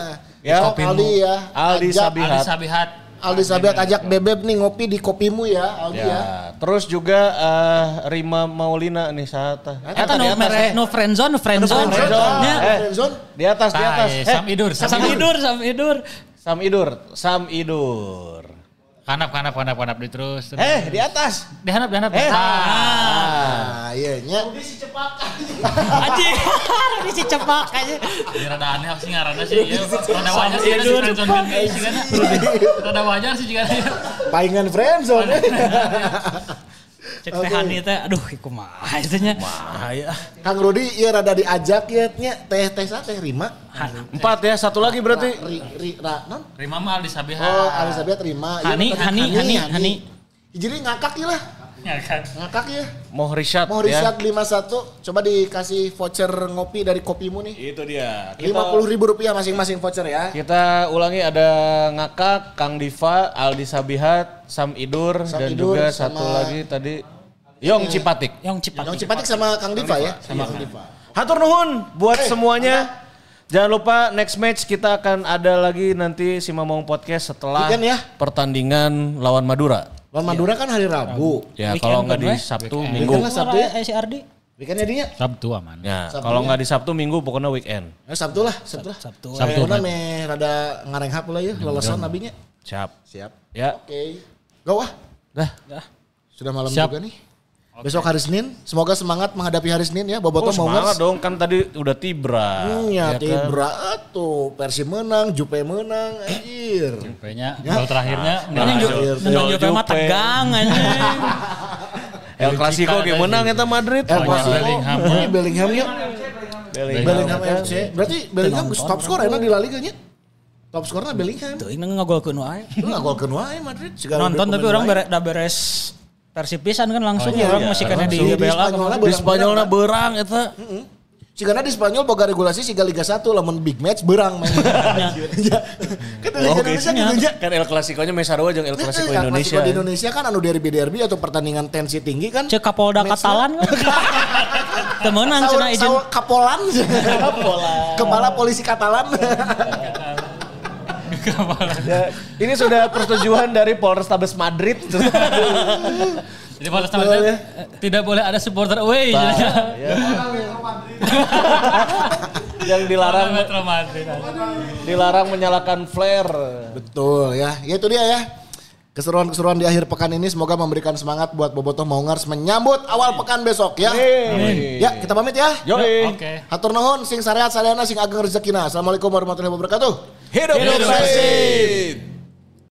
E: Ya,
D: Aldi ya. Ajak
E: Aldi
B: Aldi
E: Sabihat.
B: Sabihat.
D: Aldi Sabiat
B: Iya.
D: ajak Bebep nih ngopi di kopimu ya, Aldi ya.
E: Ya, terus juga eh, Rima Maulina nih Sata.
C: Eta no mere- no friendzone, no friendzone.
E: friend zone.
C: Nya,
E: Eh.
D: Friendzone.
E: Di atas, di
B: Tah,
E: atas.
B: eh,
E: Eh,
B: Sam Idur,
C: Ah, Sam Idur, Sam Idur.
E: Sam Idur, Sam Idur.
B: Kanap kanap kanap kanap di terus. terus.
E: Eh, di atas.
B: dihanap dihanap.
E: Eh.
B: Tah.
D: Ah, iya nya.
C: Anjing. Ini si cepak aja.
B: Ini rada aneh apa sih ngarannya sih? Iya, Rada wajar sih ada si Friendzone Bandit sih kan. Rada wajar sih juga.
D: Palingan friendzone.
C: Cek teh Hani teh aduh kumaha itu nya.
D: Kang Rudi iya rada diajak ya nya teh teh sa teh Rima.
E: Empat ya, satu lagi berarti.
D: Ri ri ra non.
B: Terima mah Aldi Sabihat.
D: Oh, Aldi Sabiat Rima. Iya,
C: Hani,
D: teh-
C: Hani, Hani, Hani.
D: Jadi ngakak ya lah.
B: Ya kan.
D: Ngakak ya.
E: Moh Rishad
D: Mau
E: ya.
D: riset 51, coba dikasih voucher ngopi dari kopimu nih.
E: ya. Itu dia.
D: lima
E: Kita,
D: puluh ribu rupiah masing-masing voucher ya.
E: kita ulangi ada Ngakak, Kang Diva, Aldi Sabihat, Sam Idur,
D: Sam
E: dan
D: Idur
E: juga
D: sama-
E: satu lagi tadi Yong Cipatik.
C: Yang cepat.
D: Yang Cipatik sama Kang Diva ya. Sama Kang Diva.
E: Hatur nuhun buat
D: Eh,
E: semuanya. Jangan lupa next match kita akan ada lagi nanti si Mamong Podcast setelah
D: Weekend ya.
E: pertandingan lawan Madura.
D: Lawan Madura kan hari Rabu.
E: Ya
C: Weekend
E: kalau nggak
C: kan,
E: di
C: weh?
E: Sabtu
D: Weekend
E: Minggu.
D: lah Sabtu ya.
C: eh, si Ardi.
D: Weekend jadinya?
B: Sabtu aman.
E: Ya,
D: Sabtu
E: kalau nggak di Sabtu Minggu pokoknya weekend.
D: Eh, Sabtu lah, Sabtu lah. Sabtu.
B: Sabtu,
D: Sabtu.
B: Mat.
D: Sabtu. meh rada ngareng hap lah ya, lolosan abinya.
E: Siap.
D: Siap.
E: Ya.
D: Oke. Go ah.
E: Dah.
D: Sudah malam
B: Siap.
D: juga nih. Besok hari Senin, semoga semangat menghadapi hari Senin ya.
E: Oh,
D: Boboto mau
E: semangat
D: nggak?
E: dong kan tadi udah tibra.
D: Hmm, ya, Tibra tuh Persi menang, Jupe menang, anjir.
B: Kayaknya gol terakhirnya
E: Nah,
C: Ini
E: Jok.
C: juga
E: Jok
C: juga mah
E: Jupe.
C: tegang anjing.
E: El Clasico
B: Jika
E: kayak
B: tadi.
E: menang eta Madrid.
D: El Clasico.
B: Bellingham.
D: Ini Eh, Bellingham ya.
E: Bellingham.
D: Bellingham FC. Berarti Bellingham top skor enak di La Liga nya. Top skornya Bellingham.
C: Tuh ini ngegolkeun wae.
D: Lu nggak gol wae Madrid. Segala
C: Nonton tapi
D: duit pemain
C: orang
D: wae.
C: bere- da beres Persib pisan kan
D: Oh,
C: langsung
E: iya,
C: orang
E: iya,
C: masih kena di
D: Di- di
C: BLA
D: Spanyolnya
E: Di Spanyolna berang eta.
D: Jika di Spanyol boga regulasi siga Liga 1 lamun big match berang main. Kan di
C: Oh,
D: Liga Indonesia gitu ya.
E: Kan El Clasico-nya Mesaro jeung El Clasico
D: Nah,
E: Indonesia.
D: di Indonesia kan anu derby-derby atau pertandingan tensi tinggi kan.
C: Cek Kapolda Katalan kan. Temenan
D: Saur-
C: cenah izin.
D: saur Kapolan. Kepala polisi Katalan.
G: Ya, ini sudah persetujuan dari Polrestabes Madrid.
B: Jadi pada sama saya, tidak boleh ada supporter away.
G: yang
B: Larang
G: dilarang
B: Metro Madrid.
G: dilarang menyalakan flare.
D: Betul ya. Ya itu dia ya. Keseruan-keseruan di akhir pekan ini semoga memberikan semangat buat Bobotoh Maungars menyambut awal pekan besok ya. Ya, kita pamit ya.
G: Yoi.
B: Oke.
D: Hatur nuhun sing sareat sareana sing ageng rezekina. Assalamualaikum warahmatullahi wabarakatuh.
E: Hidup, Persib.